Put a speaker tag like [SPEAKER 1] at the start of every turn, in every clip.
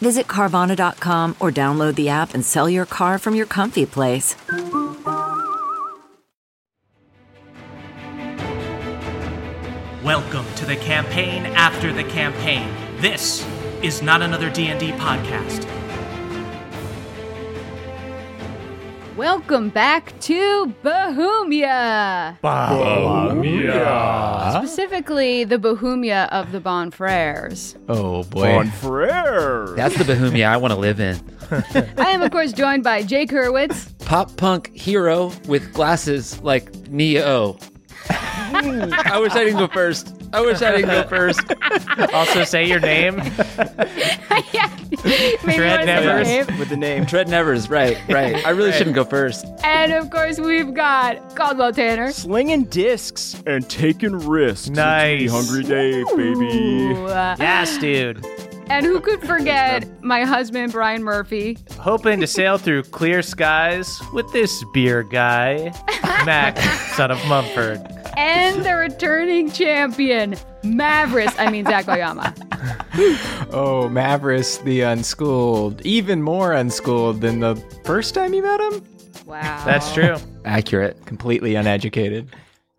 [SPEAKER 1] Visit Carvana.com or download the app and sell your car from your comfy place.
[SPEAKER 2] Welcome to the campaign after the campaign. This is not another D&D podcast.
[SPEAKER 3] Welcome back to Bohemia! Specifically, the Bohemia of the Bonfrères.
[SPEAKER 4] Oh boy. That's the Bohemia I want to live in.
[SPEAKER 3] I am, of course, joined by Jake Hurwitz.
[SPEAKER 4] Pop punk hero with glasses like Neo. I wish I didn't go first. I wish I didn't go first.
[SPEAKER 2] Also say your name.
[SPEAKER 3] Maybe
[SPEAKER 2] Dread
[SPEAKER 3] you wanna say your
[SPEAKER 2] Nevers.
[SPEAKER 3] name.
[SPEAKER 5] with the name.
[SPEAKER 4] Tread Nevers, right, right. I really shouldn't go first.
[SPEAKER 3] And, of course, we've got Caldwell Tanner.
[SPEAKER 5] Slinging discs and taking risks. It's me,
[SPEAKER 2] Nice.
[SPEAKER 5] Hungry Dave, baby.
[SPEAKER 3] Ooh, uh,
[SPEAKER 2] Yes, dude.
[SPEAKER 3] and who could forget my husband, Brian Murphy?
[SPEAKER 2] Hoping to sail through clear skies with this beer guy, Mac, son of Mumford.
[SPEAKER 3] And the returning champion, Mavris, I mean, Zakoyama.
[SPEAKER 6] Oh, Mavris the unschooled, even more unschooled than the first time you met him?
[SPEAKER 3] Wow.
[SPEAKER 2] That's true.
[SPEAKER 4] Accurate.
[SPEAKER 6] Completely uneducated.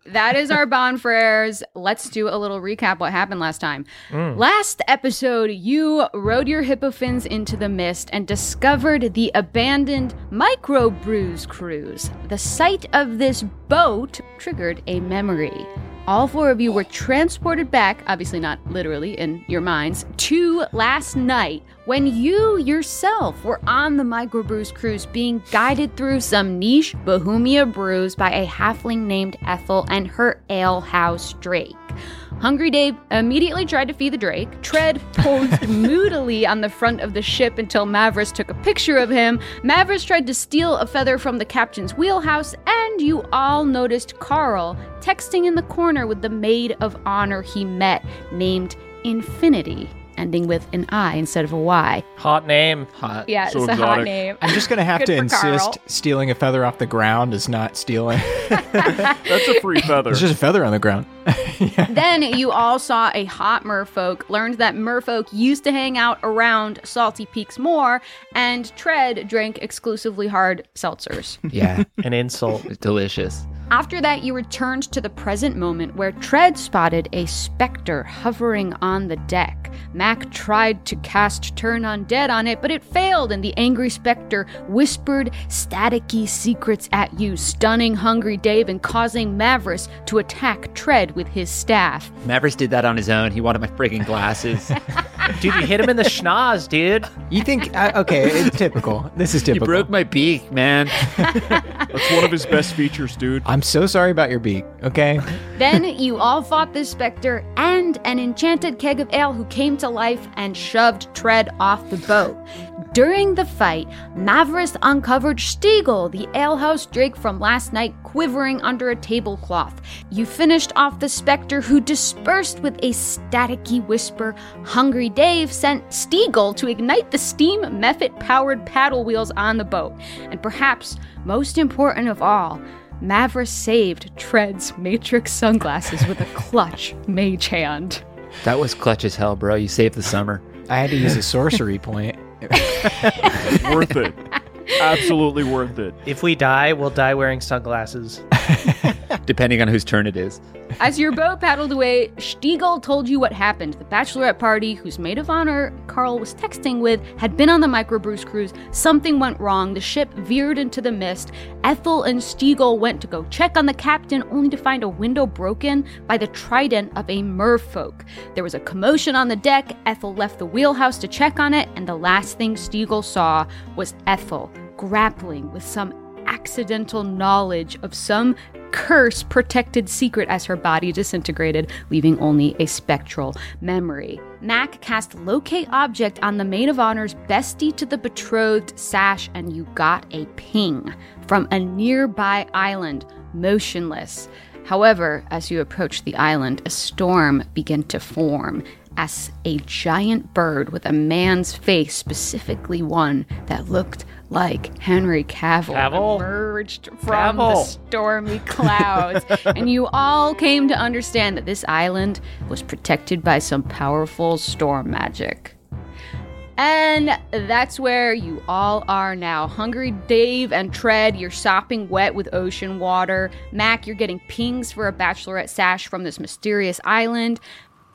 [SPEAKER 3] that is our bonfires. Let's do a little recap what happened last time. Last episode, you rode your hippo fins into the mist and discovered the abandoned microbrews cruise. The sight of this boat triggered a memory. All four of you were transported back, obviously not literally in your minds, to last night when you yourself were on the microbrews cruise being guided through some niche Bohemia brews by a halfling named Ethel and her alehouse Drake. Hungry Dave immediately tried to feed the Drake. Tread posed moodily on the front of the ship until Mavris took a picture of him. Mavris tried to steal a feather from the captain's wheelhouse, and you all noticed Carl texting in the corner with the maid of honor he met named Infinity, ending with an I instead of a Y.
[SPEAKER 2] Hot name.
[SPEAKER 4] Hot.
[SPEAKER 3] Yeah,
[SPEAKER 5] So
[SPEAKER 3] it's a hot
[SPEAKER 5] exotic.
[SPEAKER 3] name.
[SPEAKER 6] I'm just going to have
[SPEAKER 3] Good
[SPEAKER 6] to
[SPEAKER 3] for
[SPEAKER 6] insist
[SPEAKER 3] Carl.
[SPEAKER 6] stealing a feather off the ground is not stealing.
[SPEAKER 5] That's a free feather.
[SPEAKER 6] There's just a feather on the ground.
[SPEAKER 3] then you all saw a hot merfolk, learned that merfolk used to hang out around Salty Peaks more, and Tread drank exclusively hard seltzers.
[SPEAKER 4] Yeah.
[SPEAKER 2] An insult.
[SPEAKER 4] It's delicious.
[SPEAKER 3] After that, you returned to the present moment where Tread spotted a specter hovering on the deck. Mac tried to cast Turn Undead on it, but it failed, and the angry specter whispered staticky secrets at you, stunning Hungry Dave and causing Mavris to attack Tread with his staff.
[SPEAKER 4] Mavericks did that on his own. He wanted my friggin' glasses.
[SPEAKER 2] Dude, you hit him in the schnoz, dude.
[SPEAKER 6] You think, uh, okay, it's typical. This is
[SPEAKER 4] you
[SPEAKER 6] typical.
[SPEAKER 4] broke my beak, man.
[SPEAKER 5] That's one of his best features, dude.
[SPEAKER 6] I'm so sorry about your beak, okay?
[SPEAKER 3] Then you all fought the specter and an enchanted keg of ale who came to life and shoved Tread off the boat. During the fight, Mavris uncovered Stiegel, the alehouse drake from last night, quivering under a tablecloth. You finished off the specter who dispersed with a staticky whisper. Hungry Dave sent Stiegel to ignite the steam method powered paddle wheels on the boat. And perhaps most important of all, Mavra saved Tread's Matrix sunglasses with a clutch mage hand.
[SPEAKER 4] That was clutch as hell, bro. You saved the summer.
[SPEAKER 6] I had to use a sorcery point.
[SPEAKER 5] worth it. Absolutely worth it.
[SPEAKER 2] If we die, we'll die wearing sunglasses.
[SPEAKER 4] Depending on whose turn it is.
[SPEAKER 3] As your boat paddled away, Stiegel told you what happened. The bachelorette party, whose maid of honor Carl was texting with, had been on the microbrews cruise. Something went wrong. The ship veered into the mist. Ethel and Stiegel went to go check on the captain, only to find a window broken by the trident of a merfolk. There was a commotion on the deck. Ethel left the wheelhouse to check on it, and the last thing Stiegel saw was Ethel grappling with some accidental knowledge of some curse protected secret as her body disintegrated, leaving only a spectral memory. Mac cast Locate Object on the maid of honor's bestie to the betrothed Sash, and you got a ping from a nearby island, motionless. However, as you approached the island, a storm began to form as a giant bird with a man's face, specifically one that looked like Henry Cavill,
[SPEAKER 2] Cavill?
[SPEAKER 3] emerged from the
[SPEAKER 2] Cavill.
[SPEAKER 3] stormy clouds. and you all came to understand that this island was protected by some powerful storm magic. And that's where you all are now. Hungry Dave and Tread, you're sopping wet with ocean water. Mac, you're getting pings for a bachelorette sash from this mysterious island.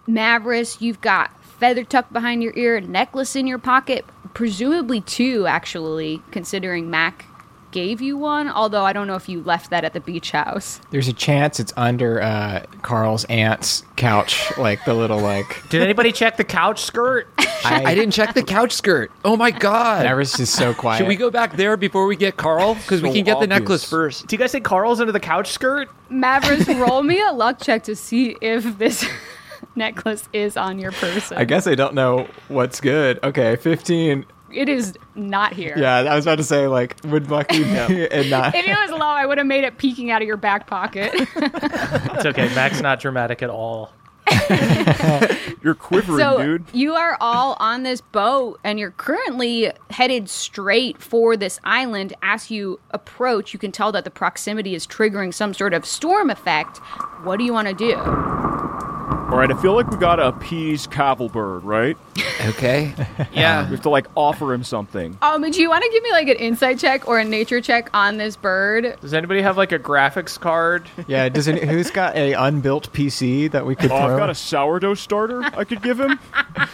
[SPEAKER 3] Mavericks, you've got feather tucked behind your ear, necklace in your pocket, presumably two, actually, considering Mac gave you one, although I don't know if you left that at the beach house.
[SPEAKER 6] There's a chance it's under uh, Carl's aunt's couch, like the little like.
[SPEAKER 2] Did anybody check the couch skirt?
[SPEAKER 4] I didn't check the couch skirt. Oh my god.
[SPEAKER 6] Everest is so quiet.
[SPEAKER 4] Should we go back there before we get Carl? Because we
[SPEAKER 6] So
[SPEAKER 4] can get the
[SPEAKER 6] obvious.
[SPEAKER 4] necklace first.
[SPEAKER 2] Do you guys think Carl's under the couch skirt?
[SPEAKER 3] Mavericks, roll me a luck check to see if this necklace is on your person.
[SPEAKER 6] I guess I don't know what's good. Okay, 15.
[SPEAKER 3] It is not here.
[SPEAKER 6] Yeah, I was about to say like would lucky be and not.
[SPEAKER 3] If it was low, I would have made it peeking out of your back pocket.
[SPEAKER 2] It's okay. Mac's not dramatic at all.
[SPEAKER 5] You're quivering,
[SPEAKER 3] so
[SPEAKER 5] dude.
[SPEAKER 3] you are all on this boat and you're currently headed straight for this island. As you approach, you can tell that the proximity is triggering some sort of storm effect. What do you want to do?
[SPEAKER 5] All right, I feel like we gotta appease Cavilbird, right?
[SPEAKER 4] Okay.
[SPEAKER 5] We
[SPEAKER 2] Yeah.
[SPEAKER 5] have to like offer him something.
[SPEAKER 3] Um, do you want to give me like an insight check or a nature check on this bird?
[SPEAKER 2] Does anybody have like a graphics card?
[SPEAKER 6] Yeah, does any, who's got a unbuilt PC that we could
[SPEAKER 5] Oh,
[SPEAKER 6] throw?
[SPEAKER 5] I've got a sourdough starter I could give him.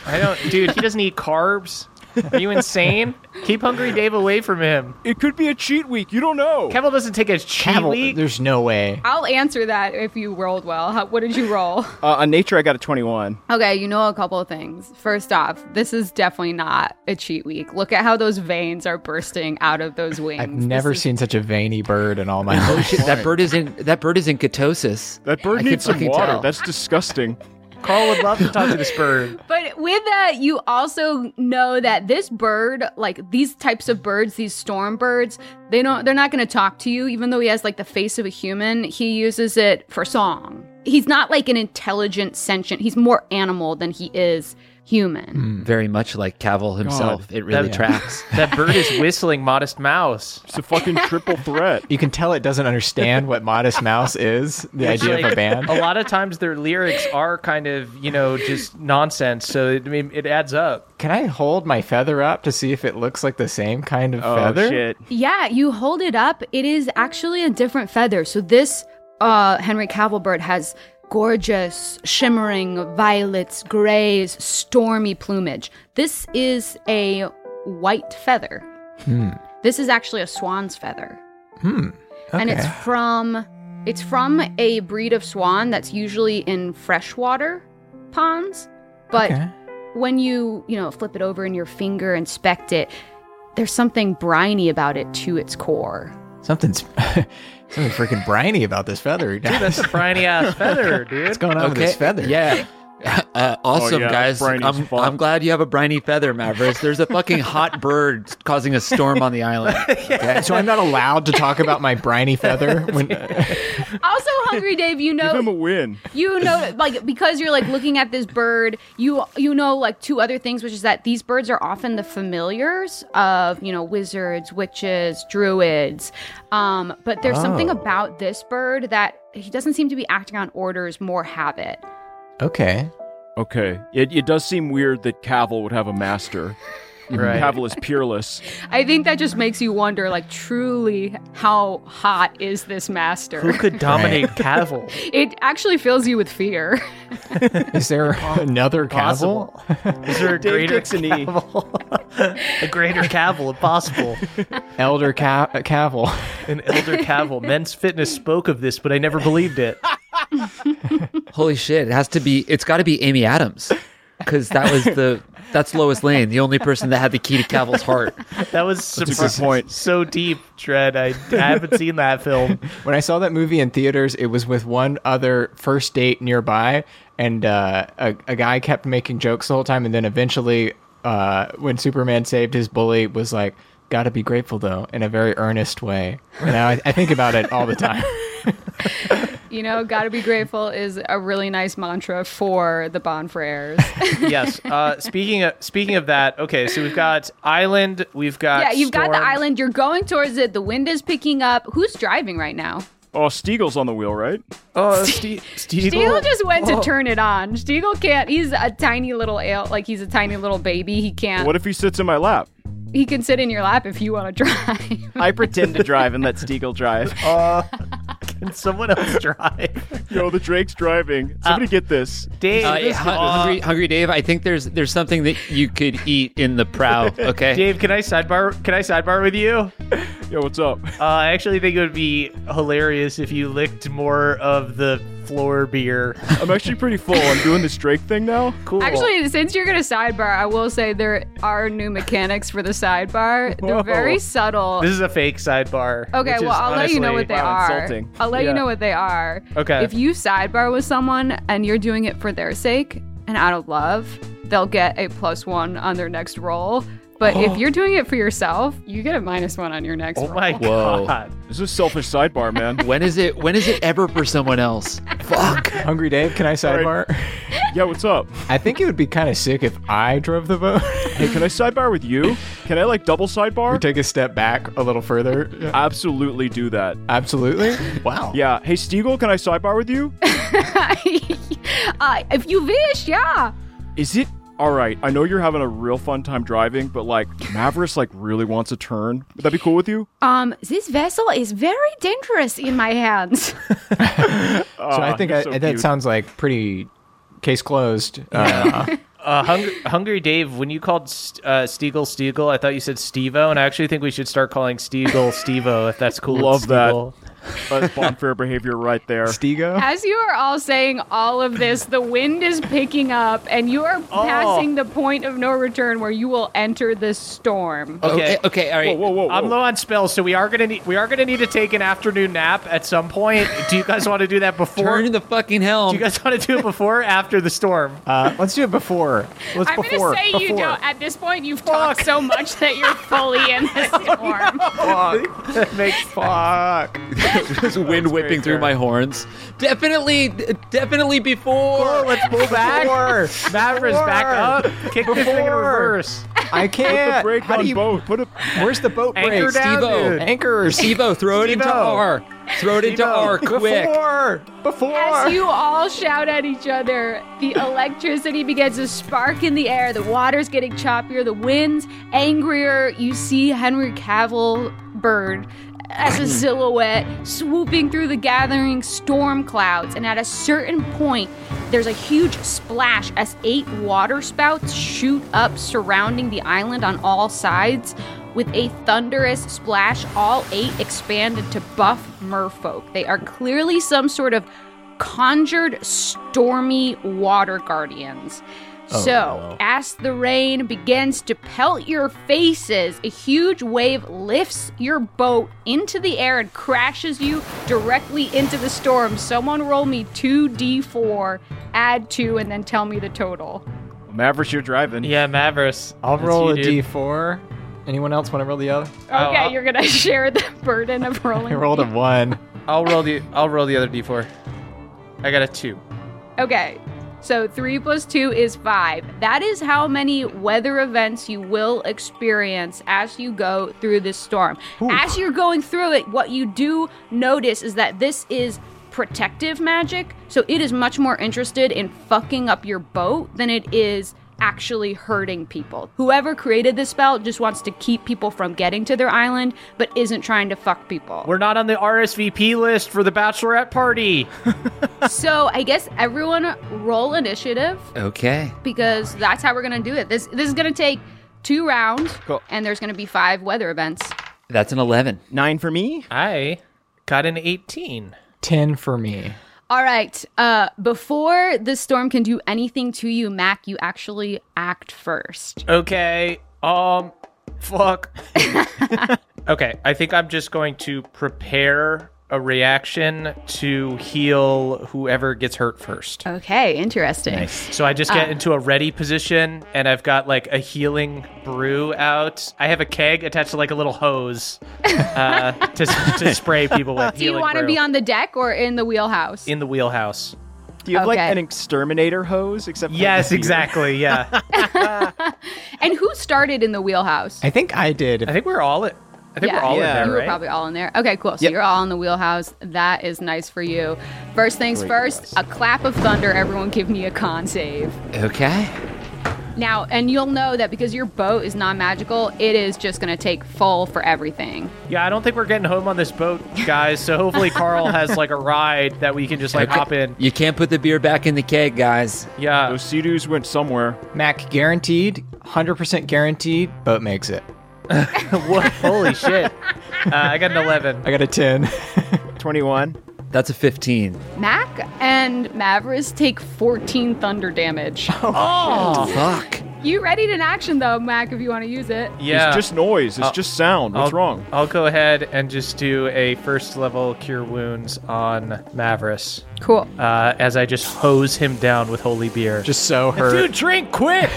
[SPEAKER 2] I don't, dude. He doesn't eat carbs. Are you insane? Keep Hungry Dave away from him.
[SPEAKER 5] It could be a cheat week. You don't know.
[SPEAKER 2] Kevin doesn't take a cheat
[SPEAKER 6] Cavil-
[SPEAKER 2] week.
[SPEAKER 6] There's no way.
[SPEAKER 3] I'll answer that if you rolled well. How, what did you roll?
[SPEAKER 5] Uh, on nature, I got a 21.
[SPEAKER 3] Okay, you know a couple of things. First off, this is definitely not a cheat week. Look at how those veins are bursting out of those wings.
[SPEAKER 6] I've
[SPEAKER 3] This
[SPEAKER 6] never
[SPEAKER 3] is-
[SPEAKER 6] seen such a veiny bird in all my life.
[SPEAKER 4] Shit, that bird is in that bird is in ketosis.
[SPEAKER 5] That bird
[SPEAKER 4] I can
[SPEAKER 5] needs some
[SPEAKER 4] fucking
[SPEAKER 5] water.
[SPEAKER 4] tell.
[SPEAKER 5] That's disgusting.
[SPEAKER 2] Carl would love to talk to this bird.
[SPEAKER 3] But with that, you also know that this bird, like these types of birds, these storm birds, they don't they're not gonna talk to you, even though he has like the face of a human, he uses it for song. He's not like an intelligent sentient, he's more animal than he is human.
[SPEAKER 4] Very much like Cavill himself. it really
[SPEAKER 2] That-
[SPEAKER 4] tracks.
[SPEAKER 2] That bird is whistling Modest Mouse.
[SPEAKER 5] It's a fucking triple threat.
[SPEAKER 6] You can tell it doesn't understand what Modest Mouse is, the idea of
[SPEAKER 2] Like, Oh.
[SPEAKER 6] a band.
[SPEAKER 2] A lot of times their lyrics are kind of, you know, just nonsense. So it, I mean, it adds up.
[SPEAKER 6] Can I hold my feather up to see if it looks like the same kind of
[SPEAKER 7] Oh,
[SPEAKER 5] Oh,
[SPEAKER 6] feather?
[SPEAKER 3] Yeah, you hold it up. It is actually a different feather. So this uh, Henry Cavill bird has gorgeous, shimmering violets, grays, stormy plumage. This is a white feather.
[SPEAKER 6] Hmm.
[SPEAKER 3] This is actually a swan's feather, and it's
[SPEAKER 6] Okay.
[SPEAKER 3] from it's from a breed of swan that's usually in freshwater ponds, but
[SPEAKER 6] Okay.
[SPEAKER 3] when you you know flip it over in your finger inspect it there's something briny about it to its core
[SPEAKER 6] Something's something freaking briny about this feather.
[SPEAKER 2] That's a briny ass feather, dude.
[SPEAKER 6] What's going on with this feather?
[SPEAKER 4] Yeah. Uh, awesome,
[SPEAKER 5] yeah,
[SPEAKER 4] guys.
[SPEAKER 5] briny's
[SPEAKER 4] I'm,
[SPEAKER 5] fault.
[SPEAKER 4] I'm glad you have a briny feather, Mavericks. There's a fucking hot bird causing a storm on the island.
[SPEAKER 6] Okay, so I'm not allowed to talk about my briny feather. When,
[SPEAKER 3] also hungry dave you
[SPEAKER 5] Give him a
[SPEAKER 3] know
[SPEAKER 5] win.
[SPEAKER 3] you know like because you're like looking at this bird you you know like two other things which is that these birds are often the familiars of you know wizards witches druids um but there's something
[SPEAKER 6] Oh.
[SPEAKER 3] about this bird that he doesn't seem to be acting on orders more habit
[SPEAKER 6] okay.
[SPEAKER 5] Okay. It, it does seem weird that Cavill would have a master.
[SPEAKER 2] Right.
[SPEAKER 5] Cavill is peerless.
[SPEAKER 3] i think that just makes you wonder like truly how hot is this master
[SPEAKER 2] Who could dominate Cavill?
[SPEAKER 3] It actually fills you with fear.
[SPEAKER 6] Is there another
[SPEAKER 2] Possible.
[SPEAKER 6] Cavill?
[SPEAKER 2] Is there a greater Cavill? a greater Cavill impossible.
[SPEAKER 6] Elder Ca- Cavill.
[SPEAKER 2] An elder Cavill. Men's Fitness spoke of this, but I never believed it.
[SPEAKER 4] Holy shit! It has to be. It's got to be Amy Adams, because that was the That's Lois Lane, the only person that had the key to Cavill's heart.
[SPEAKER 2] That was
[SPEAKER 5] good
[SPEAKER 2] surprising.
[SPEAKER 5] point.
[SPEAKER 2] So deep, Tread. I, I haven't seen that film.
[SPEAKER 6] When I saw that movie in theaters, it was with one other first date nearby, and uh, a, a guy kept making jokes the whole time. And then eventually, uh, when Superman saved his bully, was like, "Gotta be grateful though," in a very earnest way. And I, I think about it all the time.
[SPEAKER 3] You know, gotta be grateful is a really nice mantra for the Bonfrères.
[SPEAKER 2] Yes. Uh, speaking of speaking of that, okay. So we've got Island. We've got
[SPEAKER 3] yeah, you've got the
[SPEAKER 2] Storm.
[SPEAKER 3] island. You're going towards it. The wind is picking up. Who's driving right now?
[SPEAKER 5] Oh, Steagle's on the wheel, right?
[SPEAKER 2] Oh, Ste- Steagle.
[SPEAKER 3] Steagle just went
[SPEAKER 2] Oh.
[SPEAKER 3] to turn it on. Steagle can't. He's a tiny little ale. Like he's a tiny little baby. He can't.
[SPEAKER 5] What if he sits in my lap?
[SPEAKER 3] he can sit in your lap if you want to drive.
[SPEAKER 7] I pretend to drive and let Steagle drive.
[SPEAKER 2] Can someone else drive?
[SPEAKER 5] Oh, Yo, the Drake's driving.
[SPEAKER 7] Uh,
[SPEAKER 5] Somebody get this.
[SPEAKER 2] Dave,
[SPEAKER 4] Uh,
[SPEAKER 2] this-
[SPEAKER 4] Hun- hungry, hungry Dave, I think there's there's something that you could eat in the prow. Okay,
[SPEAKER 2] Dave, can I sidebar? Can I sidebar with you?
[SPEAKER 5] Yo, what's up?
[SPEAKER 2] Uh, I actually think it would be hilarious if you licked more of the floor beer.
[SPEAKER 5] I'm actually pretty full. I'm doing this Drake thing now.
[SPEAKER 2] Cool.
[SPEAKER 3] Actually, since you're gonna sidebar, I will say there are new mechanics for the sidebar. They're
[SPEAKER 5] Whoa.
[SPEAKER 3] very subtle.
[SPEAKER 2] this is a fake sidebar.
[SPEAKER 3] Okay,
[SPEAKER 2] which
[SPEAKER 3] well,
[SPEAKER 2] is
[SPEAKER 3] I'll let you know
[SPEAKER 2] honestly-
[SPEAKER 3] what they
[SPEAKER 5] wow,
[SPEAKER 3] are.
[SPEAKER 5] insulting.
[SPEAKER 3] I'll let
[SPEAKER 2] Yeah.
[SPEAKER 3] you know what they are.
[SPEAKER 2] Okay.
[SPEAKER 3] If you sidebar with someone and you're doing it for their sake and out of love, they'll get a plus one on their next roll. But if you're doing it for yourself, you get a minus one on your next
[SPEAKER 2] Oh
[SPEAKER 3] roll.
[SPEAKER 2] my
[SPEAKER 4] Whoa.
[SPEAKER 2] god.
[SPEAKER 5] This is a selfish sidebar, man.
[SPEAKER 4] when is it? When is it ever for someone else? Fuck.
[SPEAKER 6] Hungry Dave, can I sidebar?
[SPEAKER 5] yeah, what's up?
[SPEAKER 6] I think it would be kind of sick if I drove the boat.
[SPEAKER 5] Hey, can I sidebar with you? Can I like double
[SPEAKER 6] or
[SPEAKER 5] sidebar?
[SPEAKER 6] take a step back a little further.
[SPEAKER 5] Absolutely do that.
[SPEAKER 6] Absolutely. Wow.
[SPEAKER 5] Yeah. Hey, Steagle, can I sidebar with you?
[SPEAKER 3] uh, if you wish, yeah.
[SPEAKER 5] Is it all right? I know you're having a real fun time driving, but like Mavericks like really wants a turn. Would that be cool with you?
[SPEAKER 7] Uh,
[SPEAKER 3] Um, this vessel is very dangerous in my hands.
[SPEAKER 6] So I think
[SPEAKER 5] Ah, you're
[SPEAKER 6] I,
[SPEAKER 5] so
[SPEAKER 6] that
[SPEAKER 5] cute.
[SPEAKER 6] sounds like pretty case closed. Uh,
[SPEAKER 2] Uh, hungry, hungry Dave, when you called St- uh, Steagle Steagle, I thought you said Stevo, and I actually think we should start calling Steagle Stevo if that's cool. with
[SPEAKER 5] Love that.
[SPEAKER 2] Steagle.
[SPEAKER 5] That's bonfire behavior right there.
[SPEAKER 6] Stego.
[SPEAKER 3] As you are all saying all of this, the wind is picking up, and you are
[SPEAKER 2] Oh.
[SPEAKER 3] passing the point of no return where you will enter the storm.
[SPEAKER 2] Okay.
[SPEAKER 4] Okay. Okay. All
[SPEAKER 5] Whoa,
[SPEAKER 4] right.
[SPEAKER 5] whoa, whoa, whoa.
[SPEAKER 2] I'm low on spells, so we are gonna need we are gonna need to take an afternoon nap at some point. Do you guys want to do that before?
[SPEAKER 4] Turn the fucking helm.
[SPEAKER 2] do you guys want to do it before or after the storm?
[SPEAKER 6] Uh, let's do it before. Let's
[SPEAKER 3] I'm gonna
[SPEAKER 6] before.
[SPEAKER 3] say
[SPEAKER 6] before.
[SPEAKER 3] you don't. At this point, you've talked so much that you're fully in the storm.
[SPEAKER 2] That makes
[SPEAKER 6] Fuck.
[SPEAKER 4] There's wind whipping through my horns. Definitely, definitely
[SPEAKER 2] Oh,
[SPEAKER 4] before.
[SPEAKER 2] let's pull back.
[SPEAKER 6] Before.
[SPEAKER 2] Mavericks back up. Kick this thing in
[SPEAKER 6] Before.
[SPEAKER 2] reverse.
[SPEAKER 6] I can't.
[SPEAKER 5] Break
[SPEAKER 6] How
[SPEAKER 5] on
[SPEAKER 6] do you,
[SPEAKER 5] both. Put a
[SPEAKER 6] Where's the boat break?
[SPEAKER 2] Anchor down,
[SPEAKER 4] Steve-O.
[SPEAKER 2] dude.
[SPEAKER 6] Anchors.
[SPEAKER 4] Stevo, throw it into
[SPEAKER 2] Stevo.
[SPEAKER 4] R. Throw it into
[SPEAKER 2] Stevo.
[SPEAKER 4] R quick.
[SPEAKER 6] Before. Before.
[SPEAKER 3] As you all shout at each other, the electricity begins to spark in the air. The water's getting choppier. The wind's angrier. You see Henry Cavill Bird as a silhouette swooping through the gathering storm clouds. And at a certain point, there's a huge splash as eight water spouts shoot up surrounding the island on all sides. With a thunderous splash, all eight expand into buff merfolk. They are clearly some sort of conjured stormy water guardians. so, as the rain begins to pelt your faces, a huge wave lifts your boat into the air and crashes you directly into the storm. Someone roll me 2d4, add 2, and then tell me the total.
[SPEAKER 5] Mavericks, you're driving.
[SPEAKER 2] Yeah, Mavericks.
[SPEAKER 6] I'll
[SPEAKER 2] That's
[SPEAKER 6] roll
[SPEAKER 2] you,
[SPEAKER 6] a
[SPEAKER 2] dude.
[SPEAKER 6] D4. Anyone else want to roll the other?
[SPEAKER 3] Okay,
[SPEAKER 2] I'll-
[SPEAKER 3] you're gonna share the burden of rolling.
[SPEAKER 6] I rolled a one.
[SPEAKER 2] I'll roll the I'll roll the other d4. I got a two.
[SPEAKER 3] Okay. So three plus two is five. That is how many weather events you will experience as you go through this storm. As you're going through it, what you do notice is that this is protective magic. So it is much more interested in fucking up your boat than it is actually hurting people. Whoever created this spell just wants to keep people from getting to their island, but isn't trying to fuck people.
[SPEAKER 2] We're not on the RSVP list for the bachelorette party.
[SPEAKER 3] so I guess everyone roll initiative.
[SPEAKER 4] Okay.
[SPEAKER 3] because that's how we're gonna do it. This this is gonna take two rounds, and there's gonna be five weather events.
[SPEAKER 4] That's an eleven.
[SPEAKER 7] Nine for me.
[SPEAKER 2] I got an 18.
[SPEAKER 6] Ten for me.
[SPEAKER 3] All right. Uh, before the storm can do anything to you, Mac, you actually act first.
[SPEAKER 2] Okay. Um fuck. okay, I think I'm just going to prepare a reaction to heal whoever gets hurt first.
[SPEAKER 3] Okay, interesting.
[SPEAKER 2] So I just
[SPEAKER 3] Uh.
[SPEAKER 2] get into a ready position and I've got like a healing brew out. I have a keg attached to like a little hose uh, to, to spray people with.
[SPEAKER 3] Do you want to be on the deck or in the wheelhouse?
[SPEAKER 2] in the wheelhouse?
[SPEAKER 7] Do you have like
[SPEAKER 3] Okay.
[SPEAKER 7] an exterminator hose? Except for
[SPEAKER 2] Yes,
[SPEAKER 7] beer?
[SPEAKER 2] exactly. Yeah.
[SPEAKER 3] and who started in the wheelhouse?
[SPEAKER 6] I think I
[SPEAKER 2] I
[SPEAKER 6] did.
[SPEAKER 2] think we're all at I think
[SPEAKER 3] Yeah.
[SPEAKER 2] we're all in
[SPEAKER 7] Yeah.
[SPEAKER 3] you
[SPEAKER 2] there,
[SPEAKER 3] were
[SPEAKER 2] right?
[SPEAKER 3] probably all in there. Okay, cool. So you're all in the wheelhouse. That is nice for you. First things first, a clap of thunder. Everyone give me a con save.
[SPEAKER 4] Okay.
[SPEAKER 3] Now, and you'll know that because your boat is non magical, it is just going to take full for everything.
[SPEAKER 2] yeah, I don't think we're getting home on this boat, guys. So hopefully Carl has like a ride that we can just like hop in.
[SPEAKER 4] You can't put the beer back in the keg, guys.
[SPEAKER 2] Yeah.
[SPEAKER 5] Those sea doos went somewhere.
[SPEAKER 6] Mac guaranteed, 100% guaranteed, boat makes it.
[SPEAKER 2] What? Holy shit. Uh, I got an 11.
[SPEAKER 6] I got a 10.
[SPEAKER 7] 21.
[SPEAKER 4] That's a 15.
[SPEAKER 3] Mac and Mavericks take 14 thunder damage.
[SPEAKER 4] Fuck.
[SPEAKER 3] You readied an action though, Mac, if you want to use it.
[SPEAKER 2] Yeah.
[SPEAKER 5] It's just noise. It's just sound. What's
[SPEAKER 2] I'll-
[SPEAKER 5] wrong?
[SPEAKER 2] I'll go ahead and just do a first level cure wounds on Mavericks
[SPEAKER 3] Cool.
[SPEAKER 2] uh, as I just hose him down with holy beer.
[SPEAKER 6] Just so
[SPEAKER 2] dude,
[SPEAKER 6] hurt.
[SPEAKER 2] drink quick,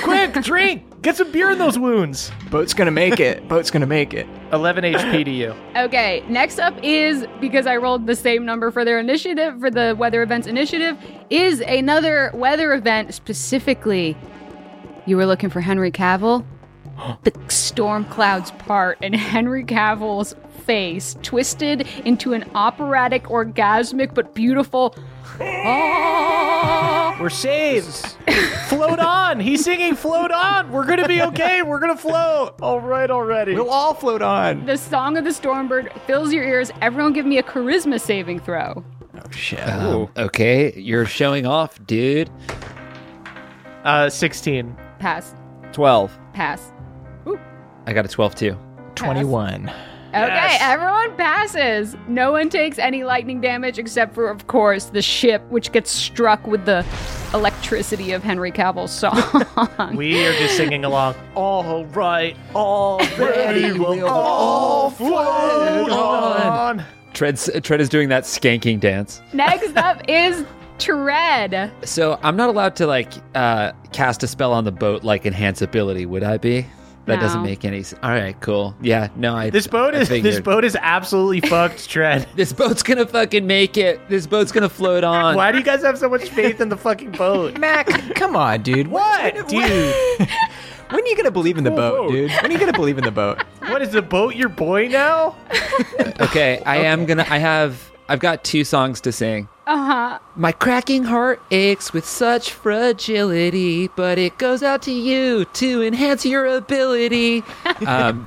[SPEAKER 2] quick, drink. Get some beer in those wounds.
[SPEAKER 6] Boat's gonna make it. Boat's gonna make it.
[SPEAKER 2] 11 HP to you.
[SPEAKER 3] Okay, next up is because I rolled the same number for their initiative, for the weather events initiative, is another weather event specifically. You were looking for Henry Cavill? The storm clouds part, and Henry Cavill's face twisted into an operatic, orgasmic, but beautiful. "Ah."
[SPEAKER 2] We're saved. float on. He's singing "Float on." We're gonna be okay. We're gonna float.
[SPEAKER 7] All right, already.
[SPEAKER 6] We'll all float on.
[SPEAKER 3] The song of the Stormbird fills your ears. Everyone give me a charisma saving throw.
[SPEAKER 4] Um, okay, you're showing off, dude.
[SPEAKER 2] Uh, 16.
[SPEAKER 3] Pass.
[SPEAKER 7] 12.
[SPEAKER 3] Pass.
[SPEAKER 4] I got a 12 too.
[SPEAKER 6] 21.
[SPEAKER 3] Okay,
[SPEAKER 2] Yes.
[SPEAKER 3] everyone passes. No one takes any lightning damage except for, of course, the ship, which gets struck with the electricity of Henry Cavill's song.
[SPEAKER 2] We are just singing along. All right, already we'll all float on.
[SPEAKER 4] Tread's, Tread is doing that skanking dance.
[SPEAKER 3] Next up is Tread.
[SPEAKER 4] So I'm not allowed to like uh, cast a spell on the boat like enhance ability, would I be? That doesn't
[SPEAKER 3] No.
[SPEAKER 4] make any sense. All right, cool. Yeah, no, I.
[SPEAKER 2] This boat
[SPEAKER 4] I
[SPEAKER 2] is this
[SPEAKER 4] figured.
[SPEAKER 2] boat is absolutely fucked, Tread.
[SPEAKER 4] This boat's gonna fucking make it. This boat's gonna float on.
[SPEAKER 2] Why do you guys have so much faith in the fucking boat?
[SPEAKER 6] Mac, come on, dude.
[SPEAKER 2] What, dude?
[SPEAKER 6] When are you gonna believe in the boat,
[SPEAKER 5] boat.
[SPEAKER 6] dude? When are you gonna believe in the boat?
[SPEAKER 2] What is the boat your boy now?
[SPEAKER 4] Okay, I am gonna. I have. I've got two songs to sing. Uh huh. My cracking heart aches with such fragility, but it goes out to you to enhance your ability. um,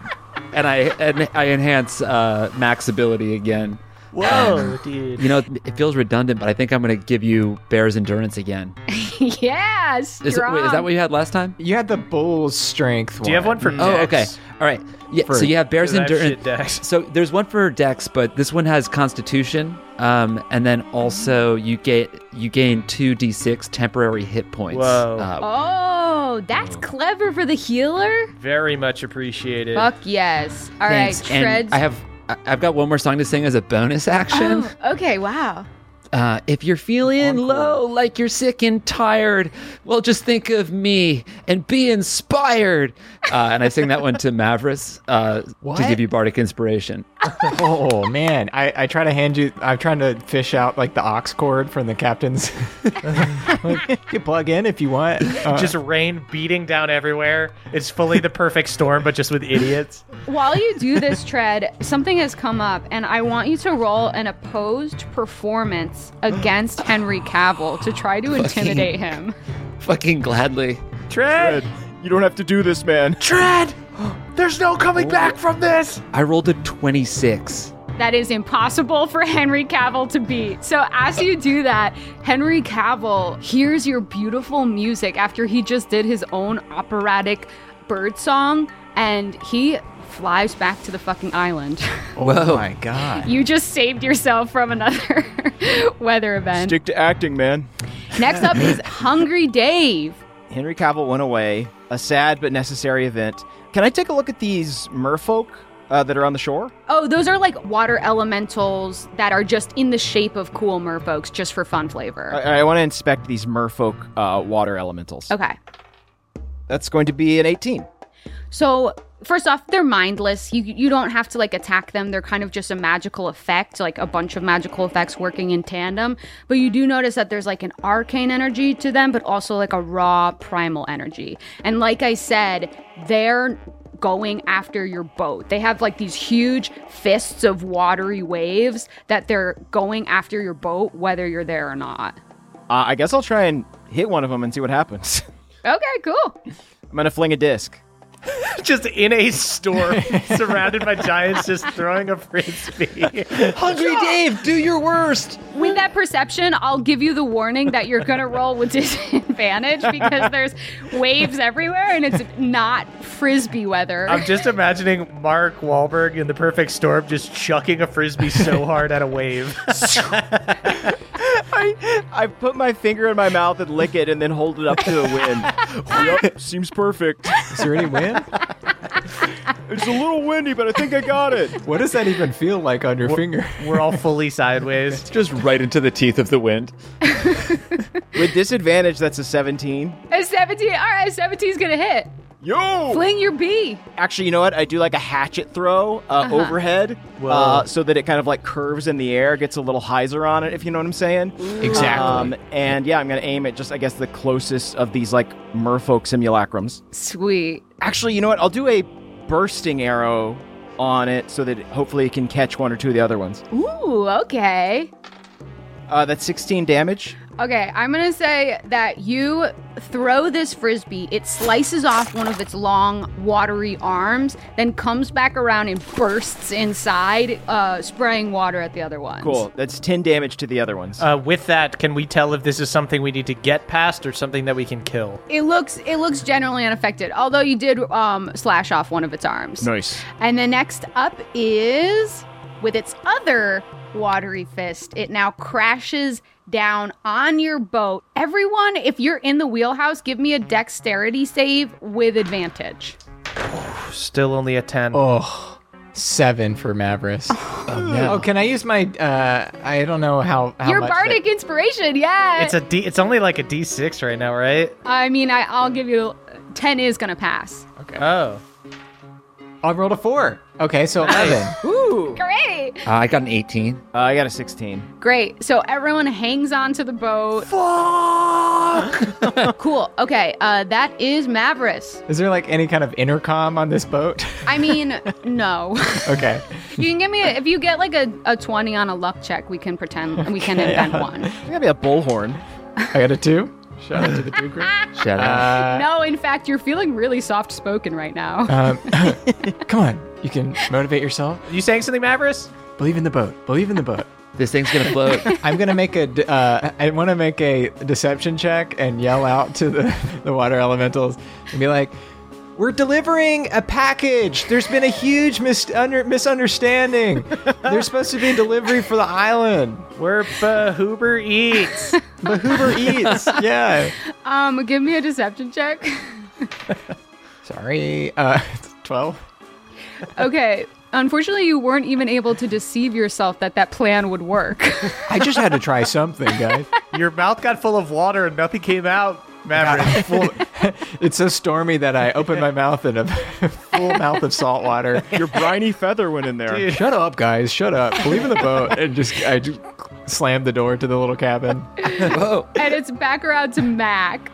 [SPEAKER 4] and I and I enhance uh, Mac's ability again.
[SPEAKER 2] Whoa, dude.
[SPEAKER 4] You know, it feels redundant, but I think I'm gonna give you Bear's endurance again.
[SPEAKER 3] yeah,
[SPEAKER 4] Is, it-
[SPEAKER 3] strong.
[SPEAKER 4] wait, is that what you had last time?
[SPEAKER 6] You had the bull's strength.
[SPEAKER 2] Do you have one for
[SPEAKER 4] Oh,
[SPEAKER 2] Dex?
[SPEAKER 4] okay. All right. Yeah.
[SPEAKER 6] For-
[SPEAKER 4] so you have Bear's
[SPEAKER 2] Because I have
[SPEAKER 4] endurance.
[SPEAKER 2] shit Dex.
[SPEAKER 4] So there's one for Dex, but this one has Constitution, um, and then also you get you gain two d6 temporary hit points.
[SPEAKER 2] Whoa.
[SPEAKER 4] Uh,
[SPEAKER 3] oh, that's clever for the healer?
[SPEAKER 2] Very much appreciated.
[SPEAKER 3] Fuck yes. All right,
[SPEAKER 4] thanks.
[SPEAKER 3] Tread's.
[SPEAKER 4] And I have I- I've got one more song to sing as a bonus action.
[SPEAKER 3] Oh, okay, wow.
[SPEAKER 4] Uh, if you're feeling low, like you're sick and tired, well, just think of me and be inspired. Uh, and I sing that one to Mavericks uh, to give you bardic inspiration.
[SPEAKER 6] Oh man, I, I try to hand you. I'm trying to fish out like the ox cord from the captain's. like, you plug in if you want. Uh,
[SPEAKER 2] Just rain beating down everywhere. It's fully the perfect storm, but just with idiots.
[SPEAKER 3] While you do this, Tread, something has come up, and I want you to roll an opposed performance against Henry Cavill to try to intimidate him.
[SPEAKER 4] Fucking gladly.
[SPEAKER 2] Tread,
[SPEAKER 5] Ed, you don't have to do this, man.
[SPEAKER 2] Tread, there's no coming back from this.
[SPEAKER 4] I rolled a 26.
[SPEAKER 3] That is impossible for Henry Cavill to beat. So, as you do that, Henry Cavill hears your beautiful music after he just did his own operatic bird song. and he flies back to the fucking island.
[SPEAKER 6] Oh my god.
[SPEAKER 3] you just saved yourself from another weather event.
[SPEAKER 5] Stick to acting, man.
[SPEAKER 3] Next up is Hungry Dave.
[SPEAKER 7] Henry Cavill went away. A sad but necessary event. Can I take a look at these merfolk uh, that are on the shore?
[SPEAKER 3] Oh, those are like water elementals that are just in the shape of cool merfolks just for fun flavor.
[SPEAKER 7] I, I want to inspect these merfolk uh, water elementals.
[SPEAKER 3] okay.
[SPEAKER 7] That's going to be an 18.
[SPEAKER 3] So first off, they're mindless. You you don't have to like attack them. They're kind of just a magical effect, like a bunch of magical effects working in tandem. But you do notice that there's like an arcane energy to them, but also like a raw primal energy. And like I said, they're going after your boat. They have like these huge fists of watery waves that they're going after your boat whether you're there or not.
[SPEAKER 7] Uh, I guess I'll try and hit one of them and see what happens.
[SPEAKER 3] Okay, cool.
[SPEAKER 7] I'm going to fling a disc.
[SPEAKER 2] just in a storm, surrounded by giants, just throwing a frisbee.
[SPEAKER 4] Hungry Dave, do your worst.
[SPEAKER 3] With that perception, I'll give you the warning that you're gonna roll with disadvantage because there's waves everywhere and it's not frisbee weather.
[SPEAKER 2] I'm just imagining Mark Wahlberg in the perfect storm just chucking a frisbee so hard at a wave.
[SPEAKER 7] I, I put my finger in my mouth and lick it and then hold it up to the wind.
[SPEAKER 5] yep, seems perfect.
[SPEAKER 6] Is there any wind?
[SPEAKER 5] It's a little windy, but I think I got it.
[SPEAKER 6] What does that even feel like on your finger?
[SPEAKER 2] We're all fully sideways.
[SPEAKER 4] Just right into the teeth of the wind.
[SPEAKER 7] With disadvantage, that's a 17.
[SPEAKER 3] a 17, all right, 17's gonna hit.
[SPEAKER 5] Yo!
[SPEAKER 3] Fling your B.
[SPEAKER 7] Actually, you know what? I do like a hatchet throw uh, overhead
[SPEAKER 2] Whoa.
[SPEAKER 7] uh, so that it kind of like curves in the air, gets a little hyzer on it, if you know what I'm saying.
[SPEAKER 6] Exactly.
[SPEAKER 7] Um, and yeah, I'm going to aim at just, I guess, the closest of these like merfolk simulacrums.
[SPEAKER 3] Sweet.
[SPEAKER 7] Actually, you know what? I'll do a bursting arrow on it so that it hopefully it can catch one or two of the other ones.
[SPEAKER 3] Ooh, okay.
[SPEAKER 7] Uh, that's 16 damage.
[SPEAKER 3] Okay, I'm gonna say that you throw this frisbee, it slices off one of its long, watery arms, then comes back around and bursts inside, uh, spraying water at the other ones.
[SPEAKER 7] Cool. That's 10 damage to the other ones.
[SPEAKER 2] Uh, with that, can we tell if this is something we need to get past or something that we can kill?
[SPEAKER 3] It looks it looks generally unaffected, although you did um, slash off one of its arms.
[SPEAKER 7] nice.
[SPEAKER 3] And the next up is with its other watery fist. It now crashes down on your boat. Everyone, if you're in the wheelhouse, give me a dexterity save with advantage.
[SPEAKER 2] Still only a 10.
[SPEAKER 6] Oh, seven for Mavris. Oh, can I use my? Uh, I don't know how. how
[SPEAKER 3] your
[SPEAKER 6] much
[SPEAKER 3] bardic inspiration, yeah.
[SPEAKER 2] It's a D. It's only like a D6 right now, right?
[SPEAKER 3] I mean, I, I'll give you ten is gonna pass.
[SPEAKER 2] Oh,
[SPEAKER 6] that- I rolled a four. Okay, so eleven.
[SPEAKER 3] Great.
[SPEAKER 4] Uh, I got an 18.
[SPEAKER 7] Uh, I got a 16.
[SPEAKER 3] Great. So everyone hangs onto the boat. cool. Okay. Uh, that is Mavris.
[SPEAKER 6] Is there like any kind of intercom on this boat?
[SPEAKER 3] I mean, no.
[SPEAKER 6] okay.
[SPEAKER 3] You can give me a, if you get like a, a twenty on a luck check, we can pretend we can invent one.
[SPEAKER 7] I gotta be a bullhorn.
[SPEAKER 6] I got a two. Shout out to the two group.
[SPEAKER 4] Shut up.
[SPEAKER 5] Uh,
[SPEAKER 3] no, in fact, you're feeling really soft spoken right now.
[SPEAKER 6] Um, come on, you can motivate yourself.
[SPEAKER 2] you saying something, Mavericks?
[SPEAKER 6] Believe in the boat. Believe in the boat.
[SPEAKER 4] This thing's gonna float.
[SPEAKER 6] I'm gonna make a. de- Uh, I want to make a deception check and yell out to the, the water elementals and be like, "We're delivering a package. There's been a huge mis- under- misunderstanding. There's supposed to be a delivery for the island.
[SPEAKER 2] We're Hoober Eats.
[SPEAKER 6] The Hoover eats. Yeah.
[SPEAKER 3] um, give me a deception check.
[SPEAKER 6] Sorry. Uh, twelve.
[SPEAKER 3] okay. Unfortunately, you weren't even able to deceive yourself that that plan would work.
[SPEAKER 6] I just had to try something, guys.
[SPEAKER 2] Your mouth got full of water and nothing came out, Maverick.
[SPEAKER 6] Full- it's so stormy that I opened my mouth and a full mouth of salt water.
[SPEAKER 5] Your briny feather went in there.
[SPEAKER 6] Shut up, guys. Shut up. Believe in the boat. And just I just slammed the door to the little cabin.
[SPEAKER 4] Whoa.
[SPEAKER 3] and it's back around to Mac.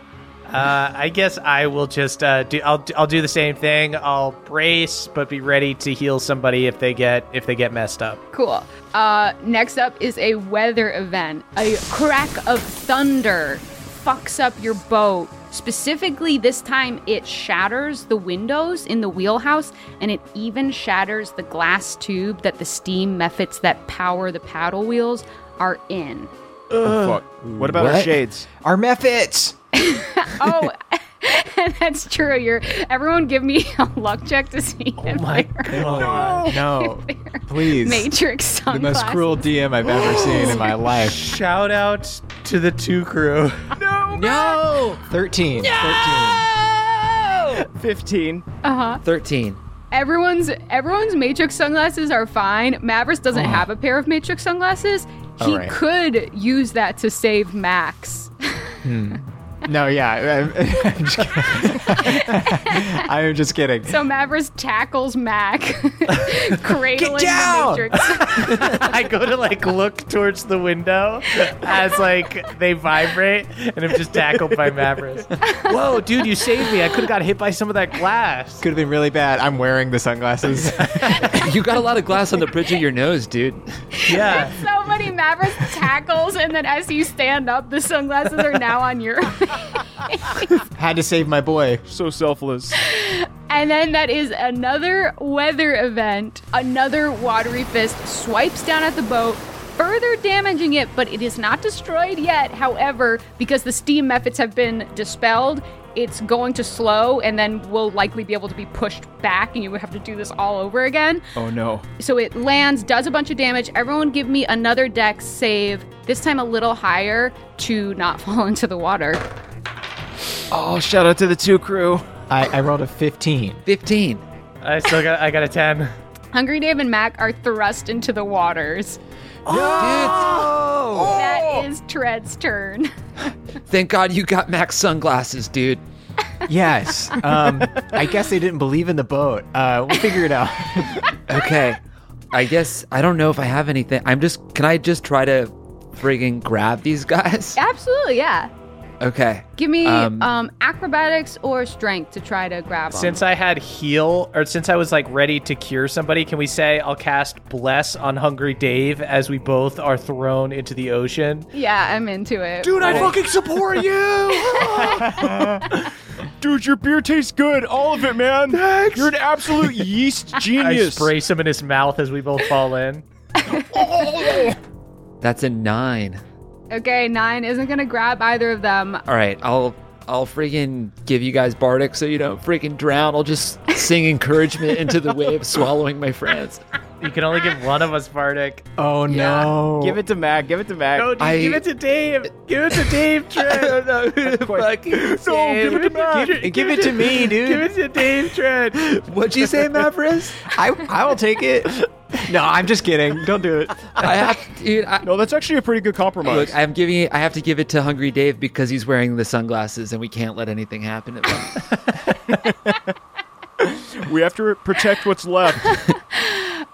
[SPEAKER 2] Uh, I guess I will just uh, do. I'll I'll do the same thing. I'll brace, but be ready to heal somebody if they get if they get messed up.
[SPEAKER 3] Cool. Uh, next up is a weather event. A crack of thunder fucks up your boat. Specifically, this time it shatters the windows in the wheelhouse and it even shatters the glass tube that the steam methods that power the paddle wheels are in.
[SPEAKER 5] Oh, fuck.
[SPEAKER 7] What about our
[SPEAKER 4] What?
[SPEAKER 7] shades?
[SPEAKER 6] Our methods.
[SPEAKER 3] Oh, That's true. You're everyone. Give me a luck check to see if
[SPEAKER 2] my
[SPEAKER 3] they're
[SPEAKER 6] Oh, no. Please.
[SPEAKER 3] Matrix
[SPEAKER 6] the most
[SPEAKER 3] sunglasses.
[SPEAKER 6] cruel DM I've ever seen in my life.
[SPEAKER 2] Shout out to the two crew.
[SPEAKER 4] No!
[SPEAKER 6] 13.
[SPEAKER 7] 15.
[SPEAKER 4] 13.
[SPEAKER 3] Everyone's everyone's Matrix sunglasses are fine. Mavericks doesn't have a pair of Matrix sunglasses. He
[SPEAKER 6] Oh. Alright.
[SPEAKER 3] could use that to save Max.
[SPEAKER 6] 13. No, yeah. I'm, I'm just kidding. I'm just kidding.
[SPEAKER 3] So Mavericks tackles Mac, cradling
[SPEAKER 6] down!
[SPEAKER 3] the Matrix.
[SPEAKER 2] I go to like look towards the window as like they vibrate, and I'm just tackled by Mavericks. Whoa, dude, you saved me! I could have got hit by some of that glass.
[SPEAKER 6] Could have been really bad. I'm wearing the sunglasses.
[SPEAKER 4] You got a lot of glass on the bridge of your nose, dude.
[SPEAKER 2] Yeah,
[SPEAKER 3] so many Mavericks tackles, and then as you stand up, the sunglasses are now on your.
[SPEAKER 6] Had to save my boy.
[SPEAKER 5] So selfless.
[SPEAKER 3] And then that is another weather event. Another watery fist swipes down at the boat, further damaging it, but it is not destroyed yet. However, because the steam methods have been dispelled, it's going to slow and then will likely be able to be pushed back, and you would have to do this all over again.
[SPEAKER 5] Oh no.
[SPEAKER 3] So it lands, does a bunch of damage. Everyone give me another deck save, this time a little higher to not fall into the water.
[SPEAKER 7] Oh, shout out to the two crew.
[SPEAKER 6] I, I rolled a 15.
[SPEAKER 4] 15.
[SPEAKER 2] I still got. I got a ten.
[SPEAKER 3] Hungry Dave and Mac are thrust into the waters. That is Tread's turn.
[SPEAKER 4] Dude, thank God you got Max sunglasses, dude.
[SPEAKER 6] Yes. Um, I guess they didn't believe in the boat. Uh, we'll figure it out.
[SPEAKER 4] Okay. I guess I don't know if I have anything. I'm just can I just try to friggin' grab these guys?
[SPEAKER 3] Absolutely, yeah.
[SPEAKER 4] Okay.
[SPEAKER 3] Give me um,
[SPEAKER 4] Um,
[SPEAKER 3] acrobatics or strength to try to grab them.
[SPEAKER 2] Since I had heal, or since I was like ready to cure somebody, can we say I'll cast bless on Hungry Dave as we both are thrown into the ocean?
[SPEAKER 3] yeah, I'm into it.
[SPEAKER 5] Dude, I fucking support you. Dude, your beer tastes good. All of it, man. You're an absolute yeast
[SPEAKER 2] I
[SPEAKER 5] genius.
[SPEAKER 2] spray some in his mouth as we both fall in.
[SPEAKER 4] That's a nine.
[SPEAKER 3] Okay, nine isn't gonna grab either of them.
[SPEAKER 4] Alright, I'll I'll friggin' give you guys Bardic so you don't friggin' drown. I'll just sing encouragement into the wave swallowing my friends.
[SPEAKER 2] You can only give one of us Bardic.
[SPEAKER 6] Oh, no.
[SPEAKER 7] Give it to Mac. Give it to Mac.
[SPEAKER 2] No, Oh, dude,
[SPEAKER 4] I-
[SPEAKER 2] give it to Dave. Give it to Dave. Trent.
[SPEAKER 4] no,
[SPEAKER 2] Dave.
[SPEAKER 6] give it to Mac.
[SPEAKER 2] Give it-
[SPEAKER 6] Give it to me, dude.
[SPEAKER 2] Give it to Dave Trent.
[SPEAKER 4] What'd you say, Mavris?
[SPEAKER 6] I, I will take it. No, I'm just kidding. Don't do it.
[SPEAKER 4] I have dude, I,
[SPEAKER 5] no, that's actually a pretty good compromise.
[SPEAKER 4] Look, I'm giving it, I have to give it to Hungry Dave because he's wearing the sunglasses and we can't let anything happen to him.
[SPEAKER 5] we have to protect what's left.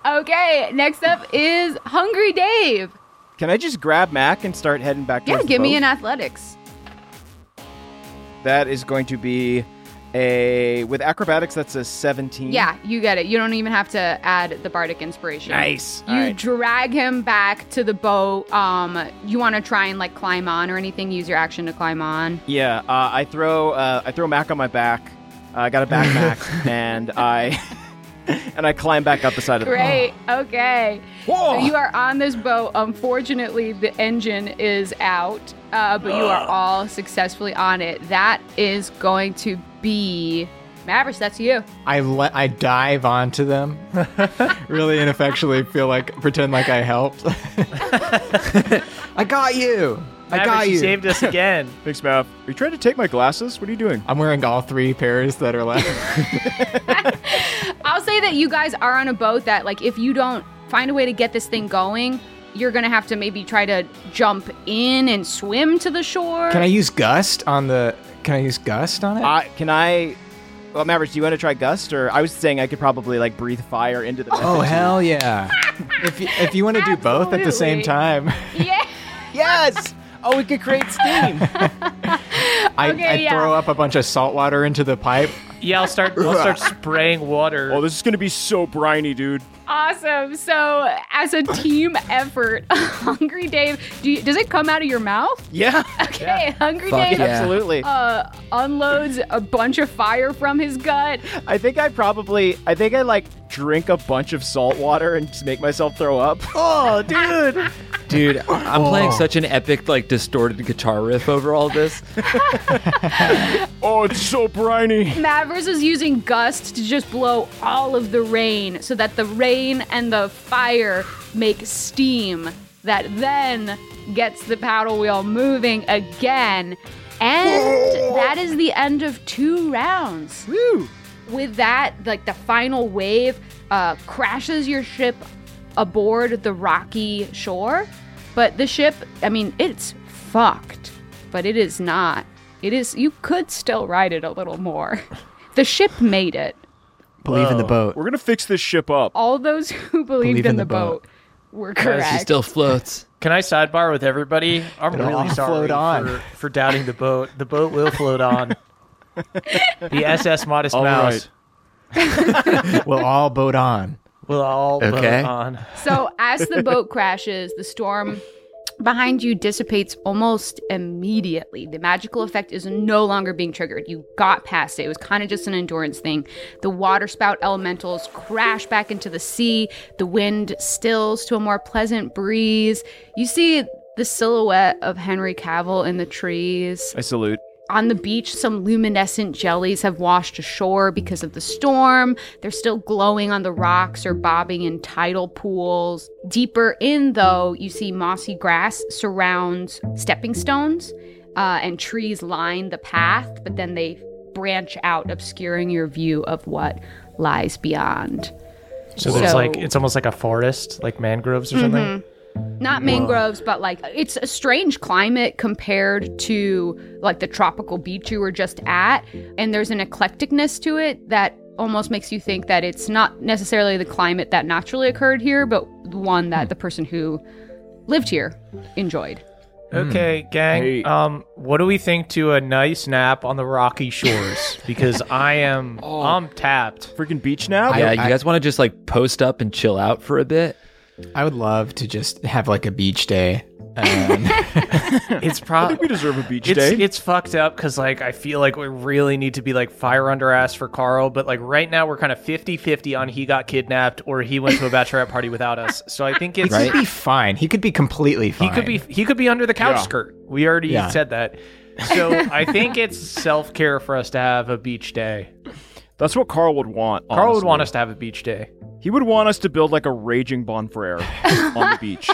[SPEAKER 3] Okay, next up is Hungry Dave.
[SPEAKER 7] Can I just grab Mac and start heading back
[SPEAKER 3] Yeah,
[SPEAKER 7] towards
[SPEAKER 3] give
[SPEAKER 7] the
[SPEAKER 3] me
[SPEAKER 7] boat?
[SPEAKER 3] an athletics.
[SPEAKER 7] That is going to be a with acrobatics. That's a seventeen.
[SPEAKER 3] Yeah, you get it. You don't even have to add the bardic inspiration.
[SPEAKER 7] Nice.
[SPEAKER 3] You drag him back to the boat. Um, you want to try and like climb on or anything? Use your action to climb on.
[SPEAKER 7] Yeah. Uh, I throw. Uh, I throw Mac on my back. Uh, I got a back Mac, and I and I climb back up the side of the boat.
[SPEAKER 3] Great. Okay.
[SPEAKER 7] Oh.
[SPEAKER 3] So you are on this boat. Unfortunately, the engine is out, uh, but you are all successfully on it. That is going to be Mavericks. That's you.
[SPEAKER 6] I let I dive onto them, really ineffectually. Feel like pretend like I helped. I got you. I got
[SPEAKER 2] Mavericks,
[SPEAKER 6] you.
[SPEAKER 2] saved us again.
[SPEAKER 5] Thanks, Mav. Are you trying to take my glasses? What are you doing?
[SPEAKER 6] I'm wearing all three pairs that are left.
[SPEAKER 3] I'll say that you guys are on a boat that, like, if you don't find a way to get this thing going, you're gonna have to maybe try to jump in and swim to the shore.
[SPEAKER 6] Can I use gust on the? Can I use gust on it?
[SPEAKER 7] I, can I? Well, Mavericks, do you want to try gust? Or I was saying I could probably like breathe fire into the.
[SPEAKER 6] oh hell yeah! if you, if you want to do both at the same
[SPEAKER 3] Absolutely.
[SPEAKER 6] time,
[SPEAKER 3] Yeah.
[SPEAKER 7] yes. Oh, we could create steam.
[SPEAKER 6] I,
[SPEAKER 3] Okay,
[SPEAKER 6] I
[SPEAKER 3] yeah.
[SPEAKER 6] throw up a bunch of salt water into the pipe.
[SPEAKER 2] Yeah, I'll start. I'll start spraying water.
[SPEAKER 5] Oh, this is gonna be so briny, dude.
[SPEAKER 3] awesome. So, as a team effort, Hungry Dave, do you, does it come out of your mouth?
[SPEAKER 7] Yeah,
[SPEAKER 3] Okay, Hungry
[SPEAKER 4] Fuck
[SPEAKER 3] Dave
[SPEAKER 4] yeah.
[SPEAKER 7] absolutely.
[SPEAKER 3] uh, unloads a bunch of fire from his gut.
[SPEAKER 7] I think I probably, I think I like drink a bunch of salt water and just make myself throw up. Oh, dude.
[SPEAKER 4] Dude, I'm
[SPEAKER 6] Oh.
[SPEAKER 4] playing such an epic, like, distorted guitar riff over all this.
[SPEAKER 5] Oh, it's so briny.
[SPEAKER 3] Mavericks is using gust to just blow all of the rain so that the rain and the fire make steam that then gets the paddle wheel moving again. And that is the end of two rounds. Woo! With that, like the final wave uh, crashes your ship aboard the rocky shore. But the ship, I mean, it's fucked, but it is not. It is, you could still ride it a little more. The ship made it.
[SPEAKER 6] Believe in the boat.
[SPEAKER 5] We're gonna fix this ship up.
[SPEAKER 3] All those who believed
[SPEAKER 6] Believe
[SPEAKER 3] in, the, boat, were
[SPEAKER 4] She
[SPEAKER 3] correct.
[SPEAKER 4] still floats.
[SPEAKER 2] Can I sidebar with everybody? I'm
[SPEAKER 6] It'll
[SPEAKER 2] really
[SPEAKER 6] all
[SPEAKER 2] sorry
[SPEAKER 6] float on.
[SPEAKER 2] For, for doubting the boat. The boat will float on. the SS Modest
[SPEAKER 5] All
[SPEAKER 2] Mouse
[SPEAKER 5] right.
[SPEAKER 6] we'll all boat on.
[SPEAKER 2] will all
[SPEAKER 4] Okay.
[SPEAKER 2] float on.
[SPEAKER 3] so as the boat crashes, the storm behind you dissipates almost immediately. The magical effect is no longer being triggered. You got past it. It was kind of just an endurance thing. The water spout elementals crash back into the sea. The wind stills to a more pleasant breeze. You see the silhouette of Henry Cavill in the trees.
[SPEAKER 7] I salute.
[SPEAKER 3] On the beach, some luminescent jellies have washed ashore because of the storm. They're still glowing on the rocks or bobbing in tidal pools. Deeper in, though, you see mossy grass surrounds stepping stones, uh, and trees line the path, but then they branch out, obscuring your view of what lies beyond.
[SPEAKER 2] So there's
[SPEAKER 3] So-
[SPEAKER 2] like it's almost like a forest, like mangroves or something.
[SPEAKER 3] Not mangroves, but like it's a strange climate compared to like the tropical beach you were just at. And there's an eclecticness to it that almost makes you think that it's not necessarily the climate that naturally occurred here, but one that the person who lived here enjoyed.
[SPEAKER 2] Okay, gang.
[SPEAKER 5] Hmm. Hey.
[SPEAKER 2] Um, what do we think to a nice nap on the rocky shores? because I am
[SPEAKER 5] Oh.
[SPEAKER 2] I'm tapped.
[SPEAKER 7] Freaking beach now.
[SPEAKER 4] yeah,
[SPEAKER 6] I-
[SPEAKER 4] you guys want to just, like, post up and chill out for a bit?
[SPEAKER 6] I would love to just have like a beach day. Um,
[SPEAKER 2] It's
[SPEAKER 5] We
[SPEAKER 2] probably
[SPEAKER 5] deserve a beach
[SPEAKER 2] it's,
[SPEAKER 5] day.
[SPEAKER 2] it's fucked up because like I feel like we really need to be like fire under ass for Carl, but like right now we're kind of 50-50 on he got kidnapped or he went to a bachelorette party without us. So I think it's
[SPEAKER 6] He'd be fine. He could be completely
[SPEAKER 2] he
[SPEAKER 6] fine.
[SPEAKER 2] could be he could be under the couch skirt. We already
[SPEAKER 6] Yeah.
[SPEAKER 2] said that. So I think it's self care for us to have a beach day.
[SPEAKER 7] That's what Carl would want.
[SPEAKER 2] Carl would
[SPEAKER 7] honestly.
[SPEAKER 2] want us to have a beach day.
[SPEAKER 7] He would want us to build like a raging bonfire on the beach.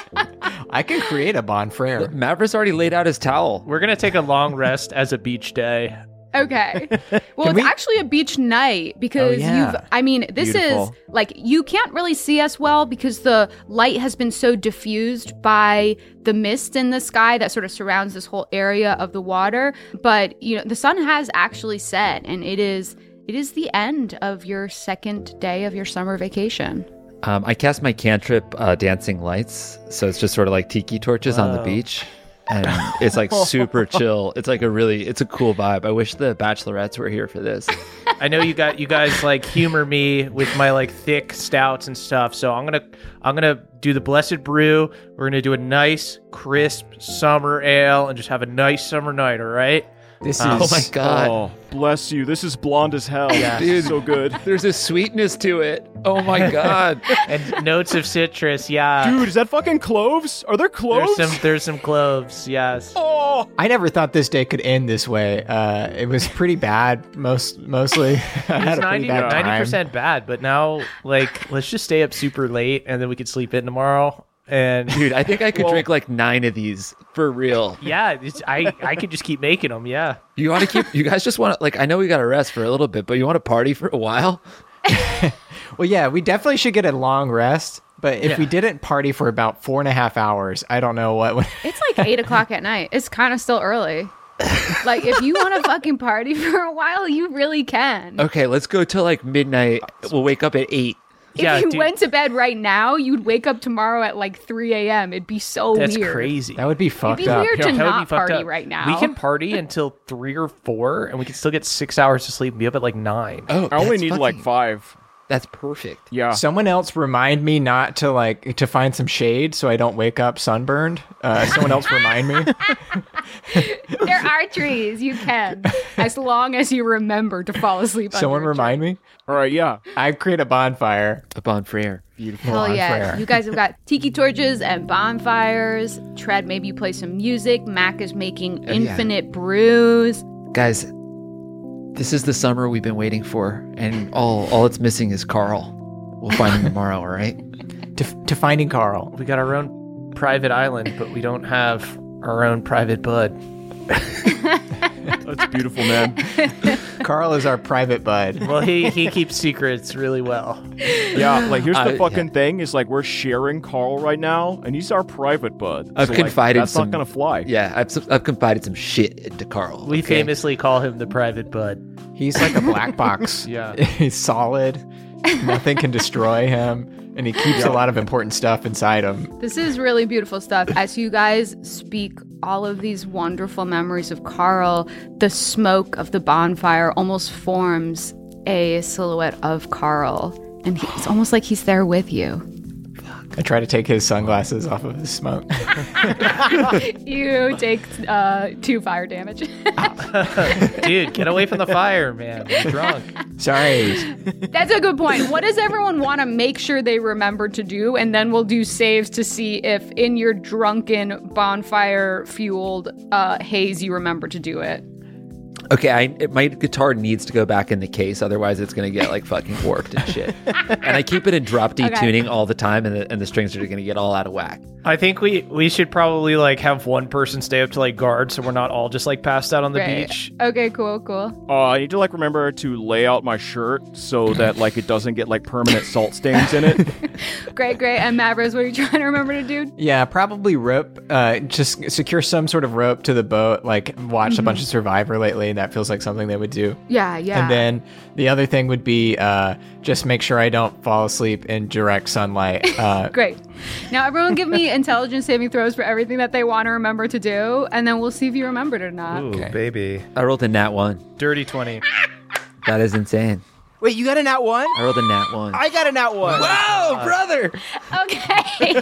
[SPEAKER 6] I can create a bonfire.
[SPEAKER 4] Maverick's already laid out his towel.
[SPEAKER 2] We're gonna take a long rest as a beach day.
[SPEAKER 3] Okay. Well, it's
[SPEAKER 6] we- Oh,
[SPEAKER 3] actually a beach night because
[SPEAKER 6] yeah.
[SPEAKER 3] you've, I mean, this
[SPEAKER 7] Beautiful.
[SPEAKER 3] is like you can't really see us well because the light has been so diffused by the mist in the sky that sort of surrounds this whole area of the water. But, you know, the sun has actually set and it is. It is the end of your second day of your summer vacation.
[SPEAKER 4] Um, I cast my cantrip, uh, Dancing Lights. So it's just sort of like tiki torches on the beach. And it's like super chill. It's like a really, it's a cool vibe. I wish the bachelorettes were here for this.
[SPEAKER 2] I know you got you guys like humor me with my like thick stouts and stuff. So I'm gonna I'm gonna do the blessed brew. We're gonna do a nice crisp summer ale and just have a nice summer night. All right. Um,
[SPEAKER 6] This
[SPEAKER 4] oh
[SPEAKER 6] is
[SPEAKER 4] my God.
[SPEAKER 7] Oh, bless you. This is blonde as hell. Yeah.
[SPEAKER 4] Dude.
[SPEAKER 7] so good.
[SPEAKER 4] There's a sweetness to it. Oh my god.
[SPEAKER 2] And notes of citrus. Yeah.
[SPEAKER 7] Dude, is that fucking cloves? Are there cloves?
[SPEAKER 2] Uh, there's some there's some cloves. Yes.
[SPEAKER 7] oh,
[SPEAKER 6] I never thought this day could end this way. Uh, it was pretty bad, most mostly. I had
[SPEAKER 2] It's
[SPEAKER 6] a
[SPEAKER 2] 90
[SPEAKER 6] pretty bad time.
[SPEAKER 2] percent bad, but now like let's just stay up super late and then we could sleep in tomorrow. And
[SPEAKER 4] Dude, I think I could drink like 9 of these for real.
[SPEAKER 2] yeah, it's, I I could just keep making them. Yeah.
[SPEAKER 4] You want to keep you guys just want to like I know we got to rest for a little bit, but you want to party for a while?
[SPEAKER 6] Well, yeah, we definitely should get a long rest. But if
[SPEAKER 4] Yeah.
[SPEAKER 6] we didn't party for about four and a half hours, I don't know what. would
[SPEAKER 3] It's like eight o'clock at night. It's kind of still early. like, if you want to fucking party for a while, you really can.
[SPEAKER 4] Okay, let's go till like midnight. We'll wake up at 8.
[SPEAKER 3] If
[SPEAKER 2] yeah,
[SPEAKER 3] you
[SPEAKER 2] dude,
[SPEAKER 3] went to bed right now, you'd wake up tomorrow at like 3 a.m. It'd be so
[SPEAKER 2] that's
[SPEAKER 3] weird.
[SPEAKER 2] crazy.
[SPEAKER 6] that would be fucked up.
[SPEAKER 3] weird. to
[SPEAKER 2] that would be
[SPEAKER 3] not
[SPEAKER 2] fucked
[SPEAKER 3] party
[SPEAKER 2] up.
[SPEAKER 3] right now.
[SPEAKER 2] We can party until three or four, and we can still get six hours of sleep and be up at like nine.
[SPEAKER 4] Oh,
[SPEAKER 5] I only
[SPEAKER 4] that's
[SPEAKER 5] need
[SPEAKER 4] fucking-
[SPEAKER 5] like five.
[SPEAKER 4] That's perfect.
[SPEAKER 7] Yeah.
[SPEAKER 6] Someone else remind me not to like to find some shade so I don't wake up sunburned. Uh, someone else remind me.
[SPEAKER 3] There are trees. You can, as long as you remember to fall asleep. under
[SPEAKER 6] Someone
[SPEAKER 3] a tree.
[SPEAKER 6] remind me.
[SPEAKER 7] All right. Yeah.
[SPEAKER 6] I create a bonfire.
[SPEAKER 4] A bonfire.
[SPEAKER 6] Beautiful
[SPEAKER 3] Hell
[SPEAKER 6] bonfire.
[SPEAKER 3] yeah. You guys have got tiki torches and bonfires. Tread, maybe you play some music. Mac is making
[SPEAKER 6] Oh,
[SPEAKER 4] yeah.
[SPEAKER 3] infinite brews.
[SPEAKER 4] Guys, this is the summer we've been waiting for, and all all it's missing is Carl. We'll find him tomorrow, all right?
[SPEAKER 6] to, to finding Carl.
[SPEAKER 2] We got our own private island, but we don't have our own private bud.
[SPEAKER 7] That's beautiful, man.
[SPEAKER 6] Carl is our private bud.
[SPEAKER 2] Well, he he keeps secrets really well.
[SPEAKER 7] Yeah. Like, here's the
[SPEAKER 4] I-
[SPEAKER 7] fucking thing: is like we're sharing Carl right now, and he's our private bud.
[SPEAKER 4] I've
[SPEAKER 7] So, like,
[SPEAKER 4] confided
[SPEAKER 7] That's
[SPEAKER 4] some.
[SPEAKER 7] not gonna fly.
[SPEAKER 4] Yeah, I've, I've confided some shit to Carl.
[SPEAKER 2] We
[SPEAKER 4] okay?
[SPEAKER 2] famously call him the private bud.
[SPEAKER 6] He's like a black box.
[SPEAKER 2] Yeah.
[SPEAKER 6] He's solid. Nothing can destroy him. And he keeps a lot of important stuff inside him.
[SPEAKER 3] This is really beautiful stuff. As you guys speak all of these wonderful memories of Carl, the smoke of the bonfire almost forms a silhouette of Carl. And he, it's almost like he's there with you.
[SPEAKER 6] I try to take his sunglasses off of his smoke.
[SPEAKER 3] You take uh, two fire damage.
[SPEAKER 2] Dude, get away from the fire, man. You're drunk.
[SPEAKER 6] Sorry.
[SPEAKER 3] That's a good point. What does everyone want to make sure they remember to do? And then we'll do saves to see if, in your drunken, bonfire fueled uh, haze, you remember to do it.
[SPEAKER 4] Okay, I, it- my guitar needs to go back in the case, otherwise it's gonna get like fucking warped and shit. and I keep it in drop D tuning all the time, and the, and the strings are gonna get all out of whack.
[SPEAKER 2] I think we we should probably like have one person stay up to like guard, so we're not all just like passed out on the
[SPEAKER 3] Right.
[SPEAKER 2] beach.
[SPEAKER 3] Okay, cool, cool.
[SPEAKER 7] Uh, I need to like remember to lay out my shirt so that like it doesn't get like permanent salt stains in it.
[SPEAKER 3] Great, great. And Mavros, what are you trying to remember to do?
[SPEAKER 6] Yeah, probably rope. Uh, just secure some sort of rope to the boat. Like, watched a bunch of Survivor lately, and that feels like something they would do.
[SPEAKER 3] Yeah, yeah.
[SPEAKER 6] And then the other thing would be uh, just make sure I don't fall asleep in direct sunlight. Uh,
[SPEAKER 3] Great. Now, everyone give me intelligence saving throws for everything that they want to remember to do, and then we'll see if you remembered or not.
[SPEAKER 2] baby.
[SPEAKER 4] I rolled a nat one.
[SPEAKER 2] Dirty 20.
[SPEAKER 4] That is insane.
[SPEAKER 5] Wait, you got an at one?
[SPEAKER 4] I rolled a nat one.
[SPEAKER 5] I got an at one.
[SPEAKER 4] oh, brother!
[SPEAKER 3] Okay.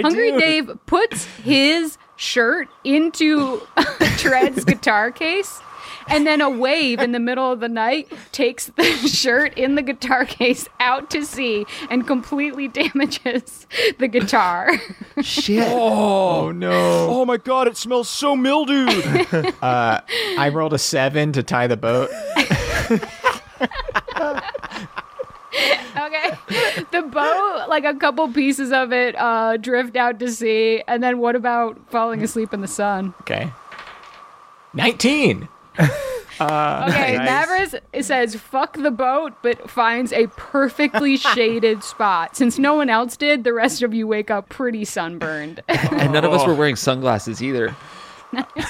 [SPEAKER 3] Hungry Dave puts his shirt into Tred's guitar case. And then a wave in the middle of the night takes the shirt in the guitar case out to sea and completely damages the guitar.
[SPEAKER 4] Shit.
[SPEAKER 6] oh no!
[SPEAKER 7] oh my god, it smells so mildewed.
[SPEAKER 6] I rolled a seven to tie the boat.
[SPEAKER 3] Okay. The boat, like a couple pieces of it, uh, drift out to sea. And then what about falling asleep in the sun?
[SPEAKER 6] Okay. Nineteen.
[SPEAKER 2] Uh,
[SPEAKER 3] Okay, Mavericks it says fuck the boat, but finds a perfectly shaded spot. Since no one else did, the rest of you wake up pretty sunburned.
[SPEAKER 4] and none of us were wearing sunglasses either.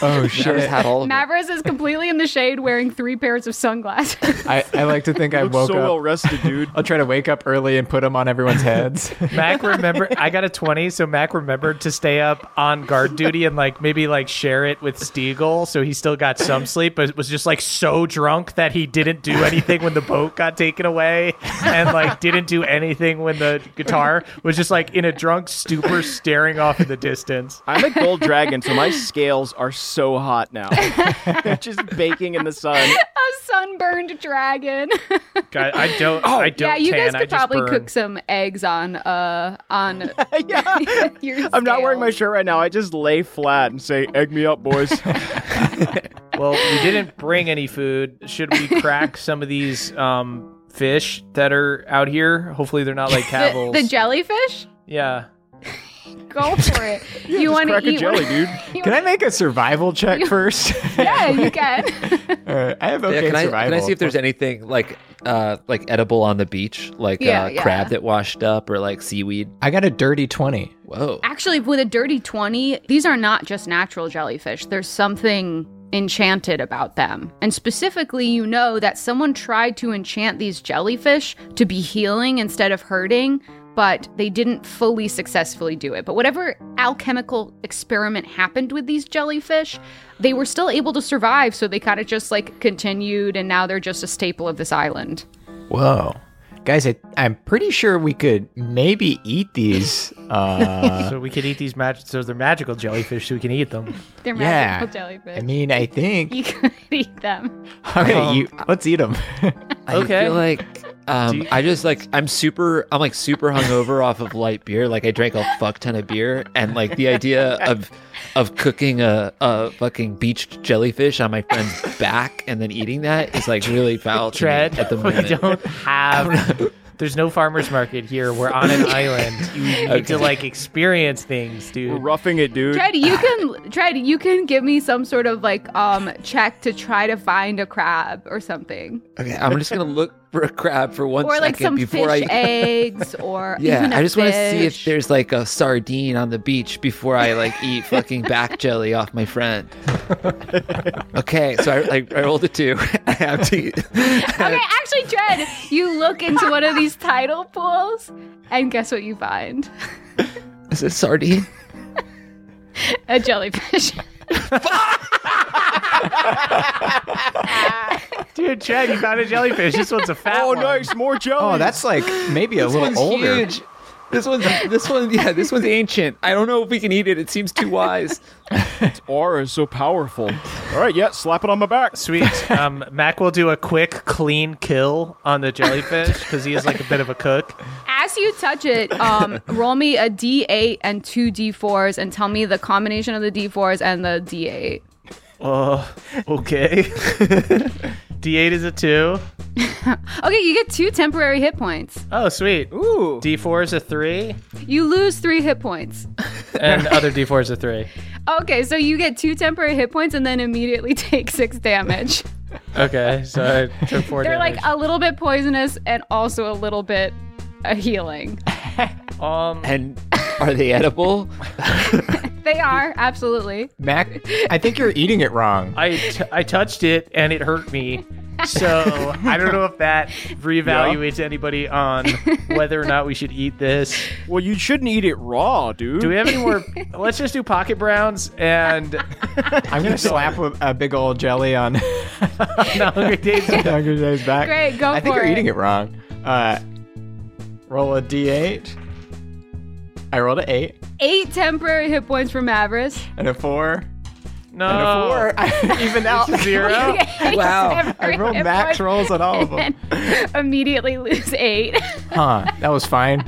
[SPEAKER 6] Oh
[SPEAKER 4] I just
[SPEAKER 6] shit!
[SPEAKER 4] had all of them.
[SPEAKER 3] Mavericks is completely in the shade wearing three pairs of sunglasses.
[SPEAKER 6] I, I like to think I
[SPEAKER 7] Looks
[SPEAKER 6] woke
[SPEAKER 7] so
[SPEAKER 6] up.
[SPEAKER 7] well rested, dude.
[SPEAKER 6] I'll try to wake up early and put them on everyone's heads.
[SPEAKER 2] Mac remember I got a 20, so Mac remembered to stay up on guard duty and like maybe like share it with Steagle, so he still got some sleep, but was just like so drunk that he didn't do anything when the boat got taken away and like didn't do anything when the guitar was just like in a drunk stupor staring off in the distance.
[SPEAKER 7] I'm a gold dragon, so my scales are so hot now. They're just baking in the sun.
[SPEAKER 3] a sunburned dragon.
[SPEAKER 2] God, I don't I don't
[SPEAKER 3] Oh, yeah, you
[SPEAKER 2] tan,
[SPEAKER 3] guys
[SPEAKER 2] I
[SPEAKER 3] could
[SPEAKER 2] just
[SPEAKER 3] probably
[SPEAKER 2] burn.
[SPEAKER 3] cook some eggs on uh on
[SPEAKER 7] Yeah.
[SPEAKER 3] your
[SPEAKER 7] I'm not wearing my
[SPEAKER 3] scales.
[SPEAKER 7] shirt right now. I just lay flat and say, "Egg me up, boys."
[SPEAKER 2] Well, we didn't bring any food. Should we crack some of these um, fish that are out here? Hopefully, they're not like
[SPEAKER 3] the,
[SPEAKER 2] cavils.
[SPEAKER 3] the jellyfish?
[SPEAKER 2] yeah.
[SPEAKER 3] Go for it. you
[SPEAKER 7] just
[SPEAKER 3] want to
[SPEAKER 7] crack a
[SPEAKER 3] eat one-
[SPEAKER 7] jelly, dude.
[SPEAKER 3] you
[SPEAKER 6] Can I
[SPEAKER 3] wanna-
[SPEAKER 6] make a survival check first?
[SPEAKER 3] Yeah, you can.
[SPEAKER 6] Uh, I have okay
[SPEAKER 4] Yeah, can, I,
[SPEAKER 6] survival.
[SPEAKER 4] can I see if there's anything like uh like edible on the beach, like
[SPEAKER 3] Yeah,
[SPEAKER 4] uh,
[SPEAKER 3] yeah.
[SPEAKER 4] crab that washed up or like seaweed?
[SPEAKER 6] I got a dirty twenty.
[SPEAKER 4] Whoa!
[SPEAKER 3] Actually, with a dirty 20, these are not just natural jellyfish. There's something enchanted about them. And specifically, you know that someone tried to enchant these jellyfish to be healing instead of hurting, but they didn't fully successfully do it. But whatever alchemical experiment happened with these jellyfish, they were still able to survive. So they kind of just like continued, and now they're just a staple of this island.
[SPEAKER 6] Whoa! guys, I, I'm pretty sure we could maybe eat these. Uh,
[SPEAKER 2] so we can eat these magic. So they're magical jellyfish, so we can eat them.
[SPEAKER 3] They're
[SPEAKER 6] yeah,
[SPEAKER 3] magical jellyfish.
[SPEAKER 6] I mean, I think
[SPEAKER 3] you could eat them.
[SPEAKER 6] I'm gonna eat. Let's eat them.
[SPEAKER 4] I
[SPEAKER 2] Okay.
[SPEAKER 4] feel like um, I just like I'm super I'm like super hungover off of light beer. Like I drank a fuck ton of beer, and like the idea of of cooking a, a fucking beached jellyfish on my friend's back and then eating that is like really foul to me
[SPEAKER 2] Tread.
[SPEAKER 4] at the moment.
[SPEAKER 2] We don't have. There's no farmers market here. We're on an island. You need to like experience things,
[SPEAKER 7] We're
[SPEAKER 2] dude.
[SPEAKER 7] roughing it, dude.
[SPEAKER 3] Tred, you can Tred, you can give me some sort of like um check to try to find a crab or something,
[SPEAKER 4] Okay, I'm just gonna look for a crab for one
[SPEAKER 3] or
[SPEAKER 4] second
[SPEAKER 3] like some fish
[SPEAKER 4] before I.
[SPEAKER 3] eggs, or
[SPEAKER 4] Yeah,
[SPEAKER 3] even a
[SPEAKER 4] I just want to see if
[SPEAKER 3] fish.
[SPEAKER 4] there's like a sardine on the beach before I like eat fucking back jelly off my friend. Okay, so I, I, I rolled a two. I have to. eat.
[SPEAKER 3] Okay, actually, Dred, you look into one of these tidal pools, and guess what you find?
[SPEAKER 4] Is it sardine?
[SPEAKER 3] A jellyfish.
[SPEAKER 2] Dude, Chad, you found a jellyfish. This one's a fat
[SPEAKER 7] Oh,
[SPEAKER 2] one.
[SPEAKER 7] nice, more jelly.
[SPEAKER 6] oh, that's like maybe a little older.
[SPEAKER 4] Huge. This one's this one yeah this one's ancient. I don't know if we can eat it. It seems too wise.
[SPEAKER 7] aura is so powerful. All right, yeah, slap it on my back.
[SPEAKER 2] Sweet. Um, Mac will do a quick, clean kill on the jellyfish because he is like a bit of a cook.
[SPEAKER 3] As you touch it, um, roll me a d8 and two d4s, and tell me the combination of the d4s and the d8.
[SPEAKER 2] Okay. D8 is a two.
[SPEAKER 3] Okay, you get two temporary hit points.
[SPEAKER 2] Oh, sweet.
[SPEAKER 7] Ooh.
[SPEAKER 2] D4 is a three,
[SPEAKER 3] You lose three hit points.
[SPEAKER 2] and other D4 is a three.
[SPEAKER 3] Okay, so you get two temporary hit points and then immediately take six damage.
[SPEAKER 2] Okay, so I took four
[SPEAKER 3] They're like
[SPEAKER 2] damage.
[SPEAKER 3] a little bit poisonous and also a little bit uh, healing.
[SPEAKER 2] um,
[SPEAKER 4] And are they edible?
[SPEAKER 3] They are, absolutely.
[SPEAKER 6] Mac, I think you're eating it wrong.
[SPEAKER 2] I, t- I touched it and it hurt me. So I don't know if that reevaluates anybody on whether or not we should eat this.
[SPEAKER 7] Well, you shouldn't eat it raw, dude.
[SPEAKER 2] Do we have any more? Let's just do pocket browns and
[SPEAKER 6] I'm gonna slap a, a big old jelly on
[SPEAKER 2] no, Hungry Dave's
[SPEAKER 6] Dr. J's back.
[SPEAKER 3] Great, go
[SPEAKER 6] I think
[SPEAKER 3] for
[SPEAKER 6] you're
[SPEAKER 3] it.
[SPEAKER 6] eating it wrong. Uh, roll a d8. I rolled an eight
[SPEAKER 3] Eight temporary hit points for Mavris.
[SPEAKER 6] and a four and a
[SPEAKER 3] Oh.
[SPEAKER 2] no
[SPEAKER 6] four. I even out.
[SPEAKER 2] zero.
[SPEAKER 6] Wow. I
[SPEAKER 3] Every
[SPEAKER 6] rolled
[SPEAKER 3] hit
[SPEAKER 6] max
[SPEAKER 3] point.
[SPEAKER 6] rolls on all of them.
[SPEAKER 3] Immediately lose eight.
[SPEAKER 6] Huh. That was fine.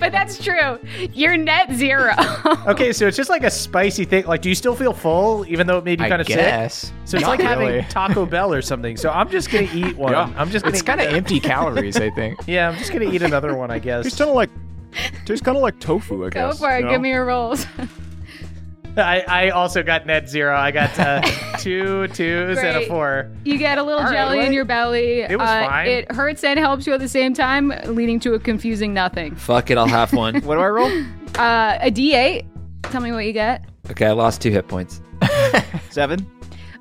[SPEAKER 3] but that's true. You're net zero.
[SPEAKER 2] Okay, so it's just like a spicy thing. Like, do you still feel full even though it made you kind of sick?
[SPEAKER 6] guess.
[SPEAKER 2] So it's
[SPEAKER 6] Not
[SPEAKER 2] like
[SPEAKER 6] really.
[SPEAKER 2] having Taco Bell or something. So I'm just gonna eat one.
[SPEAKER 6] Yeah.
[SPEAKER 2] I'm just gonna
[SPEAKER 6] It's kind of
[SPEAKER 2] eat a-
[SPEAKER 6] empty calories, I think.
[SPEAKER 2] Yeah, I'm just gonna eat another one, I guess.
[SPEAKER 7] Tastes kind of like tastes kind of like tofu, I
[SPEAKER 3] go
[SPEAKER 7] guess.
[SPEAKER 3] for it.
[SPEAKER 7] you know?
[SPEAKER 3] Give me your rolls.
[SPEAKER 2] I, I also got net zero. I got uh, two twos and a
[SPEAKER 3] Great.
[SPEAKER 2] four.
[SPEAKER 3] You get a little
[SPEAKER 2] All right,
[SPEAKER 3] jelly in
[SPEAKER 2] what?
[SPEAKER 3] your belly. Uh,
[SPEAKER 2] It was fine.
[SPEAKER 3] It hurts and helps you at the same time, leading to a confusing nothing.
[SPEAKER 4] Fuck it, I'll have one.
[SPEAKER 7] What do I roll?
[SPEAKER 3] Uh, a D8. Tell me what you get.
[SPEAKER 4] Okay, I lost two hit points.
[SPEAKER 7] Seven.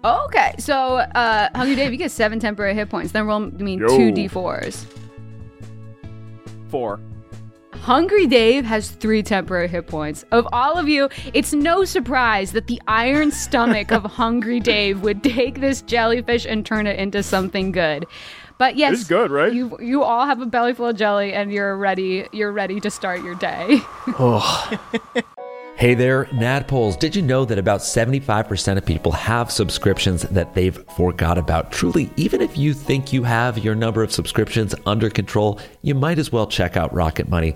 [SPEAKER 3] Oh, okay. So, uh, Hungry Dave, you get seven temporary hit points. Then roll me
[SPEAKER 7] Yo.
[SPEAKER 3] two D4s.
[SPEAKER 7] Four.
[SPEAKER 3] Hungry Dave has three temporary hit points. Of all of you, it's no surprise that the iron stomach of Hungry Dave would take this jellyfish and turn it into something good. But yes,
[SPEAKER 7] It's good, right?
[SPEAKER 3] You you all have a belly full of jelly and you're ready. You're ready to start your day.
[SPEAKER 8] Hey there, Nadpoles. Did you know that about 75% of people have subscriptions that they've forgot about? Truly, even if you think you have your number of subscriptions under control, you might as well check out Rocket Money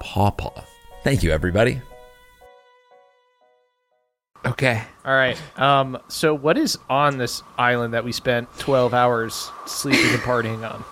[SPEAKER 8] pawpaw. Thank you, everybody.
[SPEAKER 4] Okay.
[SPEAKER 2] All right. Um, so what is on this island that we spent 12 hours sleeping and partying on?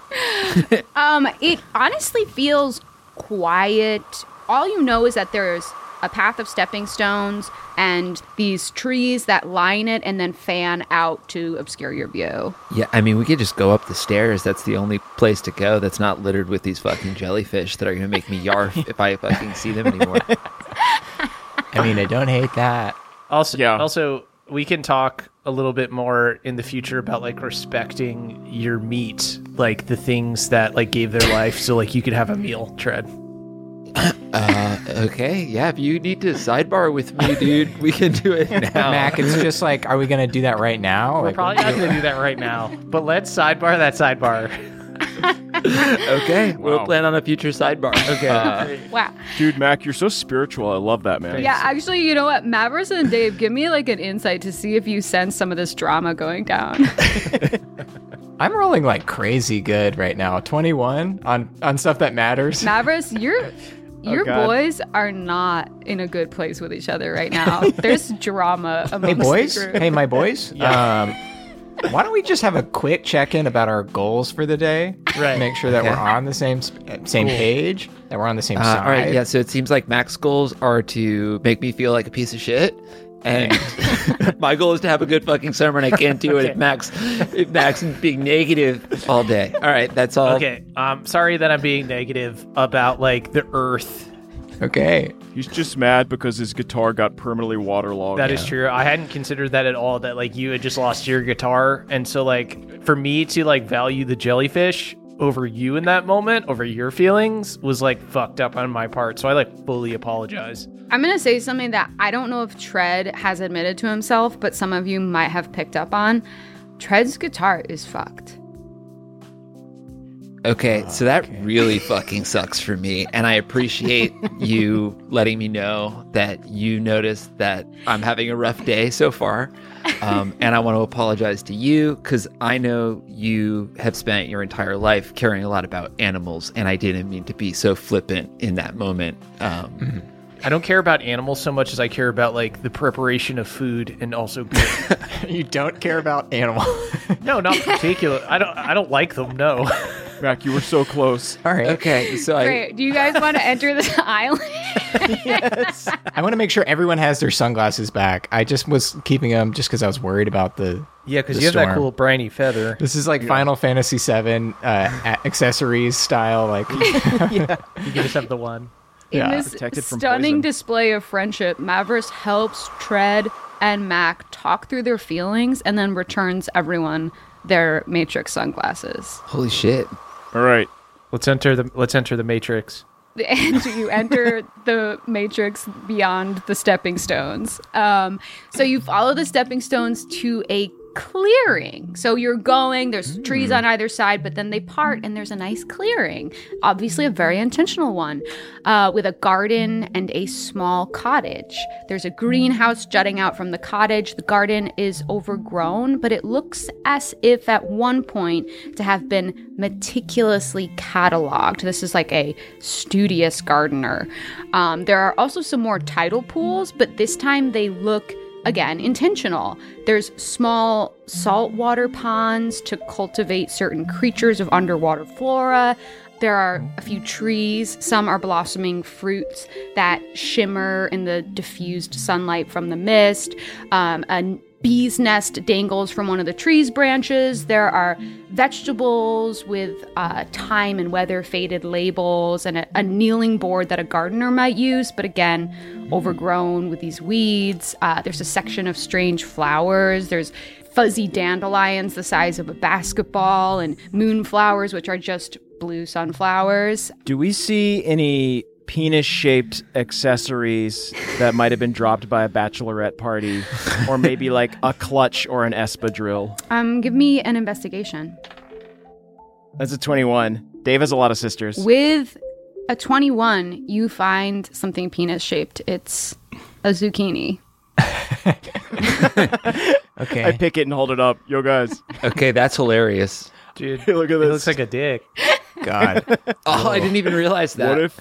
[SPEAKER 3] Um, it honestly feels quiet. All you know is that there's a path of stepping stones and these trees that line it and then fan out to obscure your view.
[SPEAKER 4] Yeah, I mean, we could just go up the stairs. That's the only place to go that's not littered with these fucking jellyfish that are going to make me yarf if I fucking see them anymore.
[SPEAKER 6] I mean, I don't hate that.
[SPEAKER 2] Also,
[SPEAKER 7] Yeah.
[SPEAKER 2] also we can talk a little bit more in the future about like respecting your meat, like the things that like gave their life so like you could have a meal, Tread.
[SPEAKER 4] Okay, yeah, if you need to sidebar with me, dude, we can do it now.
[SPEAKER 6] Mac, it's just like, are we gonna do that right now?
[SPEAKER 2] We're
[SPEAKER 6] Like,
[SPEAKER 2] probably not going to do that right now, but let's sidebar that sidebar.
[SPEAKER 4] Okay, we'll
[SPEAKER 7] Wow.
[SPEAKER 4] plan on a future sidebar. Uh, Okay.
[SPEAKER 3] Wow.
[SPEAKER 7] Dude, Mac, you're so spiritual. I love that, man.
[SPEAKER 3] Yeah, actually, you know what? Mavericks and Dave, give me like an insight to see if you sense some of this drama going down.
[SPEAKER 6] I'm rolling like crazy good right now. 21 on on stuff that matters.
[SPEAKER 3] Mavericks,
[SPEAKER 6] Oh,
[SPEAKER 3] your your
[SPEAKER 7] God.
[SPEAKER 3] boys are not in a good place with each other right now. There's drama amongst
[SPEAKER 6] hey boys.
[SPEAKER 3] the group.
[SPEAKER 6] Hey, my boys. Um, why don't we just have a quick check in about our goals for the day?
[SPEAKER 2] Right.
[SPEAKER 6] Make sure that we're on the same sp- same page. That we're on the same
[SPEAKER 4] Uh,
[SPEAKER 6] side.
[SPEAKER 4] all right, yeah, so it seems like Mac's goals are to make me feel like a piece of shit. And my goal is to have a good fucking summer, and I can't do it if Max, if Max is being negative all day. All right, that's all.
[SPEAKER 2] Okay. Um, sorry that I'm being negative about like the earth.
[SPEAKER 6] Okay.
[SPEAKER 7] He's just mad because his guitar got permanently waterlogged.
[SPEAKER 2] That is true. I hadn't considered that at all. That like you had just lost your guitar, and so like for me to like value the jellyfish over you in that moment, over your feelings, was like fucked up on my part. So I like fully apologize.
[SPEAKER 3] I'm going to say something that I don't know if Tread has admitted to himself, but some of you might have picked up on. Tread's guitar is fucked.
[SPEAKER 4] Okay, so that really fucking sucks for me, and I appreciate you letting me know that you noticed that I'm having a rough day so far, um, and I want to apologize to you because I know you have spent your entire life caring a lot about animals, and I didn't mean to be so flippant in that moment. Um,
[SPEAKER 2] I don't care about animals so much as I care about like the preparation of food and also beer.
[SPEAKER 6] You don't care about animals.
[SPEAKER 2] no, not particular. I don't. I don't like them. No.
[SPEAKER 7] Mac, you were so close.
[SPEAKER 6] all right.
[SPEAKER 4] okay, so I,
[SPEAKER 3] Great. Do you guys want to enter this island?
[SPEAKER 6] I want to make sure everyone has their sunglasses back. I just was keeping them just because I was worried about the.
[SPEAKER 2] Yeah, because
[SPEAKER 6] the
[SPEAKER 2] you have that
[SPEAKER 6] storm.
[SPEAKER 2] cool briny feather.
[SPEAKER 6] This is like Final Fantasy VII uh, a- accessories style. Like,
[SPEAKER 2] You can just have the one.
[SPEAKER 3] In
[SPEAKER 6] Yeah,
[SPEAKER 3] this
[SPEAKER 7] protected from
[SPEAKER 3] stunning
[SPEAKER 7] poison.
[SPEAKER 3] display of friendship, Mavericks helps Tread and Mac talk through their feelings and then returns everyone their Matrix sunglasses.
[SPEAKER 4] holy shit.
[SPEAKER 7] All right.
[SPEAKER 2] Let's enter the. Let's enter the matrix.
[SPEAKER 3] and you enter the matrix beyond the stepping stones. Um, so you follow the stepping stones to a clearing. So you're going, there's trees on either side, but then they part and there's a nice clearing. Obviously, a very intentional one uh, with a garden and a small cottage. There's a greenhouse jutting out from the cottage. The garden is overgrown, but it looks as if at one point to have been meticulously cataloged. This is like a studious gardener. Um, there are also some more tidal pools, but this time they look again, intentional. There's small saltwater ponds to cultivate certain creatures of underwater flora. There are a few trees. Some are blossoming fruits that shimmer in the diffused sunlight from the mist. Um, a bee's nest dangles from one of the tree's branches. There are vegetables with uh, time and weather faded labels and a, a kneeling board that a gardener might use, but again, overgrown with these weeds. Uh, there's a section of strange flowers. There's fuzzy dandelions the size of a basketball and moonflowers, which are just blue sunflowers.
[SPEAKER 7] Do we see any penis shaped accessories that might have been dropped by a bachelorette party? Or maybe like a clutch or an espadrille?
[SPEAKER 3] Um, give me an investigation.
[SPEAKER 7] That's a 21. Dave has a lot of sisters.
[SPEAKER 3] With a 21, you find something penis shaped. It's a zucchini.
[SPEAKER 6] Okay.
[SPEAKER 7] I pick it and hold it up. Yo, guys.
[SPEAKER 4] Okay, that's hilarious.
[SPEAKER 2] Dude,
[SPEAKER 7] Look at
[SPEAKER 2] It
[SPEAKER 7] this.
[SPEAKER 2] looks like a dick.
[SPEAKER 6] God.
[SPEAKER 4] Oh, I didn't even realize that.
[SPEAKER 7] What if?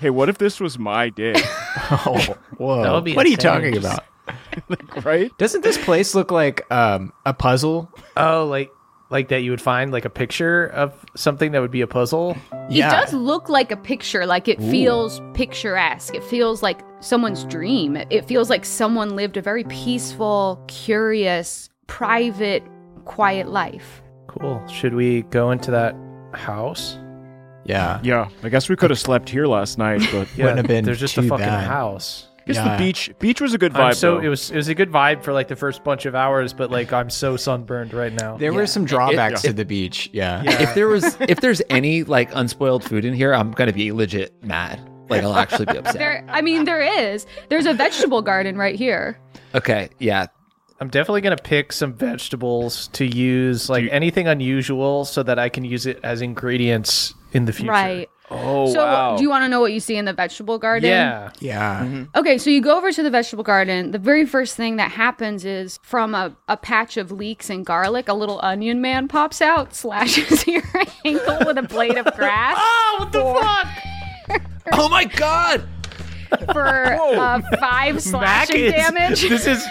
[SPEAKER 7] hey, what if this was my dick?
[SPEAKER 6] Oh, whoa.
[SPEAKER 2] That would be
[SPEAKER 6] what are you
[SPEAKER 2] insane.
[SPEAKER 6] talking
[SPEAKER 2] Just-
[SPEAKER 6] about?
[SPEAKER 7] right?
[SPEAKER 6] Doesn't this place look like um, a puzzle?
[SPEAKER 2] Oh, like like that you would find like a picture of something that would be a puzzle.
[SPEAKER 6] Yeah.
[SPEAKER 3] It does look like a picture. Like it feels picturesque. It feels like someone's dream. It feels like someone lived a very peaceful, curious, private, quiet life.
[SPEAKER 2] Cool. Should we go into that house?
[SPEAKER 6] Yeah.
[SPEAKER 7] Yeah, I guess we could have slept here last night, but
[SPEAKER 6] Wouldn't have been
[SPEAKER 2] There's just a
[SPEAKER 6] too
[SPEAKER 2] fucking
[SPEAKER 6] bad.
[SPEAKER 2] house.
[SPEAKER 7] guess
[SPEAKER 6] Yeah.
[SPEAKER 7] the beach beach was a good
[SPEAKER 2] I'm
[SPEAKER 7] vibe.
[SPEAKER 2] so
[SPEAKER 7] though.
[SPEAKER 2] it was it was a good vibe for like the first bunch of hours, but like I'm so sunburned right now.
[SPEAKER 6] There were some drawbacks
[SPEAKER 4] It-
[SPEAKER 6] to the beach. Yeah.
[SPEAKER 4] If there was, if there's any like unspoiled food in here, I'm gonna be legit mad. Like I'll actually be upset.
[SPEAKER 3] There, I mean, there is. There's a vegetable garden right here.
[SPEAKER 4] Okay, yeah,
[SPEAKER 2] I'm definitely gonna pick some vegetables to use, like anything unusual, so that I can use it as ingredients in the future.
[SPEAKER 3] Right.
[SPEAKER 7] oh
[SPEAKER 3] so,
[SPEAKER 7] wow.
[SPEAKER 3] do you want to know what you see in the vegetable garden?
[SPEAKER 2] Yeah.
[SPEAKER 6] Yeah.
[SPEAKER 7] Mm-hmm.
[SPEAKER 3] Okay, so you go over to the vegetable garden. The very first thing that happens is from a, a patch of leeks and garlic, a little onion man pops out, slashes your ankle with a blade of grass. oh, what the
[SPEAKER 4] Oh my god!
[SPEAKER 3] fuck? For uh, five
[SPEAKER 2] Mac
[SPEAKER 3] slashing
[SPEAKER 2] is,
[SPEAKER 3] damage.
[SPEAKER 2] This is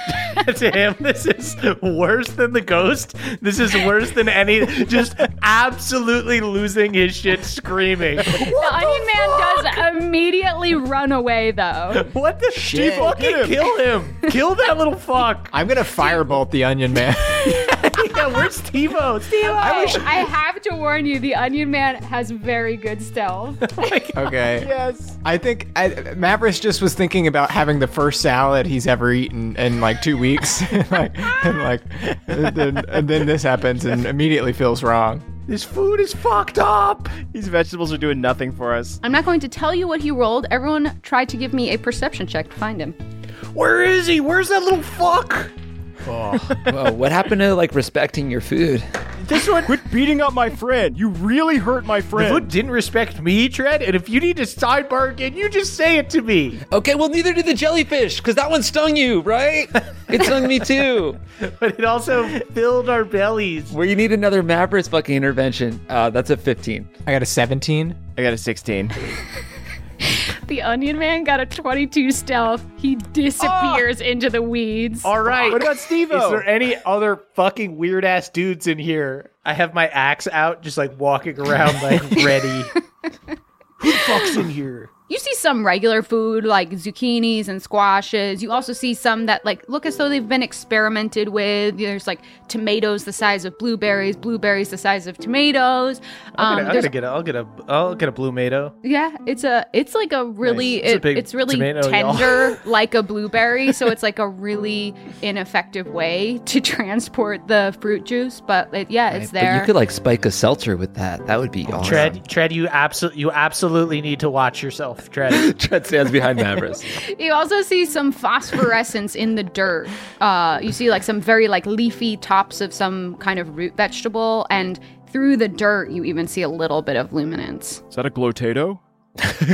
[SPEAKER 2] to him. This is worse than the ghost. This is worse than any. Just absolutely losing his shit, screaming.
[SPEAKER 3] the onion man does immediately run away, though.
[SPEAKER 2] What the shit? Fucking kill him! Kill that little fuck!
[SPEAKER 6] I'm going to firebolt the onion man.
[SPEAKER 2] Yeah, where's TiVo? TiVo.
[SPEAKER 3] I, have to warn you, the onion man has very good stealth.
[SPEAKER 6] okay. Yes. I think I, Mavris just was thinking about having the first salad he's ever eaten in like two weeks. like, and like, and then, and then this happens and immediately feels wrong.
[SPEAKER 2] This food is fucked up.
[SPEAKER 7] These vegetables are doing nothing for us.
[SPEAKER 3] I'm not going to tell you what he rolled. Everyone try to give me a perception check to find him.
[SPEAKER 2] Where is he? Where's that little fuck?
[SPEAKER 4] Whoa, what happened to like respecting your food?
[SPEAKER 7] This one, quit beating up my friend. You really hurt my
[SPEAKER 2] The food
[SPEAKER 7] friend.
[SPEAKER 2] didn't respect me, Trent. And if you need to sidebar again, you just say it to me.
[SPEAKER 4] Okay, well neither did the jellyfish, because that one stung you, right? It stung me too.
[SPEAKER 2] But it also filled our bellies.
[SPEAKER 4] Where you need another Maverick's fucking intervention. Uh, that's a 15.
[SPEAKER 6] I got a 17.
[SPEAKER 7] I got a 16.
[SPEAKER 3] The Onion Man got a 22 stealth. He disappears into the weeds.
[SPEAKER 2] All right.
[SPEAKER 7] What about Steve?
[SPEAKER 2] Is there any other fucking weird ass dudes in here? I have my axe out, just like walking around, like ready. Who the fuck's in here?
[SPEAKER 3] You see some regular food like zucchinis and squashes. You also see some that like look as though they've been experimented with. There's like tomatoes the size of blueberries, blueberries the size of tomatoes.
[SPEAKER 2] I'm
[SPEAKER 3] Um,
[SPEAKER 2] gonna, I'm
[SPEAKER 3] there's-
[SPEAKER 2] gonna get a, I'll get a, I'll get a blue mato.
[SPEAKER 3] yeah, it's a it's like a really
[SPEAKER 2] Nice. It's a
[SPEAKER 3] it-
[SPEAKER 2] big
[SPEAKER 3] it's really
[SPEAKER 2] tomato, y'all.
[SPEAKER 3] tender like a blueberry, so it's like a really ineffective way to transport the fruit juice, but it, yeah, it's
[SPEAKER 4] But
[SPEAKER 3] there.
[SPEAKER 4] you could like spike a seltzer with that. That would be
[SPEAKER 6] Oh,
[SPEAKER 4] awesome.
[SPEAKER 2] Tread, tread. You absolutely, you absolutely need to watch yourself, tread.
[SPEAKER 4] Tread stands behind Maverick's.
[SPEAKER 3] You also see some phosphorescence in the dirt. Uh, you see like some very like leafy tops of some kind of root vegetable, and through the dirt you even see a little bit of luminance.
[SPEAKER 7] Is that a glotato?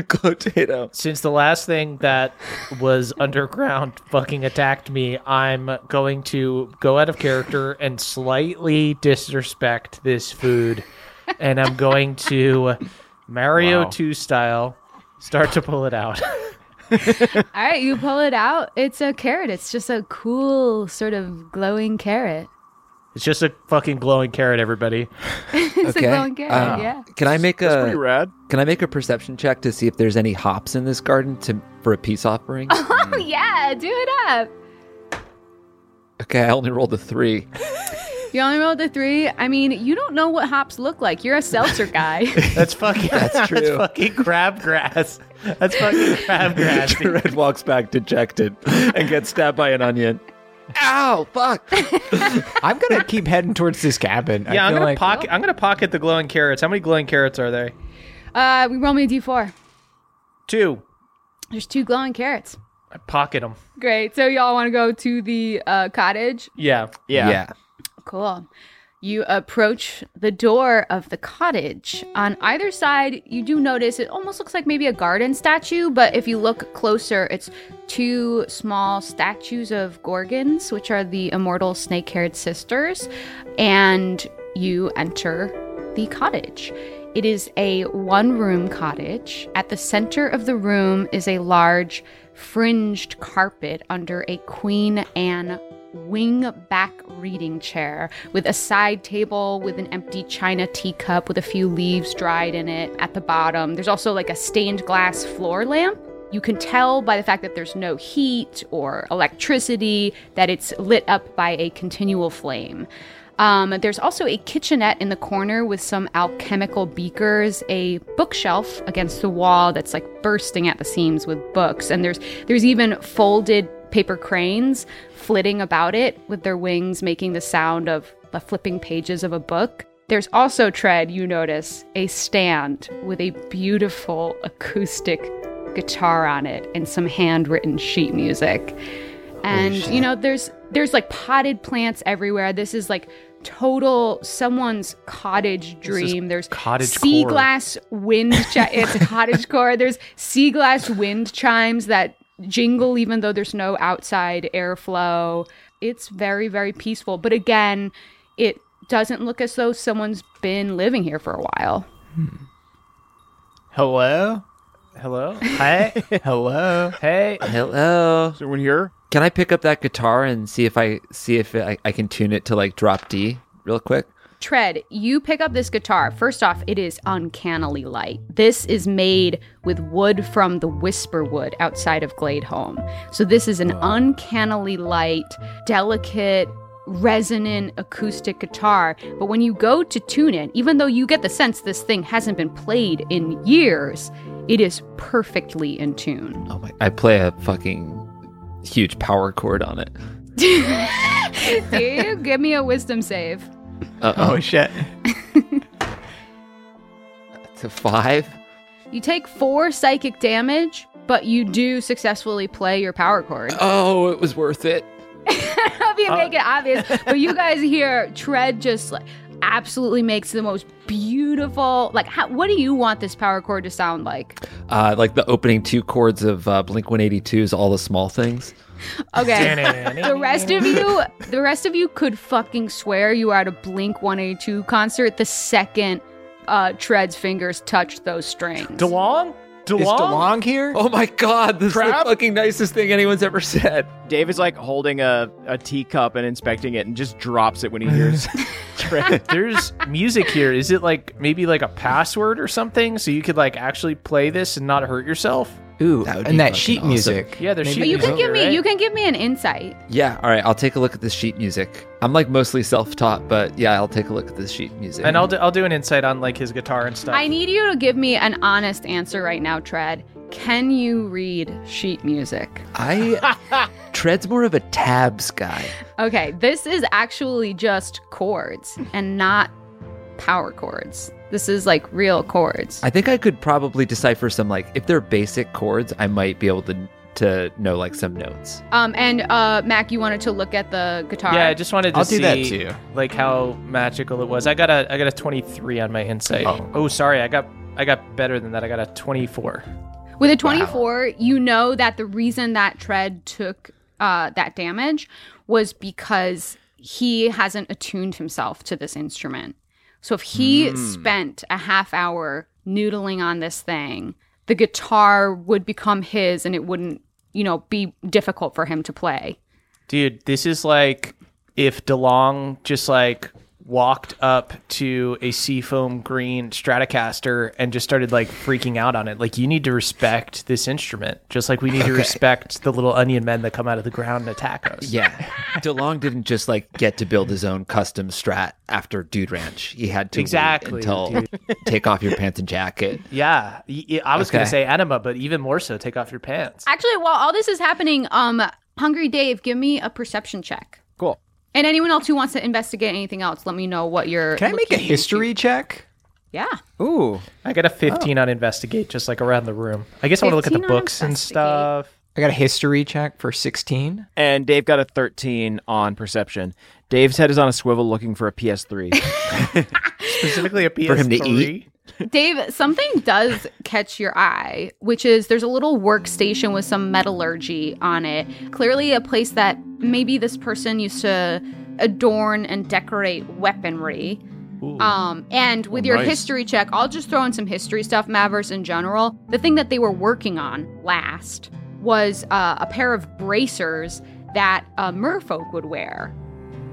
[SPEAKER 4] Potato.
[SPEAKER 2] Since the last thing that was underground fucking attacked me, I'm going to go out of character and slightly disrespect this food, and I'm going to Mario Two style start to pull it out.
[SPEAKER 3] All right, you pull it out. It's a carrot. It's just a cool sort of glowing carrot.
[SPEAKER 2] It's just a fucking glowing carrot, everybody.
[SPEAKER 3] It's
[SPEAKER 4] Okay.
[SPEAKER 3] a glowing carrot.
[SPEAKER 4] Uh,
[SPEAKER 3] yeah.
[SPEAKER 4] Can I make
[SPEAKER 5] That's pretty
[SPEAKER 4] a
[SPEAKER 5] rad.
[SPEAKER 4] Can I make a perception check to see if there's any hops in this garden to for a peace offering?
[SPEAKER 3] Oh yeah, do it up.
[SPEAKER 4] okay, I only rolled a three.
[SPEAKER 3] You only rolled a three. I mean, you don't know what hops look like. You're a seltzer guy.
[SPEAKER 2] That's fucking. That's true. That's fucking crabgrass. That's fucking crabgrass. dude.
[SPEAKER 4] Jared walks back dejected and gets stabbed by an onion. Ow! Fuck!
[SPEAKER 6] I'm gonna keep heading towards this cabin. I
[SPEAKER 2] Yeah, I'm
[SPEAKER 6] feel
[SPEAKER 2] gonna
[SPEAKER 6] like-
[SPEAKER 2] pocket. I'm gonna pocket the glowing carrots. How many glowing carrots are there?
[SPEAKER 3] uh, we roll me a d4.
[SPEAKER 2] Two.
[SPEAKER 3] There's two glowing carrots.
[SPEAKER 2] I pocket them.
[SPEAKER 3] Great. So y'all want to go to the uh, cottage?
[SPEAKER 2] Yeah.
[SPEAKER 5] Yeah.
[SPEAKER 3] Cool. You approach the door of the cottage. On either side, you do notice it almost looks like maybe a garden statue, but if you look closer, it's two small statues of Gorgons, which are the immortal snake haired sisters. And you enter the cottage. It is a one room cottage. At the center of the room is a large fringed carpet under a Queen Anne wing back reading chair with a side table with an empty china teacup with a few leaves dried in it at the bottom. There's also like a stained glass floor lamp. You can tell by the fact that there's no heat or electricity that it's lit up by a continual flame. Um, there's also a kitchenette in the corner with some alchemical beakers, a bookshelf against the wall that's like bursting at the seams with books, and there's there's even folded paper cranes flitting about it with their wings making the sound of the flipping pages of a book. There's also tread you notice a stand with a beautiful acoustic guitar on it and some handwritten sheet music and you know there's there's like potted plants everywhere this is like total someone's cottage dream there's
[SPEAKER 2] cottage
[SPEAKER 3] sea
[SPEAKER 2] core.
[SPEAKER 3] glass wind chi- it's cottage core there's sea glass wind chimes that jingle even though there's no outside airflow it's very very peaceful but again it doesn't look as though someone's been living here for a while
[SPEAKER 2] Hello. Hello. Hey.
[SPEAKER 6] Hello.
[SPEAKER 2] hey.
[SPEAKER 4] Hello.
[SPEAKER 5] Is anyone here?
[SPEAKER 4] Can I pick up that guitar and see if I see if I, I can tune it to like drop D real quick?
[SPEAKER 3] Tread, you pick up this guitar. First off, it is uncannily light. This is made with wood from the Whisper Wood outside of Gladeholm. So this is an uncannily light, delicate, resonant acoustic guitar. But when you go to tune it, even though you get the sense this thing hasn't been played in years, it is perfectly in tune.
[SPEAKER 4] Oh my! I play a fucking huge power chord on it.
[SPEAKER 3] Do you give me a wisdom save?
[SPEAKER 6] Oh shit.
[SPEAKER 4] It's a five.
[SPEAKER 3] You take four psychic damage, but you do successfully play your power chord.
[SPEAKER 4] Oh, it was worth it.
[SPEAKER 3] hope you make it obvious. But you guys hear Tread just like absolutely makes the most beautiful. Like, how, what do you want this power chord to sound like?
[SPEAKER 4] Uh, like the opening two chords of uh, Blink 182's "All the Small Things."
[SPEAKER 3] Okay. The rest of you, the rest of you could fucking swear you were at a Blink 182 concert the second uh, Tread's fingers touched those strings.
[SPEAKER 2] DeLong. DeLong.
[SPEAKER 6] Is DeLong here?
[SPEAKER 4] Oh my god! This is the
[SPEAKER 5] Crap.
[SPEAKER 4] fucking nicest thing anyone's ever said.
[SPEAKER 7] David's like holding a, a teacup and inspecting it and just drops it when he hears Tread.
[SPEAKER 2] There's music here. Is it like maybe like a password or something so you could like actually play this and not hurt yourself?
[SPEAKER 6] Ooh,
[SPEAKER 4] That would be
[SPEAKER 6] and that
[SPEAKER 4] fucking
[SPEAKER 6] sheet
[SPEAKER 4] awesome.
[SPEAKER 6] music.
[SPEAKER 2] Yeah, there's
[SPEAKER 6] Maybe
[SPEAKER 2] sheet
[SPEAKER 3] but you
[SPEAKER 2] music
[SPEAKER 3] can give
[SPEAKER 2] here,
[SPEAKER 3] me,
[SPEAKER 2] right?
[SPEAKER 3] you can give me an insight.
[SPEAKER 4] Yeah. All right. I'll take a look at this sheet music. I'm like mostly self-taught, but yeah, I'll take a look at this sheet music.
[SPEAKER 2] And I'll do, I'll do an insight on like his guitar and stuff.
[SPEAKER 3] I need you to give me an honest answer right now, Tread. Can you read sheet music?
[SPEAKER 4] I tread's more of a tabs guy.
[SPEAKER 3] Okay, this is actually just chords and not power chords. This is like real chords.
[SPEAKER 4] I think I could probably decipher some like if they're basic chords, I might be able to to know like some notes.
[SPEAKER 3] Um, and uh, Mac, you wanted to look at the guitar.
[SPEAKER 2] yeah, I just wanted to
[SPEAKER 6] I'll
[SPEAKER 2] see
[SPEAKER 6] do that too.
[SPEAKER 2] like how magical it was. I got a I got a 23 on my insight. Oh, sorry, I got I got better than that. I got a 24.
[SPEAKER 3] With a 24, you know that the reason that Tread took uh, that damage was because he hasn't attuned himself to this
[SPEAKER 6] Hmm.
[SPEAKER 3] instrument. So if he spent a half hour noodling on this thing, the guitar would become his and it wouldn't, you know, be difficult for him to play.
[SPEAKER 2] Dude, this is like if DeLong just like walked up to a seafoam green Stratocaster and just started like freaking out on it. Like you need to respect this instrument, just like we need to respect the little onion men that come out of the ground and attack us.
[SPEAKER 4] Yeah. DeLong didn't just like get to build his own custom strat after Dude Ranch. He had to wait
[SPEAKER 2] Exactly,
[SPEAKER 4] until
[SPEAKER 2] dude.
[SPEAKER 4] take off your pants and jacket.
[SPEAKER 2] Yeah, y- y- I was gonna
[SPEAKER 4] Okay.
[SPEAKER 2] say enema, but even more so, take off your pants.
[SPEAKER 3] Actually, while all this is happening, um, Hungry Dave, give me a perception check.
[SPEAKER 7] Cool.
[SPEAKER 3] And anyone else who wants to investigate anything else, let me know what you're.
[SPEAKER 6] Can I make a
[SPEAKER 3] looking-
[SPEAKER 6] history check?
[SPEAKER 3] Yeah.
[SPEAKER 7] Ooh.
[SPEAKER 2] I got a 15 on investigate, just like around the room. I guess I want to look at the
[SPEAKER 3] 15 on
[SPEAKER 2] books and
[SPEAKER 3] investigate.
[SPEAKER 2] stuff.
[SPEAKER 6] I got a history check for 16.
[SPEAKER 7] And Dave got a 13 on perception. Dave's head is on a swivel looking for a PS3.
[SPEAKER 2] Specifically a PS3.
[SPEAKER 4] him to eat?
[SPEAKER 3] Dave, something does catch your eye, which is there's a little workstation with some metallurgy on it. Clearly, a place that maybe this person used to adorn and decorate weaponry. Um, and with your history check, I'll just throw in some history stuff, Mavers in general. The thing that they were working on last was uh, a pair of bracers that uh, merfolk would wear.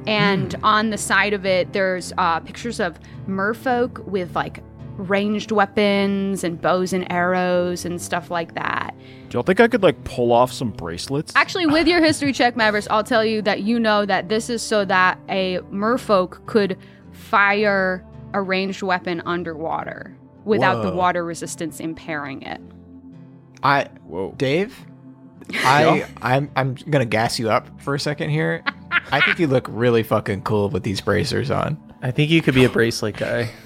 [SPEAKER 3] And
[SPEAKER 2] Mm.
[SPEAKER 3] on the side of it, there's uh, pictures of merfolk with like ranged weapons and bows and arrows and stuff like that.
[SPEAKER 5] Do y'all think I could like pull off some bracelets?
[SPEAKER 3] Actually, with your history check, Mavericks, I'll tell you that you know that this is so that a merfolk could fire a ranged weapon underwater without the water resistance impairing it.
[SPEAKER 6] I
[SPEAKER 5] Whoa.
[SPEAKER 6] Dave, I I'm I'm gonna gas you up for a second here. I think you look really fucking cool with these bracers on.
[SPEAKER 2] I think you could be a bracelet guy.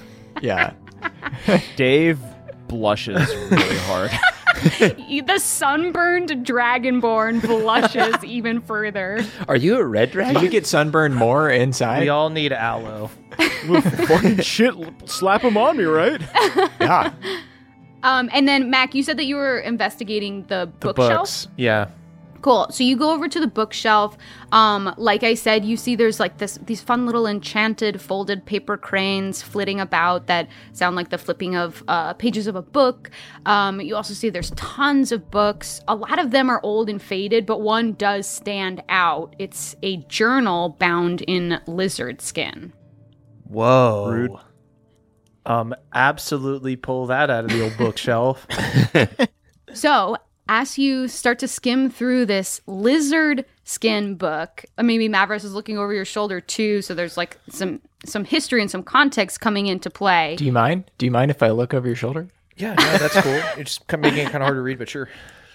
[SPEAKER 6] Yeah.
[SPEAKER 7] Dave blushes really hard.
[SPEAKER 3] E, The sunburned dragonborn blushes even further.
[SPEAKER 4] Are you a red
[SPEAKER 6] Did you
[SPEAKER 4] dragon?
[SPEAKER 6] get sunburned more inside?
[SPEAKER 2] We all need aloe.
[SPEAKER 5] Well, fucking shit, slap him on me, right?
[SPEAKER 6] yeah.
[SPEAKER 3] Um, and then, Mac, you said that you were investigating the,
[SPEAKER 2] The
[SPEAKER 3] bookshelf.
[SPEAKER 2] books. Yeah.
[SPEAKER 3] Cool. So you go over to the bookshelf. Um, like I said, you see there's like this these fun little enchanted folded paper cranes flitting about that sound like the flipping of uh, pages of a book. Um, you also see there's tons of books. A lot of them are old and faded, but one does stand out. It's a journal bound in lizard skin.
[SPEAKER 2] Whoa. Um, absolutely pull that out of the old bookshelf.
[SPEAKER 3] So, as you start to skim through this lizard skin book, uh, maybe Mavris is looking over your shoulder too, so there's like some some history and some context coming into play.
[SPEAKER 6] Do you mind? Do you mind if I look over your shoulder?
[SPEAKER 2] yeah, no, that's cool. It's just kind of making it kind of hard to read, but sure.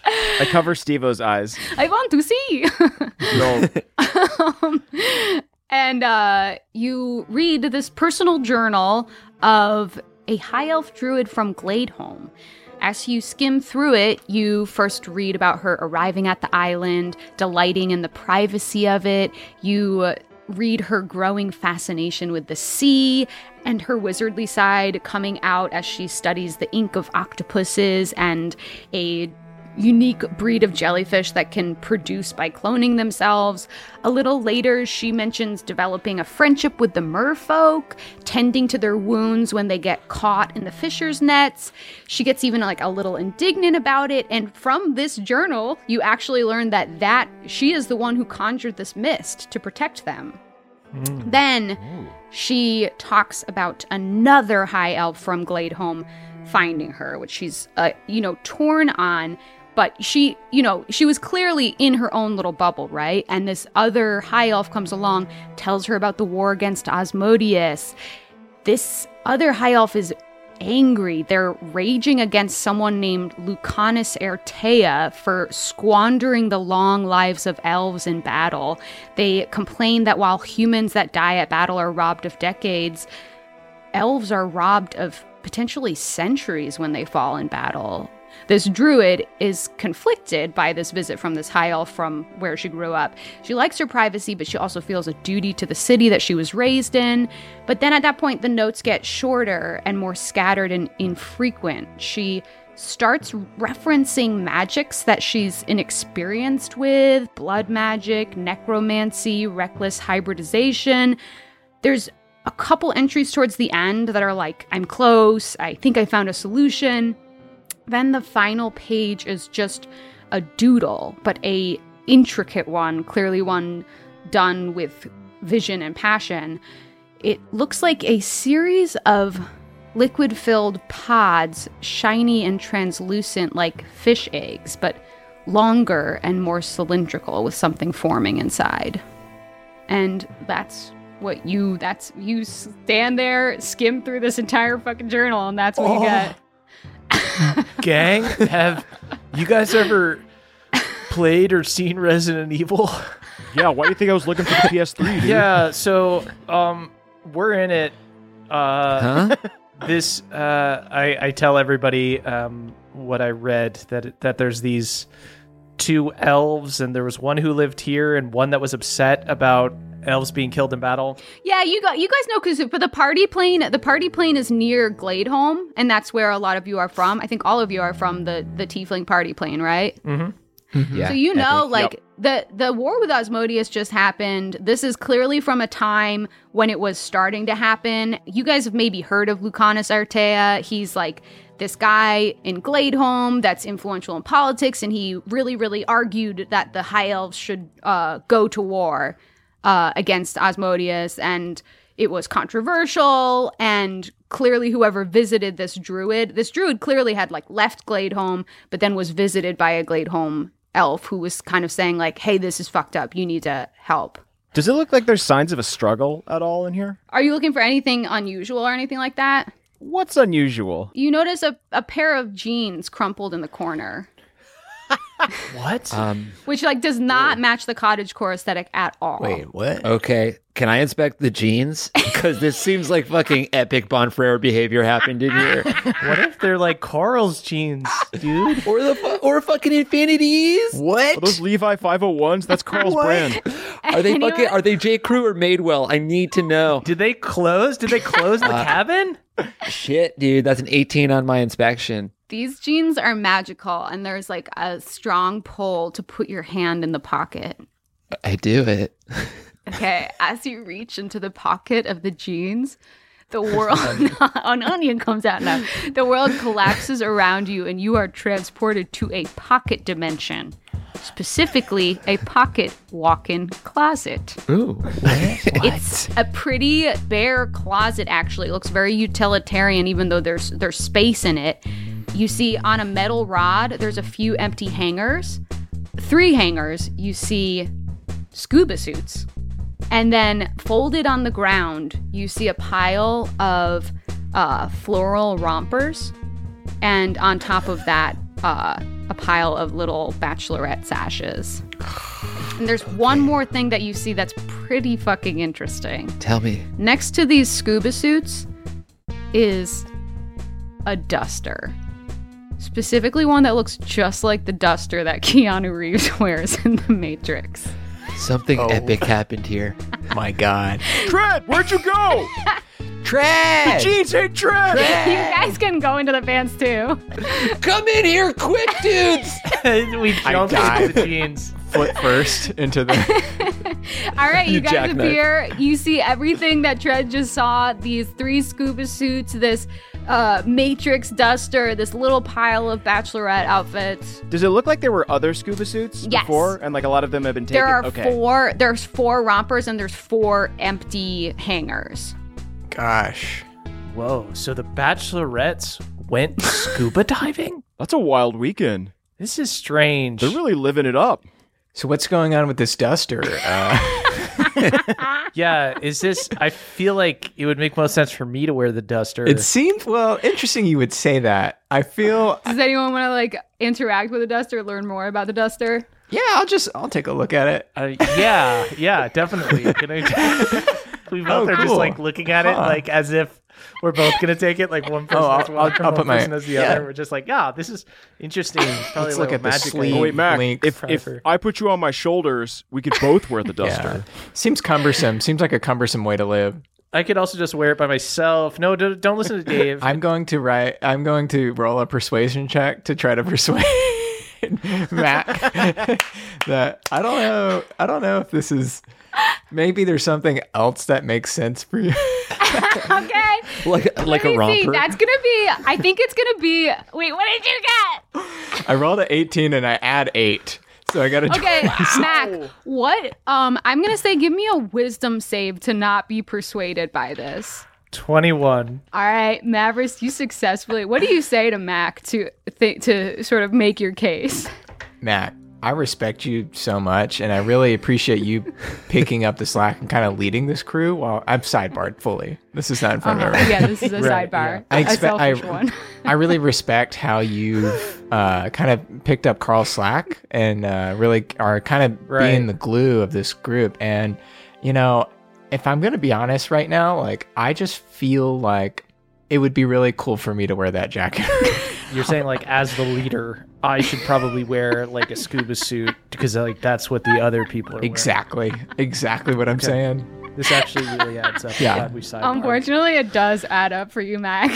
[SPEAKER 7] I cover Stevo's eyes.
[SPEAKER 3] I want to see. Um,
[SPEAKER 7] No.
[SPEAKER 3] and uh, you read this personal journal of a high elf druid from Gladeholm. As you skim through it, you first read about her arriving at the island, delighting in the privacy of it. You uh, read her growing fascination with the sea and her wizardly side coming out as she studies the ink of octopuses and a unique breed of jellyfish that can produce by cloning themselves. A little later, she mentions developing a friendship with the merfolk, tending to their wounds when they get caught in the fisher's nets. She gets even like a little indignant about it. And from this journal, you actually learn that that she is the one who conjured this mist to protect them. Then she talks about another high elf from Gladeholm finding her, which she's, uh, you know, torn on. But she, you know, she was clearly in her own little bubble, right? And this other high elf comes along, tells her about the war against Osmodius. This other high elf is angry. They're raging against someone named Lucanus Airtea for squandering the long lives of elves in battle. They complain that while humans that die at battle are robbed of decades, elves are robbed of potentially centuries when they fall in battle. This druid is conflicted by this visit from this high elf from where she grew up. She likes her privacy, but she also feels a duty to the city that she was raised in. But then at that point, the notes get shorter and more scattered and infrequent. She starts referencing magics that she's inexperienced with blood magic, necromancy, reckless hybridization there's a couple entries towards the end that are like, I'm close, I think I found a solution. Then the final page is just a doodle, but a intricate one, clearly one done with vision and passion. It looks like a series of liquid filled pods, shiny and translucent like fish eggs, but longer and more cylindrical with something forming inside. And that's what you that's you stand there, skim through this entire fucking journal and that's what you get.
[SPEAKER 2] Gang, have you guys ever played or seen Resident Evil?
[SPEAKER 5] Yeah, why do you think I was looking for the PS3, dude?
[SPEAKER 2] yeah, so um we're in it uh
[SPEAKER 4] Huh?
[SPEAKER 2] this uh, I, I tell everybody um, what I read that that there's these two elves and there was one who lived here and one that was upset about elves being killed in battle.
[SPEAKER 3] Yeah, you got you guys know because but the party plane the party plane is near Gladeholm, and that's where a lot of you are from. I think all of you are from the the Tiefling party plane, right?
[SPEAKER 4] Yeah.
[SPEAKER 3] so you know, like the the war with Osmodius just happened. This is clearly from a time when it was starting to happen. You guys have maybe heard of Lucanus Artea. He's like this guy in Gladeholm that's influential in politics, and he really, really argued that the High Elves should uh, go to war uh, against Osmodius, and it was controversial. And clearly, whoever visited this druid, this druid clearly had like left Gladeholm, but then was visited by a Gladeholm elf who was kind of saying like, "Hey, this is fucked up. You need to help."
[SPEAKER 7] Does it look like there's signs of a struggle at all in here?
[SPEAKER 3] Are you looking for anything unusual or anything like that?
[SPEAKER 7] What's unusual?
[SPEAKER 3] You notice a, a pair of jeans crumpled in the corner,
[SPEAKER 2] What?
[SPEAKER 4] Um,
[SPEAKER 3] which like does not match the cottage core aesthetic at all.
[SPEAKER 9] what?
[SPEAKER 4] Okay, can I inspect the jeans? Because this seems like fucking epic Bonfrere behavior happened in here.
[SPEAKER 2] what if they're like Carl's jeans, dude?
[SPEAKER 4] or the fu- or fucking infinities.
[SPEAKER 5] Are those Levi 501s? That's Carl's brand.
[SPEAKER 4] Are they fucking?
[SPEAKER 3] Anyone?
[SPEAKER 4] Are they J Crew or Madewell? I need to know.
[SPEAKER 2] Did they close? Did they close the
[SPEAKER 6] Uh,
[SPEAKER 2] cabin?
[SPEAKER 4] Shit, dude, that's an eighteen on my inspection.
[SPEAKER 3] These jeans are magical, and there's like a strong pull to put your hand in the pocket.
[SPEAKER 4] I do it.
[SPEAKER 3] Okay, as you reach into the pocket of the jeans, the world an onion comes out now. The world collapses around you, and you are transported to a pocket dimension, specifically a pocket walk-in closet.
[SPEAKER 4] Ooh,
[SPEAKER 3] It's a pretty bare closet actually. It looks very utilitarian even though there's there's space in it. You see on a metal rod there's a few empty hangers. Three hangers you see scuba suits. And then folded on the ground you see a pile of uh, floral rompers and on top of that uh, a pile of little bachelorette sashes. And there's one more thing that you see that's pretty fucking interesting.
[SPEAKER 4] tell me.
[SPEAKER 3] Next to these scuba suits is a duster. Specifically, one that looks just like the duster that Keanu Reeves wears in The Matrix.
[SPEAKER 4] Something epic happened here.
[SPEAKER 6] My God.
[SPEAKER 5] Tread, where'd you go?
[SPEAKER 4] Trash!
[SPEAKER 5] Jeans hate Tread.
[SPEAKER 3] You guys can go into the vans too.
[SPEAKER 4] Come in here quick, dudes!
[SPEAKER 2] we jumped into
[SPEAKER 6] died.
[SPEAKER 2] the jeans.
[SPEAKER 6] Foot first into the.
[SPEAKER 3] All right, you,
[SPEAKER 4] You
[SPEAKER 3] guys
[SPEAKER 4] jackknife.
[SPEAKER 3] appear. You see everything that Tread just saw these three scuba suits, this uh, Matrix duster, this little pile of bachelorette outfits.
[SPEAKER 7] Does it look like there were other scuba suits
[SPEAKER 3] Yes.
[SPEAKER 7] before, and like a lot of them have been taken?
[SPEAKER 3] There are
[SPEAKER 7] okay.
[SPEAKER 3] four. There's four rompers and there's four empty hangers.
[SPEAKER 6] Gosh.
[SPEAKER 2] Whoa! So the Bachelorettes went scuba diving.
[SPEAKER 7] That's a wild weekend.
[SPEAKER 2] This is strange.
[SPEAKER 7] They're really living it up.
[SPEAKER 6] So what's going on with this duster? Uh,
[SPEAKER 2] yeah. Is this? I feel like it would make most sense for me to wear the duster.
[SPEAKER 6] it seems well interesting. You would say that. I feel.
[SPEAKER 3] Does anyone want to like interact with the duster, learn more about the duster?
[SPEAKER 6] Yeah, I'll just I'll take a look at it.
[SPEAKER 2] Uh, yeah, yeah, definitely. Can I- we both
[SPEAKER 6] Oh,
[SPEAKER 2] are just
[SPEAKER 6] cool.
[SPEAKER 2] like looking at it like as if we're both gonna take it. Like one person,
[SPEAKER 6] Oh, I'll-
[SPEAKER 2] has one,
[SPEAKER 6] I'll-
[SPEAKER 2] and
[SPEAKER 6] I'll
[SPEAKER 2] one
[SPEAKER 6] put my-
[SPEAKER 2] person has the other. We're just like, ah, this is interesting. Probably
[SPEAKER 6] Let's
[SPEAKER 2] what
[SPEAKER 6] look at the
[SPEAKER 2] magic
[SPEAKER 6] sleeve.
[SPEAKER 2] is.
[SPEAKER 7] Oh wait, Mac,
[SPEAKER 6] Link,
[SPEAKER 7] if, if
[SPEAKER 2] Pfeiffer.
[SPEAKER 7] I put you on my shoulders, we could both wear the
[SPEAKER 6] Yeah.
[SPEAKER 7] duster.
[SPEAKER 6] Seems cumbersome. Seems like a cumbersome way to live.
[SPEAKER 2] I could also just wear it by myself. No, don't, don't listen to Dave.
[SPEAKER 6] I'm going to write. I'm going to roll a persuasion check to try to persuade Mac. that I don't know. I don't know if this is. Maybe there's something else that makes sense for you.
[SPEAKER 3] Okay.
[SPEAKER 8] like like a
[SPEAKER 3] Let me see.
[SPEAKER 8] romper.
[SPEAKER 3] That's gonna be. I think it's gonna be. Wait, what did you get?
[SPEAKER 6] I rolled an 18 and I add eight, so I got to.
[SPEAKER 3] Okay, Mac. What? Um, I'm gonna say, give me a wisdom save to not be persuaded by this.
[SPEAKER 2] 21.
[SPEAKER 3] All right, Mavericks, you successfully. What do you say to Mac to th- to sort of make your case?
[SPEAKER 6] Matt, I respect you so much, and I really appreciate you picking up the slack and kind of leading this crew. While I'm sidebarred fully, this is not in front of everyone.
[SPEAKER 3] yeah, this is a sidebar.
[SPEAKER 6] I
[SPEAKER 3] a
[SPEAKER 6] expect I,
[SPEAKER 3] selfish one.
[SPEAKER 6] I really respect how you uh, kind of picked up Carl slack and uh, really are kind of being
[SPEAKER 2] Right.
[SPEAKER 6] the glue of this group. And you know, if I'm gonna be honest right now, like I just feel like it would be really cool for me to wear that jacket.
[SPEAKER 2] You're saying like as the leader, I should probably wear like a scuba suit because like that's what the other people are wearing.
[SPEAKER 6] exactly, exactly what I'm saying.
[SPEAKER 2] This actually really adds up.
[SPEAKER 6] Yeah.
[SPEAKER 2] Yeah. we sidebarred.
[SPEAKER 3] Unfortunately, it does add up for you, Mac.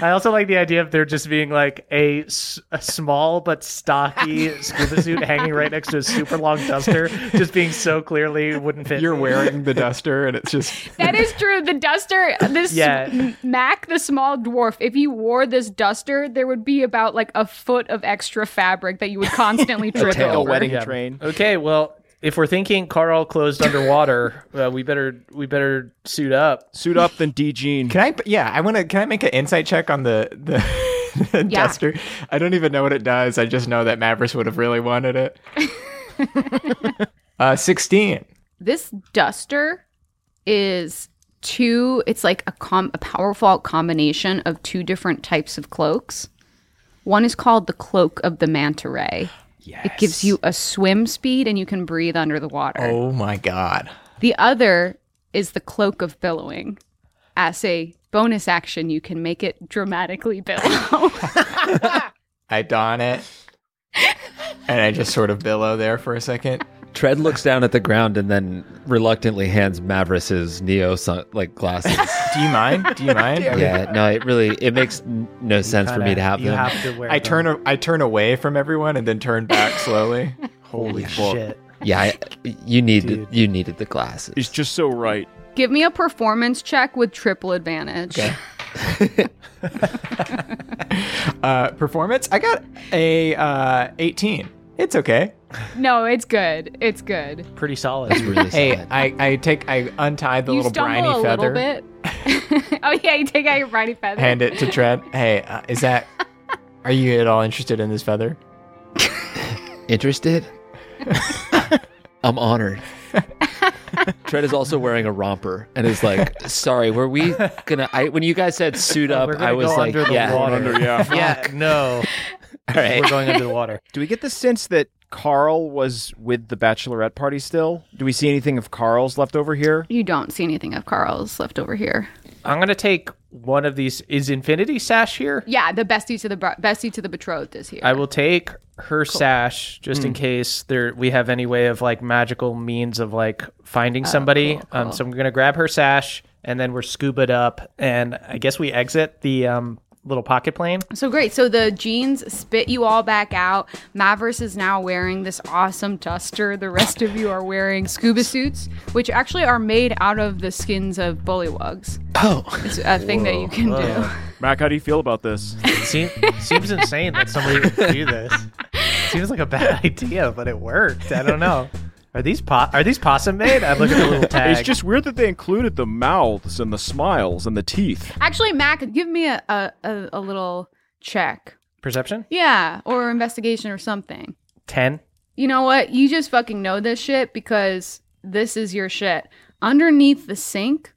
[SPEAKER 2] I also like the idea of there just being like a, s- a small but stocky scuba suit hanging right next to a super long duster, just being so clearly wouldn't fit.
[SPEAKER 6] You're wearing the duster, and it's just
[SPEAKER 3] that is true. The duster, this
[SPEAKER 2] Yeah.
[SPEAKER 3] m- Mac, the small dwarf. If he wore this duster, there would be about like a foot of extra fabric that you would constantly trip
[SPEAKER 7] Like a
[SPEAKER 3] over.
[SPEAKER 7] wedding
[SPEAKER 2] Yeah.
[SPEAKER 7] train.
[SPEAKER 2] Okay, well, if we're thinking Carl closed underwater, uh, we better we better suit up.
[SPEAKER 7] Suit up, then D Gene.
[SPEAKER 6] Can I? Yeah, I want to. Can I make an insight check on the the, the
[SPEAKER 3] Yeah.
[SPEAKER 6] duster? I don't even know what it does. I just know that Mavericks would have really wanted it. uh, sixteen.
[SPEAKER 3] This duster is two. It's like a com a powerful combination of two different types of cloaks. One is called the cloak of the manta ray. It gives you a swim speed and you can breathe under the water.
[SPEAKER 6] Oh my god!
[SPEAKER 3] The other is the cloak of billowing. As a bonus action, you can make it dramatically billow.
[SPEAKER 6] I don it, and I just sort of billow there for a second.
[SPEAKER 8] Tread looks down at the ground and then reluctantly hands Mavericks his neo sun- like glasses.
[SPEAKER 6] Do you mind? Do you mind? I mean,
[SPEAKER 8] yeah, no, it really it makes n- no sense for me
[SPEAKER 2] Kinda-
[SPEAKER 8] to have
[SPEAKER 2] you
[SPEAKER 8] them.
[SPEAKER 2] have to wear
[SPEAKER 6] I
[SPEAKER 2] them.
[SPEAKER 6] turn. a- I turn away from everyone and then turn back slowly.
[SPEAKER 2] Holy shit!
[SPEAKER 8] yeah, I, you needed
[SPEAKER 2] Dude.
[SPEAKER 8] you needed the glasses.
[SPEAKER 7] It's just so right.
[SPEAKER 3] Give me a performance check with triple advantage.
[SPEAKER 6] Uh, performance. I got a uh, eighteen. It's okay.
[SPEAKER 3] No, it's good. It's good.
[SPEAKER 2] Pretty solid.
[SPEAKER 8] That's really
[SPEAKER 6] Hey,
[SPEAKER 8] sad.
[SPEAKER 6] I, I take. I untie the
[SPEAKER 3] you
[SPEAKER 6] little
[SPEAKER 3] stumble
[SPEAKER 6] briny
[SPEAKER 3] a
[SPEAKER 6] feather.
[SPEAKER 3] little bit. oh yeah, you take out your briny feather.
[SPEAKER 6] hand it to Trent. Hey, uh, is that? Are you at all interested in this feather?
[SPEAKER 8] Interested? I'm honored. Tread is also wearing a romper and is like, "Sorry, were we gonna?" I when you guys said suit up,
[SPEAKER 2] We're gonna
[SPEAKER 8] I was
[SPEAKER 2] go
[SPEAKER 8] like,
[SPEAKER 2] under the
[SPEAKER 8] "Yeah,
[SPEAKER 2] water.
[SPEAKER 7] yeah.
[SPEAKER 2] yeah, no,
[SPEAKER 8] all right."
[SPEAKER 2] we're going under the water.
[SPEAKER 7] Do we get the sense that Carl was with the bachelorette party still? Do we see anything of Carl's left over here?
[SPEAKER 3] You don't see anything of Carl's left over here.
[SPEAKER 2] I'm gonna take one of these. Is Infinity Sash here?
[SPEAKER 3] Yeah, the bestie to the bro- bestie to the betrothed is here.
[SPEAKER 2] I will take her sash just
[SPEAKER 8] Hmm.
[SPEAKER 2] in case there we have any way of like magical means of like finding somebody. Um, so I'm gonna grab her sash and then we're scubaed up and I guess we exit the um, little pocket plane.
[SPEAKER 3] So great. So the jeans spit you all back out. Mavericks is now wearing this awesome duster. The rest of you are wearing scuba suits, which actually are made out of the skins of bullywugs.
[SPEAKER 8] Oh,
[SPEAKER 3] It's a thing that you can do.
[SPEAKER 7] Mac, how do you feel about this?
[SPEAKER 2] Seems, seems insane that somebody would do this. Seems like a bad idea, but it worked. I don't know. Are these po- are these possum made? I look at the little tag.
[SPEAKER 7] It's just weird that they included the mouths and the smiles and the teeth.
[SPEAKER 3] Actually, Mac, give me a, a, a, a little check.
[SPEAKER 2] perception
[SPEAKER 3] Yeah, or investigation or something.
[SPEAKER 2] ten.
[SPEAKER 3] You know what? You just fucking know this shit because this is your shit. Underneath the sink,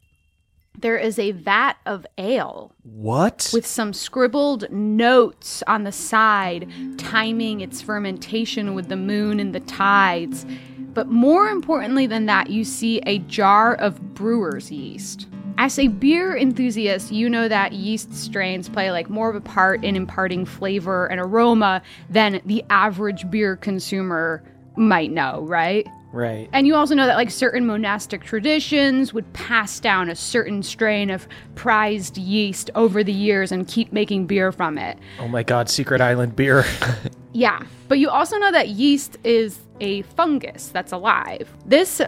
[SPEAKER 3] there is a vat of ale.
[SPEAKER 2] What?
[SPEAKER 3] with some scribbled notes on the side, timing its fermentation with the moon and the tides. But more importantly than that, you see a jar of brewer's yeast. As a beer enthusiast, you know that yeast strains play like more of a part in imparting flavor and aroma than the average beer consumer might know, right?
[SPEAKER 2] Right.
[SPEAKER 3] And you also know that like certain monastic traditions would pass down a certain strain of prized yeast over the years and keep making beer from it.
[SPEAKER 2] Oh my God, Secret Island beer.
[SPEAKER 3] Yeah, but you also know that yeast is a fungus that's alive. This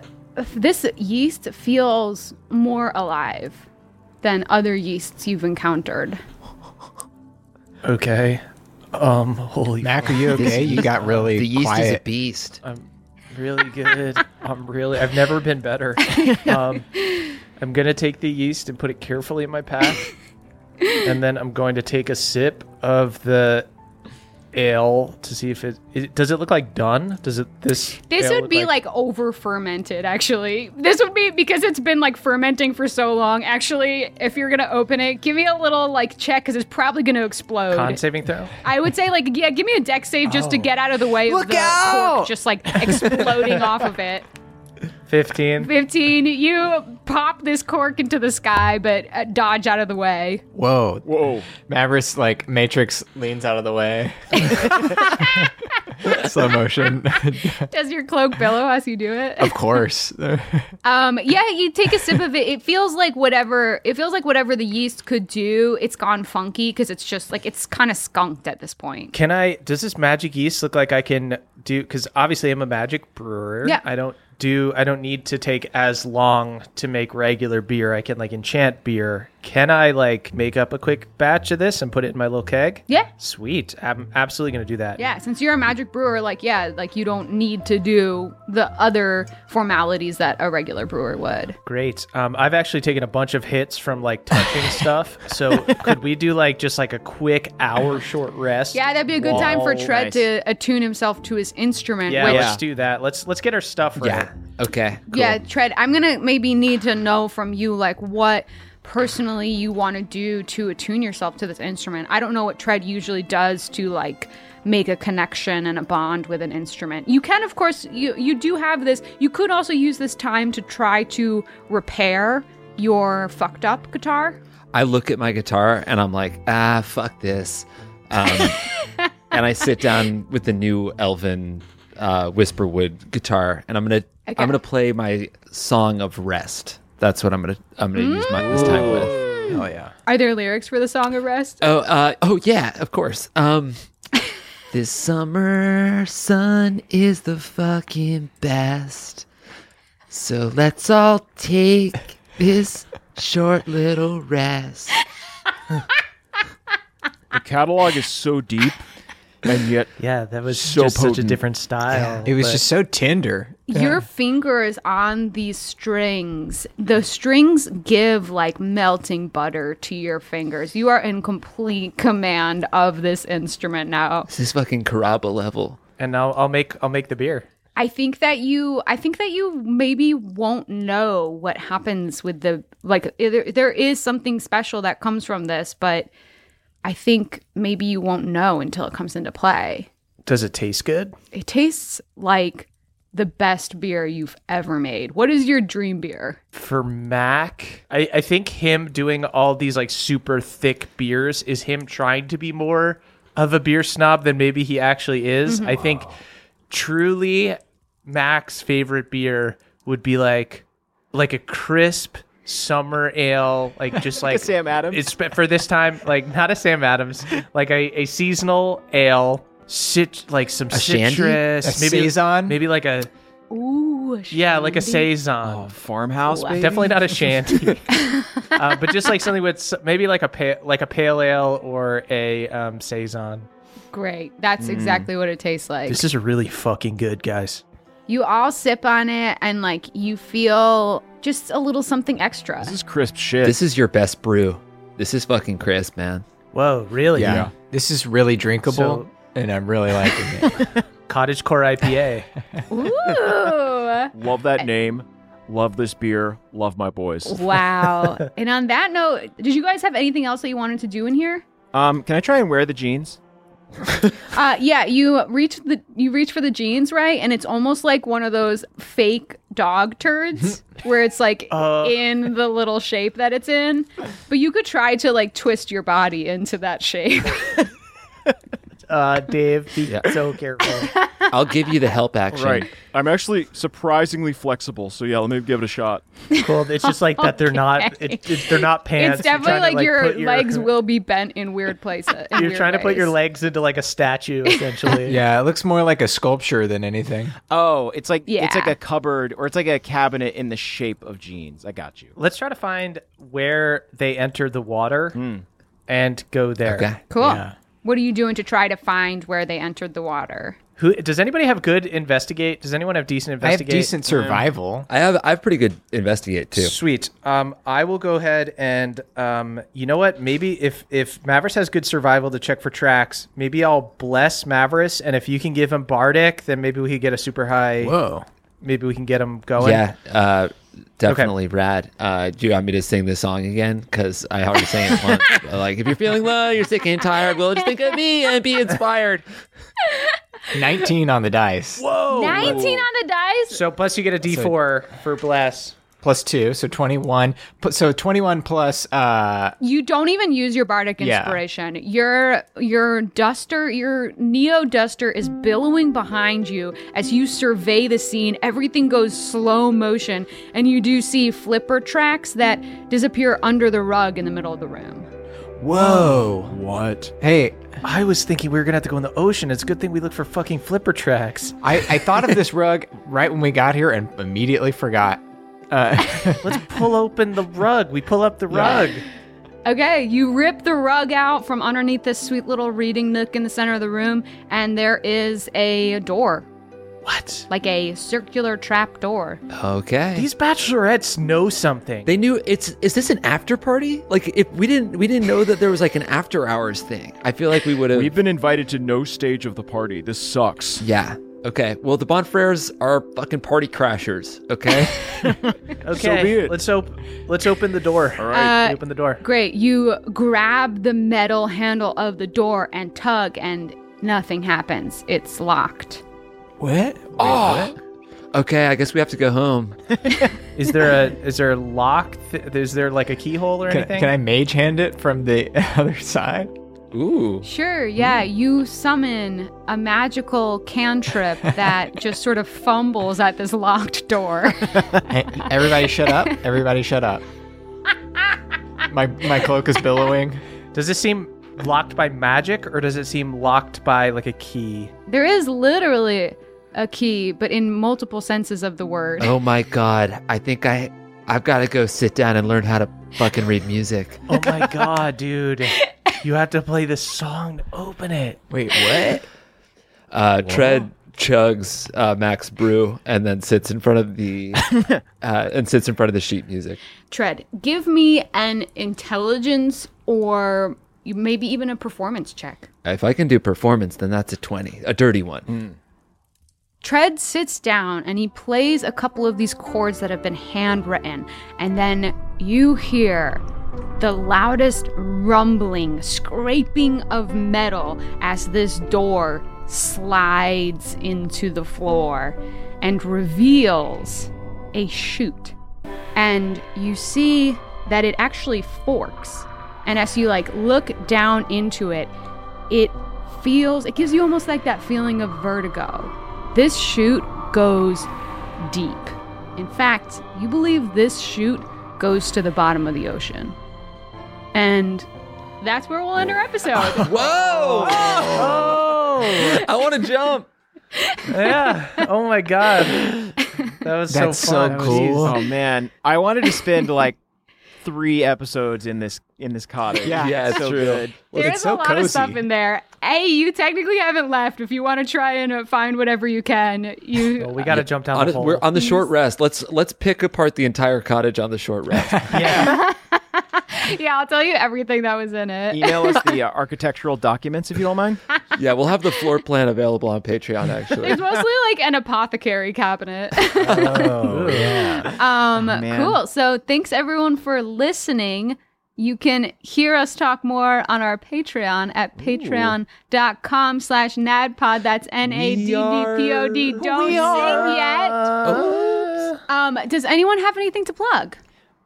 [SPEAKER 3] this yeast feels more alive than other yeasts you've encountered.
[SPEAKER 2] okay. Um. Holy.
[SPEAKER 6] Mac, are you okay? You got really
[SPEAKER 4] The yeast
[SPEAKER 6] quiet.
[SPEAKER 4] is a beast.
[SPEAKER 2] I'm really good. I'm really. I've never been better. Um, I'm gonna take the yeast and put it carefully in my pack, and then I'm going to take a sip of the ale to see if it, it does. It look like done. Does it this?
[SPEAKER 3] This
[SPEAKER 2] ale
[SPEAKER 3] would
[SPEAKER 2] look
[SPEAKER 3] be like, over fermented, actually. This would be because it's been like fermenting for so long. Actually, if you're gonna open it, give me a little like check because it's probably gonna explode.
[SPEAKER 2] con saving throw.
[SPEAKER 3] I would say like yeah, give me a deck save just to get out of the way of the cork just like exploding off of it.
[SPEAKER 2] Fifteen.
[SPEAKER 3] 15 you pop this cork into the sky but uh, dodge out of the way
[SPEAKER 6] Whoa.
[SPEAKER 5] Whoa.
[SPEAKER 6] Mavericks like Matrix leans out of the way. Slow motion.
[SPEAKER 3] does your cloak billow as you do it
[SPEAKER 6] of course.
[SPEAKER 3] um yeah you take a sip of it it feels like whatever it feels like whatever the yeast could do it's gone funky because it's just like it's kind of skunked at this point
[SPEAKER 2] Can I? Does this magic yeast look like I can do? Because obviously I'm a magic brewer.
[SPEAKER 3] Yeah.
[SPEAKER 2] I don't do. I don't need to take as long to make regular beer. I can like enchant beer. Can I like make up a quick batch of this and put it in my little keg?
[SPEAKER 3] Yeah.
[SPEAKER 2] Sweet. I'm absolutely gonna do that.
[SPEAKER 3] yeah since you're a magic brewer like yeah like you don't need to do the other formalities that a regular brewer would
[SPEAKER 2] Great. Um, I've actually taken a bunch of hits from like touching stuff. So could we do like just like a quick hour short rest?
[SPEAKER 3] yeah that'd be a good time for
[SPEAKER 2] Whoa.
[SPEAKER 3] Tread
[SPEAKER 7] nice.
[SPEAKER 3] to attune himself to his instrument
[SPEAKER 2] Yeah,
[SPEAKER 3] which
[SPEAKER 2] Let's do that. Let's let's get our stuff right.
[SPEAKER 4] Yeah. Okay. cool.
[SPEAKER 3] Yeah, Tread, I'm gonna maybe need to know from you like what personally you want to do to attune yourself to this instrument. I don't know what Tread usually does to like make a connection and a bond with an instrument. You can of course you you do have this. You could also use this time to try to repair your fucked up guitar.
[SPEAKER 4] I look at my guitar and I'm like, ah, fuck this. Um, and I sit down with the new Elvin uh, Whisperwood guitar, and I'm gonna I'm gonna play my song of rest. That's what I'm gonna I'm gonna use my this time with.
[SPEAKER 7] Hell yeah.
[SPEAKER 3] Are there lyrics for the song of rest?
[SPEAKER 4] Oh, uh, oh yeah, of course. Um, this summer sun is the fucking best. So let's all take this short little rest.
[SPEAKER 5] The catalog is so deep, and yet
[SPEAKER 2] Yeah, that was
[SPEAKER 5] So
[SPEAKER 2] just such a
[SPEAKER 5] potent.
[SPEAKER 2] different style.
[SPEAKER 6] It was
[SPEAKER 2] but-
[SPEAKER 6] just so tender.
[SPEAKER 3] Your fingers on these strings, the strings give like melting butter to your fingers. You are in complete command of this instrument now.
[SPEAKER 4] This is fucking Caraba level.
[SPEAKER 2] and I'll, I'll make I'll make the beer.
[SPEAKER 3] I think that you I think that you maybe won't know what happens with the like there, there is something special that comes from this, but I think maybe you won't know until it comes into play.
[SPEAKER 2] Does it taste good?
[SPEAKER 3] It tastes like the best beer you've ever made. What is your dream beer?
[SPEAKER 2] For Mac, I, I think him doing all these like super thick beers is him trying to be more of a beer snob than maybe he actually is. I think truly Mac's favorite beer would be like like a crisp summer ale, like just like,
[SPEAKER 7] Sam Adams.
[SPEAKER 2] It's but for this time, like not a Sam Adams, like a, a seasonal ale. Cit- like some
[SPEAKER 4] shandy?
[SPEAKER 2] citrus,
[SPEAKER 6] A
[SPEAKER 2] maybe
[SPEAKER 6] saison?
[SPEAKER 2] maybe like a
[SPEAKER 3] Ooh,
[SPEAKER 2] yeah, like a saison.
[SPEAKER 7] Oh, farmhouse.
[SPEAKER 3] Wow.
[SPEAKER 7] baby?
[SPEAKER 2] Definitely not a shanty, uh, but just like something with s- maybe like a pa- like a pale ale or a um, saison.
[SPEAKER 3] Great. That's exactly what it tastes like.
[SPEAKER 2] This is really fucking good, guys.
[SPEAKER 3] you all sip on it and like you feel just a little something extra.
[SPEAKER 5] this is crisp shit.
[SPEAKER 4] This is your best brew. This is fucking crisp, man.
[SPEAKER 2] Whoa, really?
[SPEAKER 6] Yeah. This is really drinkable
[SPEAKER 2] So-
[SPEAKER 6] and I'm really liking it.
[SPEAKER 2] Cottage Core IPA.
[SPEAKER 3] Ooh.
[SPEAKER 5] Love that name. Love this beer. Love my boys.
[SPEAKER 3] wow. and on that note, did you guys have anything else that you wanted to do in here?
[SPEAKER 7] Um, can I try and wear the jeans?
[SPEAKER 3] Uh yeah, you reach the you reach for the jeans, right? And it's almost like one of those fake dog turds where it's like in the little shape that it's in. But you could try to like twist your body into that shape.
[SPEAKER 2] Uh, Dave, be so careful.
[SPEAKER 4] I'll give you the help action.
[SPEAKER 10] Right. I'm actually surprisingly flexible, so yeah, let me give it a shot.
[SPEAKER 2] Cool. It's just like that. They're not. It, it- they're not pants.
[SPEAKER 3] it's
[SPEAKER 2] You're
[SPEAKER 3] definitely
[SPEAKER 2] trying to,
[SPEAKER 3] like, your,
[SPEAKER 2] put
[SPEAKER 3] legs will be bent in weird places. in
[SPEAKER 2] You're
[SPEAKER 3] weird
[SPEAKER 2] trying to put your
[SPEAKER 3] ways.
[SPEAKER 2] legs into like a statue, essentially.
[SPEAKER 6] Yeah, it looks more like a sculpture than anything.
[SPEAKER 7] Oh, it's like it's like
[SPEAKER 3] Yeah.
[SPEAKER 7] a cupboard or it's like a cabinet in the shape of jeans. I got you.
[SPEAKER 2] Let's try to find where they enter the water and go there.
[SPEAKER 4] Okay.
[SPEAKER 3] Cool. What are you doing to try to find where they entered the water?
[SPEAKER 2] Who does anybody have good investigate? Does anyone have decent
[SPEAKER 6] I have
[SPEAKER 2] investigate?
[SPEAKER 6] decent survival.
[SPEAKER 4] I have I have pretty good investigate too.
[SPEAKER 2] Sweet. Um, I will go ahead and um, you know what? Maybe if if Mavericks has good survival to check for tracks, maybe I'll bless Mavericks, and if you can give him Bardic, then maybe we can get a super high.
[SPEAKER 6] Whoa.
[SPEAKER 2] Maybe we can get him going.
[SPEAKER 4] Yeah, uh, definitely rad. Uh, do you want me to sing this song again? Because I already sang it once. But, like, if you're feeling low, you're sick and tired, well, just think of me and be inspired.
[SPEAKER 6] 19 on the dice.
[SPEAKER 2] Oh.
[SPEAKER 3] 19 on the dice?
[SPEAKER 2] So plus you get a D four for bless.
[SPEAKER 6] Plus 2, so 21. Pu- So 21 plus uh
[SPEAKER 3] You don't even use your bardic
[SPEAKER 6] Yeah.
[SPEAKER 3] inspiration. Your your duster, your neo duster is billowing behind you as you survey the scene. Everything goes slow motion and you do see flipper tracks that disappear under the rug in the middle of the room.
[SPEAKER 6] whoa.
[SPEAKER 10] What?
[SPEAKER 6] Hey,
[SPEAKER 2] I was thinking we were gonna have to go in the ocean. It's a good thing we look for fucking flipper tracks.
[SPEAKER 6] I I thought of this rug right when we got here and immediately forgot.
[SPEAKER 2] Let's pull open the rug. We pull up the rug.
[SPEAKER 3] Okay, you rip the rug out from underneath this sweet little reading nook in the center of the room and there is a door,
[SPEAKER 2] What?
[SPEAKER 3] like a circular trap door.
[SPEAKER 4] Okay.
[SPEAKER 2] These bachelorettes know something.
[SPEAKER 4] they knew it's is this an after party? Like if we didn't we didn't know that there was like an after hours thing. I feel like we would
[SPEAKER 10] We've
[SPEAKER 4] have
[SPEAKER 10] been invited to no stage of the party. This sucks.
[SPEAKER 4] Yeah. Okay. Well the Bonfrères are fucking party crashers, okay?
[SPEAKER 2] okay.
[SPEAKER 10] be it.
[SPEAKER 2] Let's op- let's open the door. All
[SPEAKER 3] right. Uh,
[SPEAKER 2] open the door.
[SPEAKER 3] Great. You grab the metal handle of the door and tug, and nothing happens. It's locked.
[SPEAKER 6] What?
[SPEAKER 4] oh Okay, I guess we have to go home.
[SPEAKER 2] Is there a is there a lock? Th- is there like a keyhole or
[SPEAKER 6] Can,
[SPEAKER 2] anything?
[SPEAKER 6] can I mage hand it from the other side?
[SPEAKER 4] Ooh.
[SPEAKER 3] Sure, yeah. You summon a magical cantrip that just sort of fumbles at this locked door.
[SPEAKER 6] Hey, Everybody shut up. Everybody shut up. My my cloak is billowing.
[SPEAKER 2] Does this seem locked by magic or does it seem locked by like a key?
[SPEAKER 3] there is literally a key, but in multiple senses of the word.
[SPEAKER 4] Oh my god. I think I I've gotta go sit down and learn how to fucking read music.
[SPEAKER 2] Oh my god, dude! You have to play this song to open it.
[SPEAKER 6] Wait, what?
[SPEAKER 4] Uh, Tread chugs uh, Max Brew and then sits in front of the uh, and sits in front of the sheet music.
[SPEAKER 3] Tread, give me an intelligence or maybe even a performance check.
[SPEAKER 4] If I can do performance, then that's a twenty, a dirty one.
[SPEAKER 2] Mm.
[SPEAKER 3] Tread sits down and he plays a couple of these chords that have been handwritten, and then you hear the loudest rumbling, scraping of metal as this door slides into the floor and reveals a chute. And you see that it actually forks. And as you like look down into it, it feels it gives you almost like that feeling of vertigo. This chute goes deep. In fact, you believe this chute goes to the bottom of the ocean. And that's where we'll end our episode.
[SPEAKER 4] Whoa!
[SPEAKER 2] Oh!
[SPEAKER 4] I want to jump.
[SPEAKER 2] Yeah. Oh my god. That was
[SPEAKER 6] That's
[SPEAKER 2] so fun.
[SPEAKER 6] so cool.
[SPEAKER 7] Oh man, I wanted to spend like three episodes in this in this cottage.
[SPEAKER 6] Yeah.
[SPEAKER 4] Yeah, it's
[SPEAKER 7] so
[SPEAKER 4] true.
[SPEAKER 7] good.
[SPEAKER 3] There's
[SPEAKER 6] it's so
[SPEAKER 3] a lot of stuff
[SPEAKER 6] cozy.
[SPEAKER 3] in there. Hey, you technically haven't left. If you want to try and uh, find whatever you can, you
[SPEAKER 2] Well, we got to jump down
[SPEAKER 4] On,
[SPEAKER 2] the
[SPEAKER 4] a-
[SPEAKER 2] hole.
[SPEAKER 4] we're on the short rest. Let's let's pick apart the entire cottage on the short rest.
[SPEAKER 2] yeah.
[SPEAKER 3] yeah, I'll tell you everything that was in it.
[SPEAKER 7] Email us the uh, architectural documents if you don't mind.
[SPEAKER 4] yeah, we'll have the floor plan available on Patreon. Actually,
[SPEAKER 3] It's mostly like an apothecary cabinet.
[SPEAKER 6] Oh,
[SPEAKER 3] Um,
[SPEAKER 4] oh,
[SPEAKER 7] man.
[SPEAKER 3] cool. So thanks everyone for listening. You can hear us talk more on our Patreon at patreon.com slash nadpod. That's N-A-D-D-P-O-D. Don't sing yet. Um, does anyone have anything to plug?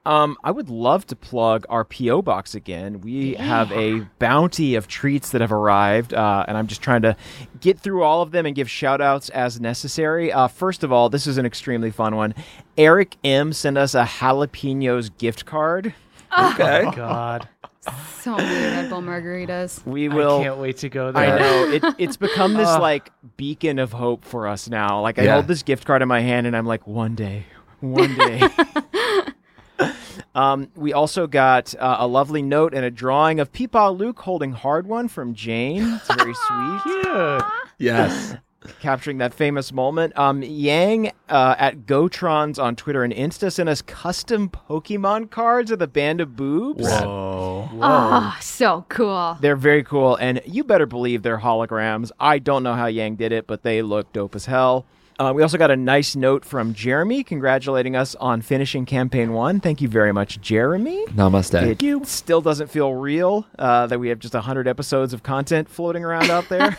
[SPEAKER 7] Um, I would love to plug our PO box again. We have a bounty of treats that have arrived, uh, and I'm just trying to get through all of them and give shout outs as necessary. Uh, first of all, this is an extremely fun one. Eric M sent us a jalapenos gift card.
[SPEAKER 4] Okay.
[SPEAKER 2] God,
[SPEAKER 3] So many Red Bull margaritas.
[SPEAKER 7] We
[SPEAKER 2] I
[SPEAKER 7] will
[SPEAKER 2] can't wait to go
[SPEAKER 7] I
[SPEAKER 2] there.
[SPEAKER 7] know it, it's become this like beacon of hope for us now. Like I
[SPEAKER 4] Yeah.
[SPEAKER 7] hold this gift card in my hand and I'm like, one day, one day. um, we also got uh, a lovely note and a drawing of Peepaw Luke holding hard one from Jane. It's very sweet,
[SPEAKER 2] Dude,
[SPEAKER 4] Yes.
[SPEAKER 7] capturing that famous moment. Um, Yang uh, at Gotrons on Twitter and Insta sent us custom Pokemon cards of the Band of Boobs.
[SPEAKER 3] Oh, so cool.
[SPEAKER 7] They're very cool, and you better believe they're holograms. I don't know how Yang did it, but they look dope as hell. Uh, we also got a nice note from Jeremy congratulating us on finishing campaign one. Thank you very much, Jeremy.
[SPEAKER 4] Namaste.
[SPEAKER 7] It still doesn't feel real uh, that we have just 100 episodes of content floating around out there.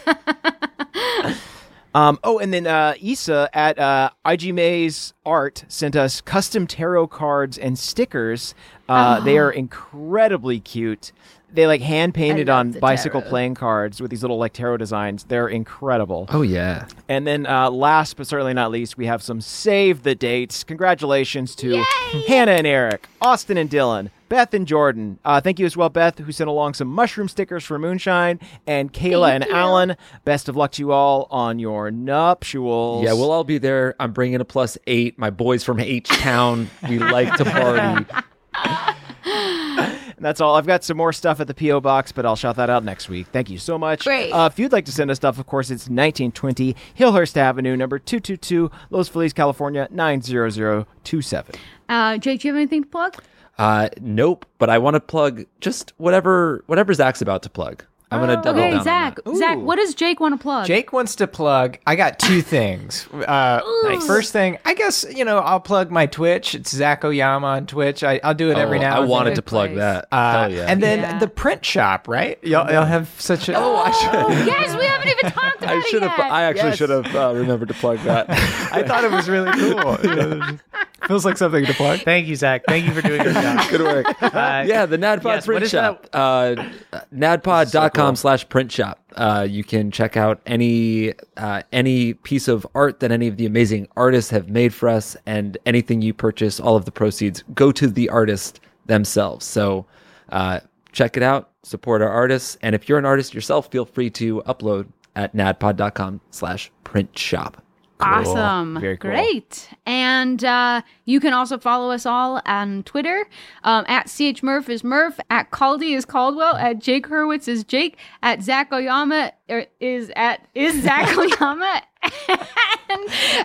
[SPEAKER 7] um, oh, and then uh, Issa at uh, IG Maze Art sent us custom tarot cards and stickers. Uh,
[SPEAKER 3] Oh.
[SPEAKER 7] They are incredibly cute. They like hand painted
[SPEAKER 3] love
[SPEAKER 7] on
[SPEAKER 3] the
[SPEAKER 7] bicycle
[SPEAKER 3] tarot.
[SPEAKER 7] playing cards with these little like tarot designs. They're incredible.
[SPEAKER 4] Oh yeah.
[SPEAKER 7] And then, uh, last but certainly not least, we have some save the dates. Congratulations to Hannah and Eric, Austin and Dylan, Beth and Jordan. Uh, thank you as well, Beth, who sent along some mushroom stickers for Moonshine, and Kayla and Alan. Best of luck to you all on your nuptials.
[SPEAKER 4] Yeah, we'll all be there. I'm bringing a plus eight. My boys from H Town. We like to party.
[SPEAKER 7] And that's all. I've got some more stuff at the P.O. Box, but I'll shout that out next week. Thank you so much.
[SPEAKER 3] Great.
[SPEAKER 7] Uh, if you'd like to send us stuff, of course, it's 1920 Hillhurst Avenue, number 222, Los Feliz, California, 90027.
[SPEAKER 3] Uh, Jake, do you have anything to plug?
[SPEAKER 4] Uh, nope. But I want to plug just whatever whatever Zach's about to plug. I'm gonna double down.
[SPEAKER 3] Oh, Okay,
[SPEAKER 4] on
[SPEAKER 3] Zach.
[SPEAKER 4] that.
[SPEAKER 3] Zach, what does Jake want to plug?
[SPEAKER 6] Jake wants to plug. I got two things. Uh, First thing, I guess you know I'll plug my Twitch. It's Zach Oyama on Twitch. I, I'll do it every
[SPEAKER 4] Oh,
[SPEAKER 6] now.
[SPEAKER 4] I
[SPEAKER 6] and
[SPEAKER 4] wanted
[SPEAKER 6] then.
[SPEAKER 4] to plug
[SPEAKER 3] Place.
[SPEAKER 4] that.
[SPEAKER 6] Uh,
[SPEAKER 4] Hell yeah.
[SPEAKER 6] And then
[SPEAKER 3] Yeah.
[SPEAKER 6] the print shop, right? Y'all, y'all have such a. Oh, I should.
[SPEAKER 3] Yes, we haven't even talked about
[SPEAKER 4] I
[SPEAKER 3] it
[SPEAKER 4] should
[SPEAKER 3] yet.
[SPEAKER 4] have. I actually
[SPEAKER 7] Yes.
[SPEAKER 4] should have uh, remembered to plug that.
[SPEAKER 6] I thought it was really cool. You know, Feels like something to plug.
[SPEAKER 2] thank you, Zach. Thank you for doing your job.
[SPEAKER 4] Good work.
[SPEAKER 2] Uh,
[SPEAKER 4] yeah, the NADPOD
[SPEAKER 2] Yes, what
[SPEAKER 4] print
[SPEAKER 2] is
[SPEAKER 4] shop. Uh, NADPOD.com slash print shop. Uh, you can check out any uh, any piece of art that any of the amazing artists have made for us, and anything you purchase, all of the proceeds go to the artist themselves. So uh, check it out, support our artists, and if you're an artist yourself, feel free to upload at NADPOD.com slash print shop.
[SPEAKER 3] Awesome.
[SPEAKER 7] Very cool.
[SPEAKER 3] Great. And uh, you can also follow us all on Twitter um, at CHMurph is Murph, at Caldy is Caldwell, at Jake Hurwitz is Jake, at Zach Oyama er, is at is Zach Oyama, and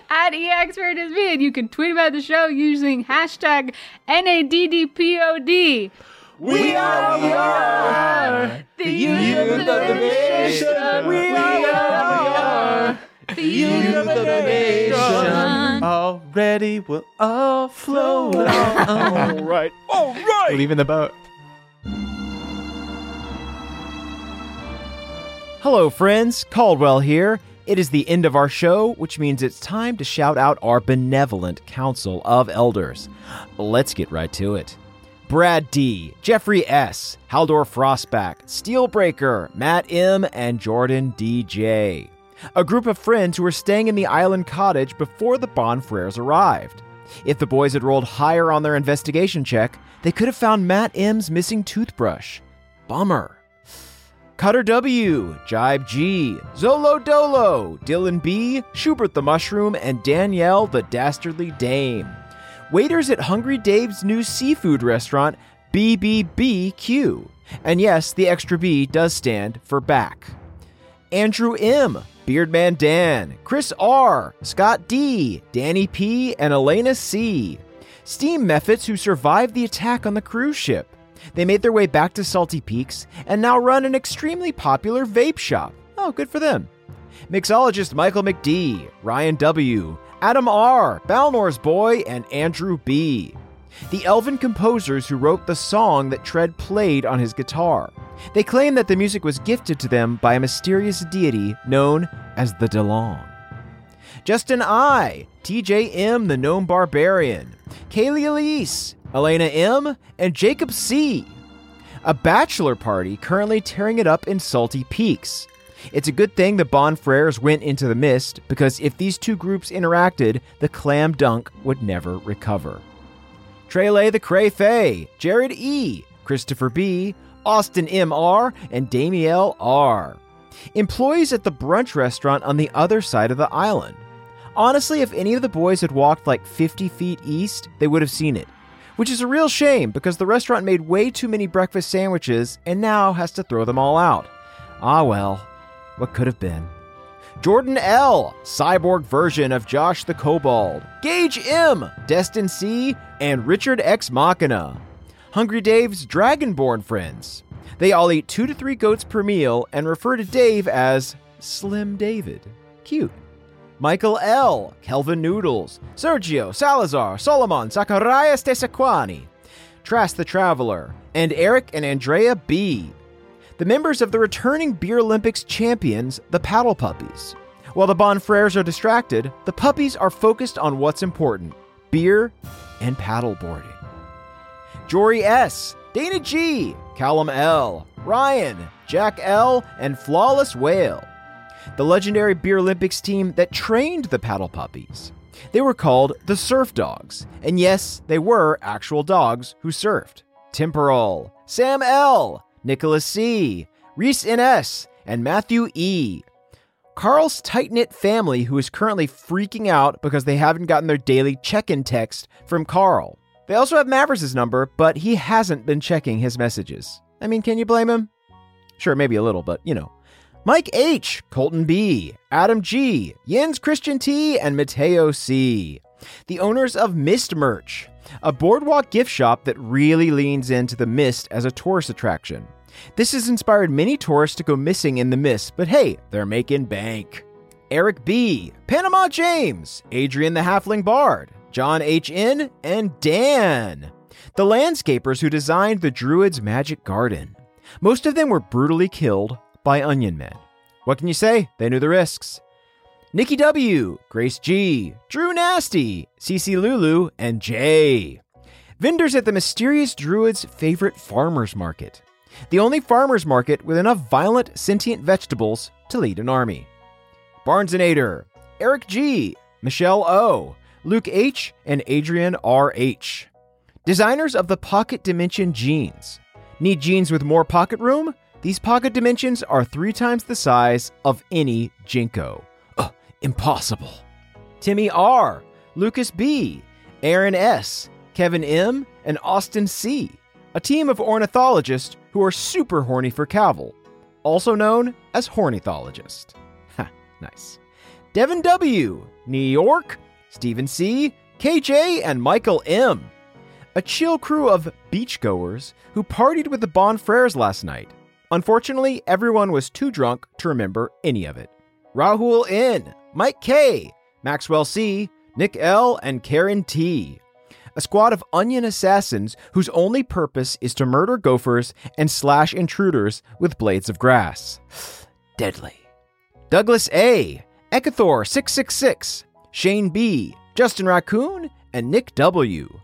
[SPEAKER 3] at EXpert is me. And you can tweet about the show using hashtag NADDPOD.
[SPEAKER 4] We are, we are
[SPEAKER 3] The youth of the nation. We are the youth of the nation.
[SPEAKER 2] Already, we'll all flow along.
[SPEAKER 7] All right. All right.
[SPEAKER 6] Leaving the boat.
[SPEAKER 7] Hello, friends. Caldwell here. It is the end of our show, which means it's time to shout out our benevolent Council of Elders. Let's get right to it. Brad D., Jeffrey S., Haldor Frostback, Steelbreaker, Matt M., and Jordan DJ. A group of friends who were staying in the island cottage before the Bonfrères arrived. If the boys had rolled higher on their investigation check, they could have found Matt M.'s missing toothbrush. Bummer. Cutter W, Jibe G, Zolo Dolo, Dylan B, Schubert the Mushroom, and Danielle the Dastardly Dame. Waiters at Hungry Dave's new seafood restaurant, BBBQ. And yes, the extra B does stand for back. Andrew M, Beardman Dan, Chris R, Scott D, Danny P, and Elena C. Steam Mephits who survived the attack on the cruise ship. They made their way back to Salty Peaks and now run an extremely popular vape shop. Oh, good for them. Mixologist Michael McD, Ryan W, Adam R, Balnor's Boy, and Andrew B. The elven composers who wrote the song that Tread played on his guitar. They claim that the music was gifted to them by a mysterious deity known as the DeLong. Justin I, TJM the Gnome Barbarian, Kaylee Elise, Elena M, and Jacob C. A bachelor party currently tearing it up in Salty Peaks. It's a good thing the Bonfrères went into the mist because if these two groups interacted, the clam dunk would never recover. Trele the Cray Fay, Jared E, Christopher B, Austin MR, and Damiel R. Employees at the brunch restaurant on the other side of the island. Honestly, if any of the boys had walked like 50 feet east, they would have seen it. Which is a real shame because the restaurant made way too many breakfast sandwiches and now has to throw them all out. Ah well, what could have been. Jordan L, cyborg version of Josh the Kobold, Gage M, Destin C, and Richard X Machina. Hungry Dave's Dragonborn friends. They all eat two to three goats per meal and refer to Dave as Slim David. Cute. Michael L., Kelvin Noodles, Sergio, Salazar, Solomon, Zacharias Tesequani, Trask the Traveler, and Eric and Andrea B the members of the returning Beer Olympics champions, the Paddle Puppies. While the Bonfrères are distracted, the puppies are focused on what's important beer and paddleboarding. Jory S., Dana G., Callum L., Ryan, Jack L., and Flawless Whale. The legendary Beer Olympics team that trained the paddle puppies. They were called the Surf Dogs, and yes, they were actual dogs who surfed. Temporal, Sam L., Nicholas C., Reese NS, and Matthew E. Carl's tight knit family, who is currently freaking out because they haven't gotten their daily check in text from Carl. They also have Mavericks' number, but he hasn't been checking his messages. I mean, can you blame him? Sure, maybe a little, but you know. Mike H., Colton B., Adam G., Jens Christian T., and Mateo C. The owners of Mist Merch, a boardwalk gift shop that really leans into the mist as a tourist attraction. This has inspired many tourists to go missing in the mist, but hey, they're making bank. Eric B., Panama James, Adrian the Halfling Bard, John H.N., and Dan. The landscapers who designed the Druid's Magic Garden. Most of them were brutally killed by Onion Men. What can you say? They knew the risks. Nikki W, Grace G, Drew Nasty, CC Lulu, and Jay. Vendors at the mysterious druid's favorite farmer's market. The only farmer's market with enough violent sentient vegetables to lead an army. Barnesonator, Eric G, Michelle O, Luke H, and Adrian RH. Designers of the Pocket Dimension jeans. Need jeans with more pocket room? These pocket dimensions are three times the size of any Jinko impossible. Timmy R, Lucas B, Aaron S, Kevin M, and Austin C, a team of ornithologists who are super horny for cavil, also known as hornithologist. Ha, nice. Devin W, New York, Stephen C, KJ, and Michael M. A chill crew of beachgoers who partied with the Bonfrères last night. Unfortunately, everyone was too drunk to remember any of it. Rahul N, Mike K, Maxwell C, Nick L, and Karen T. A squad of onion assassins whose only purpose is to murder gophers and slash intruders with blades of grass. Deadly. Douglas A, Ekathor666, Shane B, Justin Raccoon, and Nick W.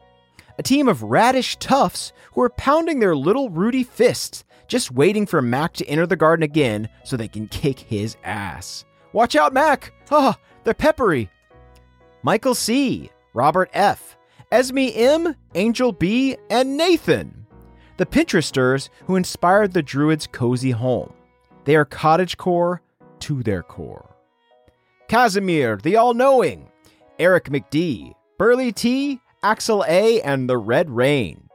[SPEAKER 7] A team of radish toughs who are pounding their little Rudy fists, just waiting for Mac to enter the garden again so they can kick his ass. Watch out, Mac! Ah, they're peppery. Michael C., Robert F., Esme M., Angel B., and Nathan. The Pinteresters who inspired the Druid's cozy home. They are cottagecore to their core. Casimir, the all knowing, Eric McD., Burley T., Axel A., and the Red Rain.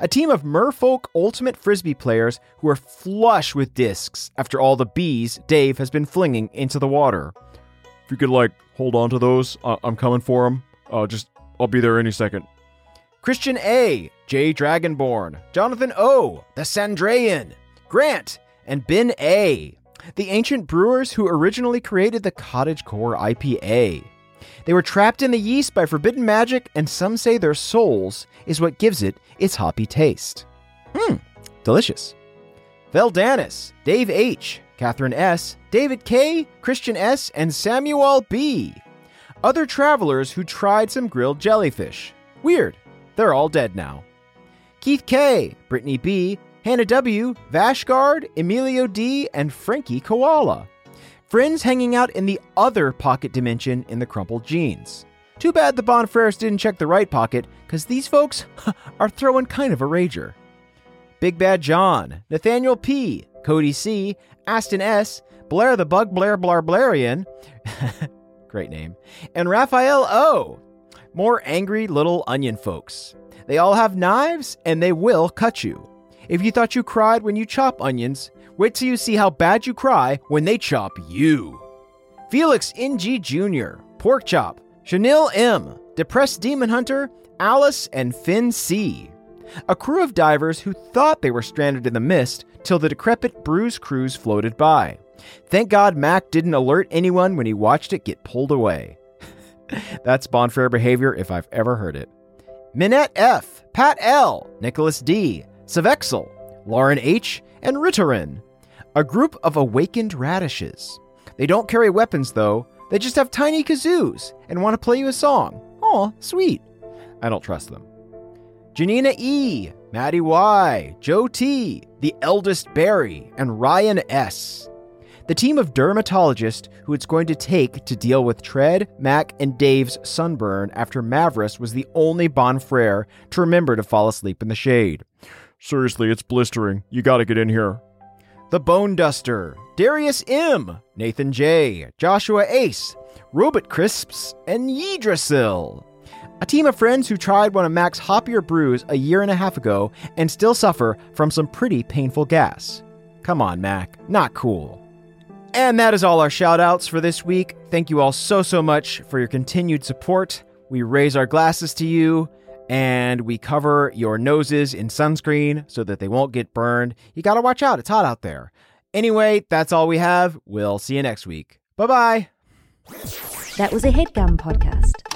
[SPEAKER 7] A team of merfolk ultimate frisbee players who are flush with discs after all the bees Dave has been flinging into the water.
[SPEAKER 11] If you could like hold on to those, I- I'm coming for them. Uh, just I'll be there any second.
[SPEAKER 7] Christian A, J Dragonborn, Jonathan O, the Sandrayan, Grant, and Ben A, the ancient brewers who originally created the Cottage Core IPA. They were trapped in the yeast by forbidden magic, and some say their souls is what gives it its hoppy taste. Hmm, delicious. Veldanis, Dave H., Catherine S., David K., Christian S., and Samuel B. Other travelers who tried some grilled jellyfish. Weird. They're all dead now. Keith K, Brittany B, Hannah W, Vashgard, Emilio D, and Frankie Koala. Friends hanging out in the other pocket dimension in the crumpled jeans. Too bad the Bonfrères didn't check the right pocket, because these folks are throwing kind of a rager. Big Bad John, Nathaniel P, Cody C, Aston S, Blair the Bug Blair Blarblarian, great name, and Raphael O. More angry little onion folks. They all have knives and they will cut you. If you thought you cried when you chop onions, wait till you see how bad you cry when they chop you. Felix NG Jr., Pork Chop, Chanel M, Depressed Demon Hunter, Alice, and Finn C. A crew of divers who thought they were stranded in the mist till the decrepit bruise cruise floated by. Thank God Mac didn't alert anyone when he watched it get pulled away. That's bonfire behavior if I've ever heard it. Minette F, Pat L, Nicholas D, Savexel, Lauren H, and Ritterin. A group of awakened radishes. They don't carry weapons though, they just have tiny kazoos and want to play you a song. Aw, sweet. I don't trust them. Janina E, Maddie Y, Joe T, the eldest Barry, and Ryan S. The team of dermatologists who it's going to take to deal with Tread, Mac, and Dave's sunburn after Mavericks was the only Bonfrere to remember to fall asleep in the shade.
[SPEAKER 11] Seriously, it's blistering. You gotta get in here.
[SPEAKER 7] The Bone Duster, Darius M, Nathan J, Joshua Ace, Robot Crisps, and Ydrasil. A team of friends who tried one of Mac's hoppier brews a year and a half ago and still suffer from some pretty painful gas. Come on, Mac, not cool. And that is all our shout outs for this week. Thank you all so, so much for your continued support. We raise our glasses to you and we cover your noses in sunscreen so that they won't get burned. You got to watch out, it's hot out there. Anyway, that's all we have. We'll see you next week. Bye bye.
[SPEAKER 12] That was a headgum podcast.